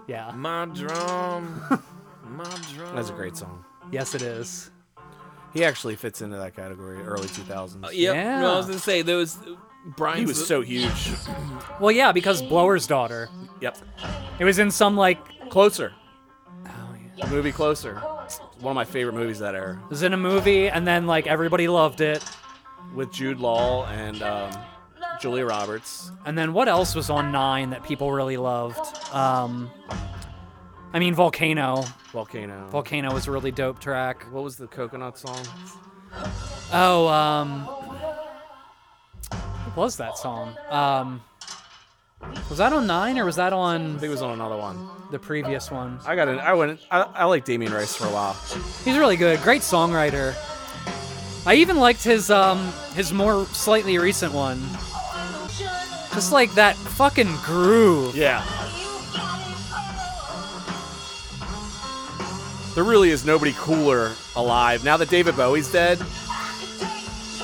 Speaker 1: Yeah.
Speaker 3: My drum, my drum.
Speaker 2: That's a great song.
Speaker 1: Yes, it is.
Speaker 2: He actually fits into that category, early 2000s.
Speaker 3: Yep.
Speaker 1: Yeah.
Speaker 3: No, I was gonna say uh, there was Brian.
Speaker 2: He was so huge.
Speaker 1: Well, yeah, because Blower's daughter.
Speaker 2: Yep.
Speaker 1: It was in some like
Speaker 2: Closer. The movie Closer. One of my favorite movies that era.
Speaker 1: It was in a movie, and then like everybody loved it.
Speaker 2: With Jude Law and um, Julia Roberts.
Speaker 1: And then what else was on Nine that people really loved? Um, I mean, Volcano.
Speaker 2: Volcano.
Speaker 1: Volcano was a really dope track.
Speaker 2: what was the coconut song?
Speaker 1: Oh, um, what was that song? Um, was that on Nine or was that
Speaker 2: I
Speaker 1: on
Speaker 2: think it was on another one.
Speaker 1: the previous one?
Speaker 2: I got an. I went. I, I like Damien Rice for a while.
Speaker 1: He's really good. Great songwriter. I even liked his um his more slightly recent one. Just like that fucking groove.
Speaker 2: Yeah. There really is nobody cooler alive now that David Bowie's dead.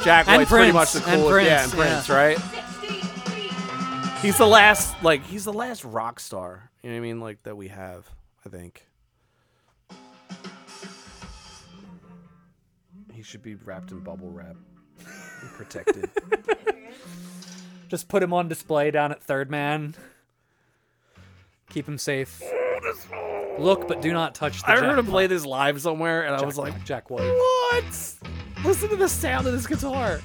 Speaker 2: Jack
Speaker 1: And
Speaker 2: White's pretty much
Speaker 1: Prince,
Speaker 2: the coolest.
Speaker 1: and
Speaker 2: yeah, and
Speaker 1: Prince,
Speaker 2: Prince, right? He's the last, like, he's the last rock star. You know what I mean? Like that we have, I think. He should be wrapped in bubble wrap, and protected.
Speaker 1: Just put him on display down at Third Man. Keep him safe. Look, but do not touch the
Speaker 2: I
Speaker 1: Jack
Speaker 2: heard him play this live somewhere, and I was like,
Speaker 1: Jack White.
Speaker 2: What? Listen to the sound of this guitar.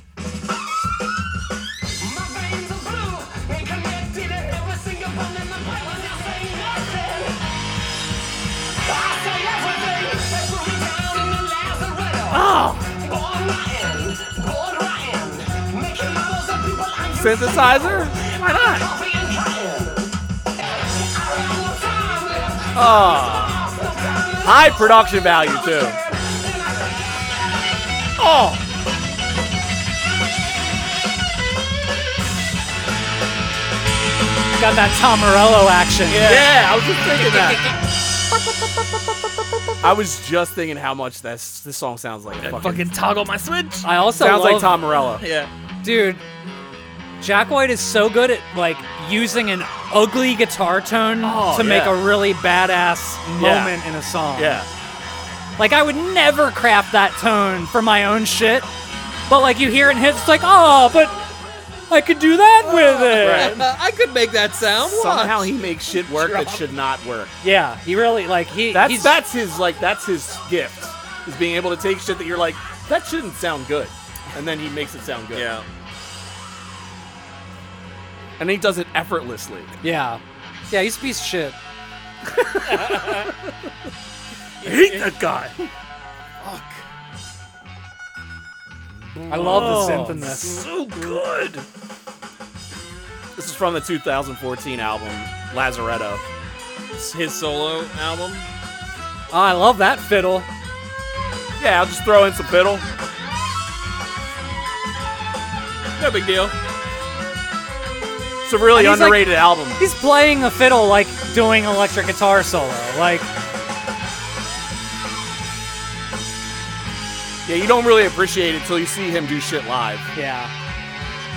Speaker 2: Ah! Synthesizer? Why not? Ah! High production value too. Oh.
Speaker 1: Got that Tom Morello action.
Speaker 2: Yeah, I was just thinking that. I was just thinking how much this this song sounds like. Fucking,
Speaker 3: fucking toggle my switch.
Speaker 1: I also
Speaker 2: sounds like
Speaker 1: love-
Speaker 2: Tom Morello.
Speaker 3: Yeah.
Speaker 1: dude jack white is so good at like using an ugly guitar tone to make
Speaker 2: Oh, yeah.
Speaker 1: a really badass
Speaker 2: Yeah.
Speaker 1: moment in a song
Speaker 2: Yeah.
Speaker 1: like i would never craft that tone for my own shit but like you hear it and hits it's like oh but i could do that with it
Speaker 3: I could make that sound.
Speaker 2: Somehow he makes shit work that should not work.
Speaker 1: yeah he really like he
Speaker 2: That's
Speaker 1: he's,
Speaker 2: that's his like that's his gift is being able to take shit that you're like that shouldn't sound good, and then he makes it sound good.
Speaker 3: Yeah.
Speaker 2: and he does it effortlessly.
Speaker 1: yeah yeah he's a piece of shit
Speaker 2: I hate that guy.
Speaker 1: i love the
Speaker 2: Oh.
Speaker 1: synth in this
Speaker 2: So good. This is from the 2014 album Lazaretto.
Speaker 3: His solo album.
Speaker 1: oh, i love that fiddle
Speaker 2: Yeah, I'll just throw in some fiddle.
Speaker 3: No big deal.
Speaker 2: So a really
Speaker 1: And he's like-
Speaker 2: underrated album.
Speaker 1: He's playing a fiddle like doing electric guitar solo. Like
Speaker 2: Yeah, you don't really appreciate it till you see him do shit live.
Speaker 1: yeah.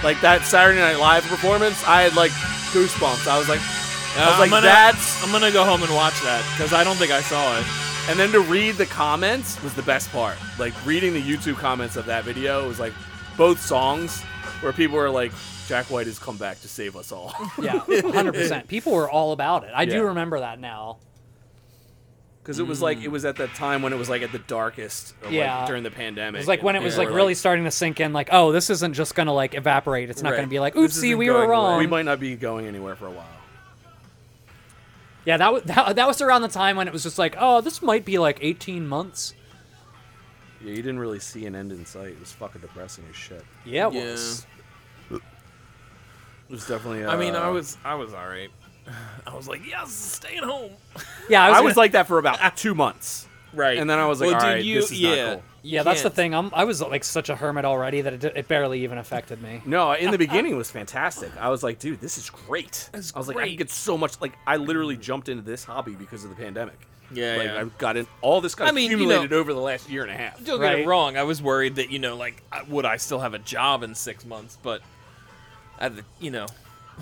Speaker 2: Like that Saturday Night Live performance, I had like goosebumps. I was like, I was
Speaker 3: Uh, I'm
Speaker 2: like,
Speaker 3: gonna-
Speaker 2: that's.
Speaker 3: I'm gonna go home and watch that because I don't think I saw it.
Speaker 2: And then to read the comments was the best part. Like reading the YouTube comments of that video was like both songs where people were like, Jack White has come back to save us all.
Speaker 1: Yeah. 100%. People were all about it. I
Speaker 2: Yeah.
Speaker 1: do remember that now.
Speaker 2: Because it was
Speaker 3: Mm.
Speaker 2: like, it was at that time when it was like at the darkest of,
Speaker 1: Yeah.
Speaker 2: like, during the pandemic.
Speaker 1: It was like when it
Speaker 2: And
Speaker 1: was
Speaker 2: people
Speaker 1: like
Speaker 2: were
Speaker 1: really starting to sink in like, oh, this isn't just going to like evaporate. It's not going
Speaker 2: Right.
Speaker 1: to be like,
Speaker 2: This
Speaker 1: oopsie,
Speaker 2: isn't
Speaker 1: we were
Speaker 2: going away.
Speaker 1: wrong.
Speaker 2: We might not be going anywhere for a while.
Speaker 1: Yeah, that, wa- that that was around the time when it was just like, oh, this might be like 18 months.
Speaker 2: Yeah, you didn't really see an end in sight. It was fucking depressing as shit.
Speaker 1: Yeah, it
Speaker 3: Yeah.
Speaker 1: was.
Speaker 2: It was definitely.
Speaker 3: I mean, I
Speaker 2: uh,
Speaker 3: was I was alright. I was like, yes, staying home.
Speaker 1: Yeah, I
Speaker 2: I was,
Speaker 1: was, like,
Speaker 2: like that for about two months,
Speaker 3: Right.
Speaker 2: and then I was like,
Speaker 3: Well,
Speaker 2: all
Speaker 3: do
Speaker 2: right,
Speaker 3: you-
Speaker 2: this is
Speaker 3: yeah.
Speaker 2: not cool.
Speaker 1: yeah, that's the
Speaker 3: can't.
Speaker 1: thing. I'm I was like such a hermit already that it, di- it barely even affected me.
Speaker 2: No, in the beginning it was fantastic. I was like, dude, this is great. I was like, I can
Speaker 3: great.
Speaker 2: get so much. Like, I literally jumped into this hobby because of the pandemic.
Speaker 3: Yeah,
Speaker 2: like
Speaker 3: yeah.
Speaker 2: I got in all this got
Speaker 3: I mean, you know-
Speaker 2: accumulated over the last year and a half.
Speaker 3: Don't get
Speaker 1: Right.
Speaker 3: it wrong. I was worried that you know, like, I- would I still have a job in six months? But, I, you know,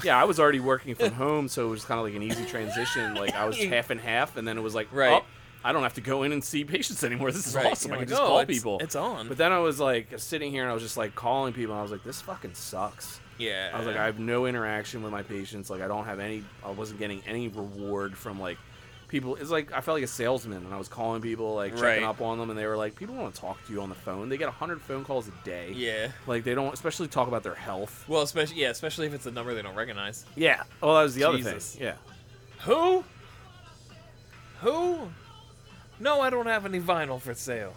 Speaker 2: Yeah, I was already working from home, so it was kind of like an easy transition. Like I was half and half, and then it was like,
Speaker 3: Right.
Speaker 2: oh, I don't have to go in and see patients anymore. This is
Speaker 3: Right.
Speaker 2: awesome.
Speaker 3: You're
Speaker 2: I can
Speaker 3: like,
Speaker 2: just
Speaker 3: oh,
Speaker 2: call
Speaker 3: it's-
Speaker 2: people.
Speaker 3: it's on.
Speaker 2: But then I was like sitting here and I was just like calling people. And I was like, this fucking sucks.
Speaker 3: yeah.
Speaker 2: I was like, I have no interaction with my patients. Like, I don't have any. I wasn't getting any reward from like people. It's like I felt like a salesman, and I was calling people, like checking
Speaker 3: Right.
Speaker 2: up on them, and they were like, people want to talk to you on the phone. They get hundred phone calls a day.
Speaker 3: yeah.
Speaker 2: Like they don't, especially talk about their health.
Speaker 3: Well, especially yeah, especially if it's a number they don't recognize.
Speaker 2: Yeah. Oh, that was the other
Speaker 3: Jesus.
Speaker 2: thing. Yeah.
Speaker 3: Who? Who? No, I don't have any vinyl for sale.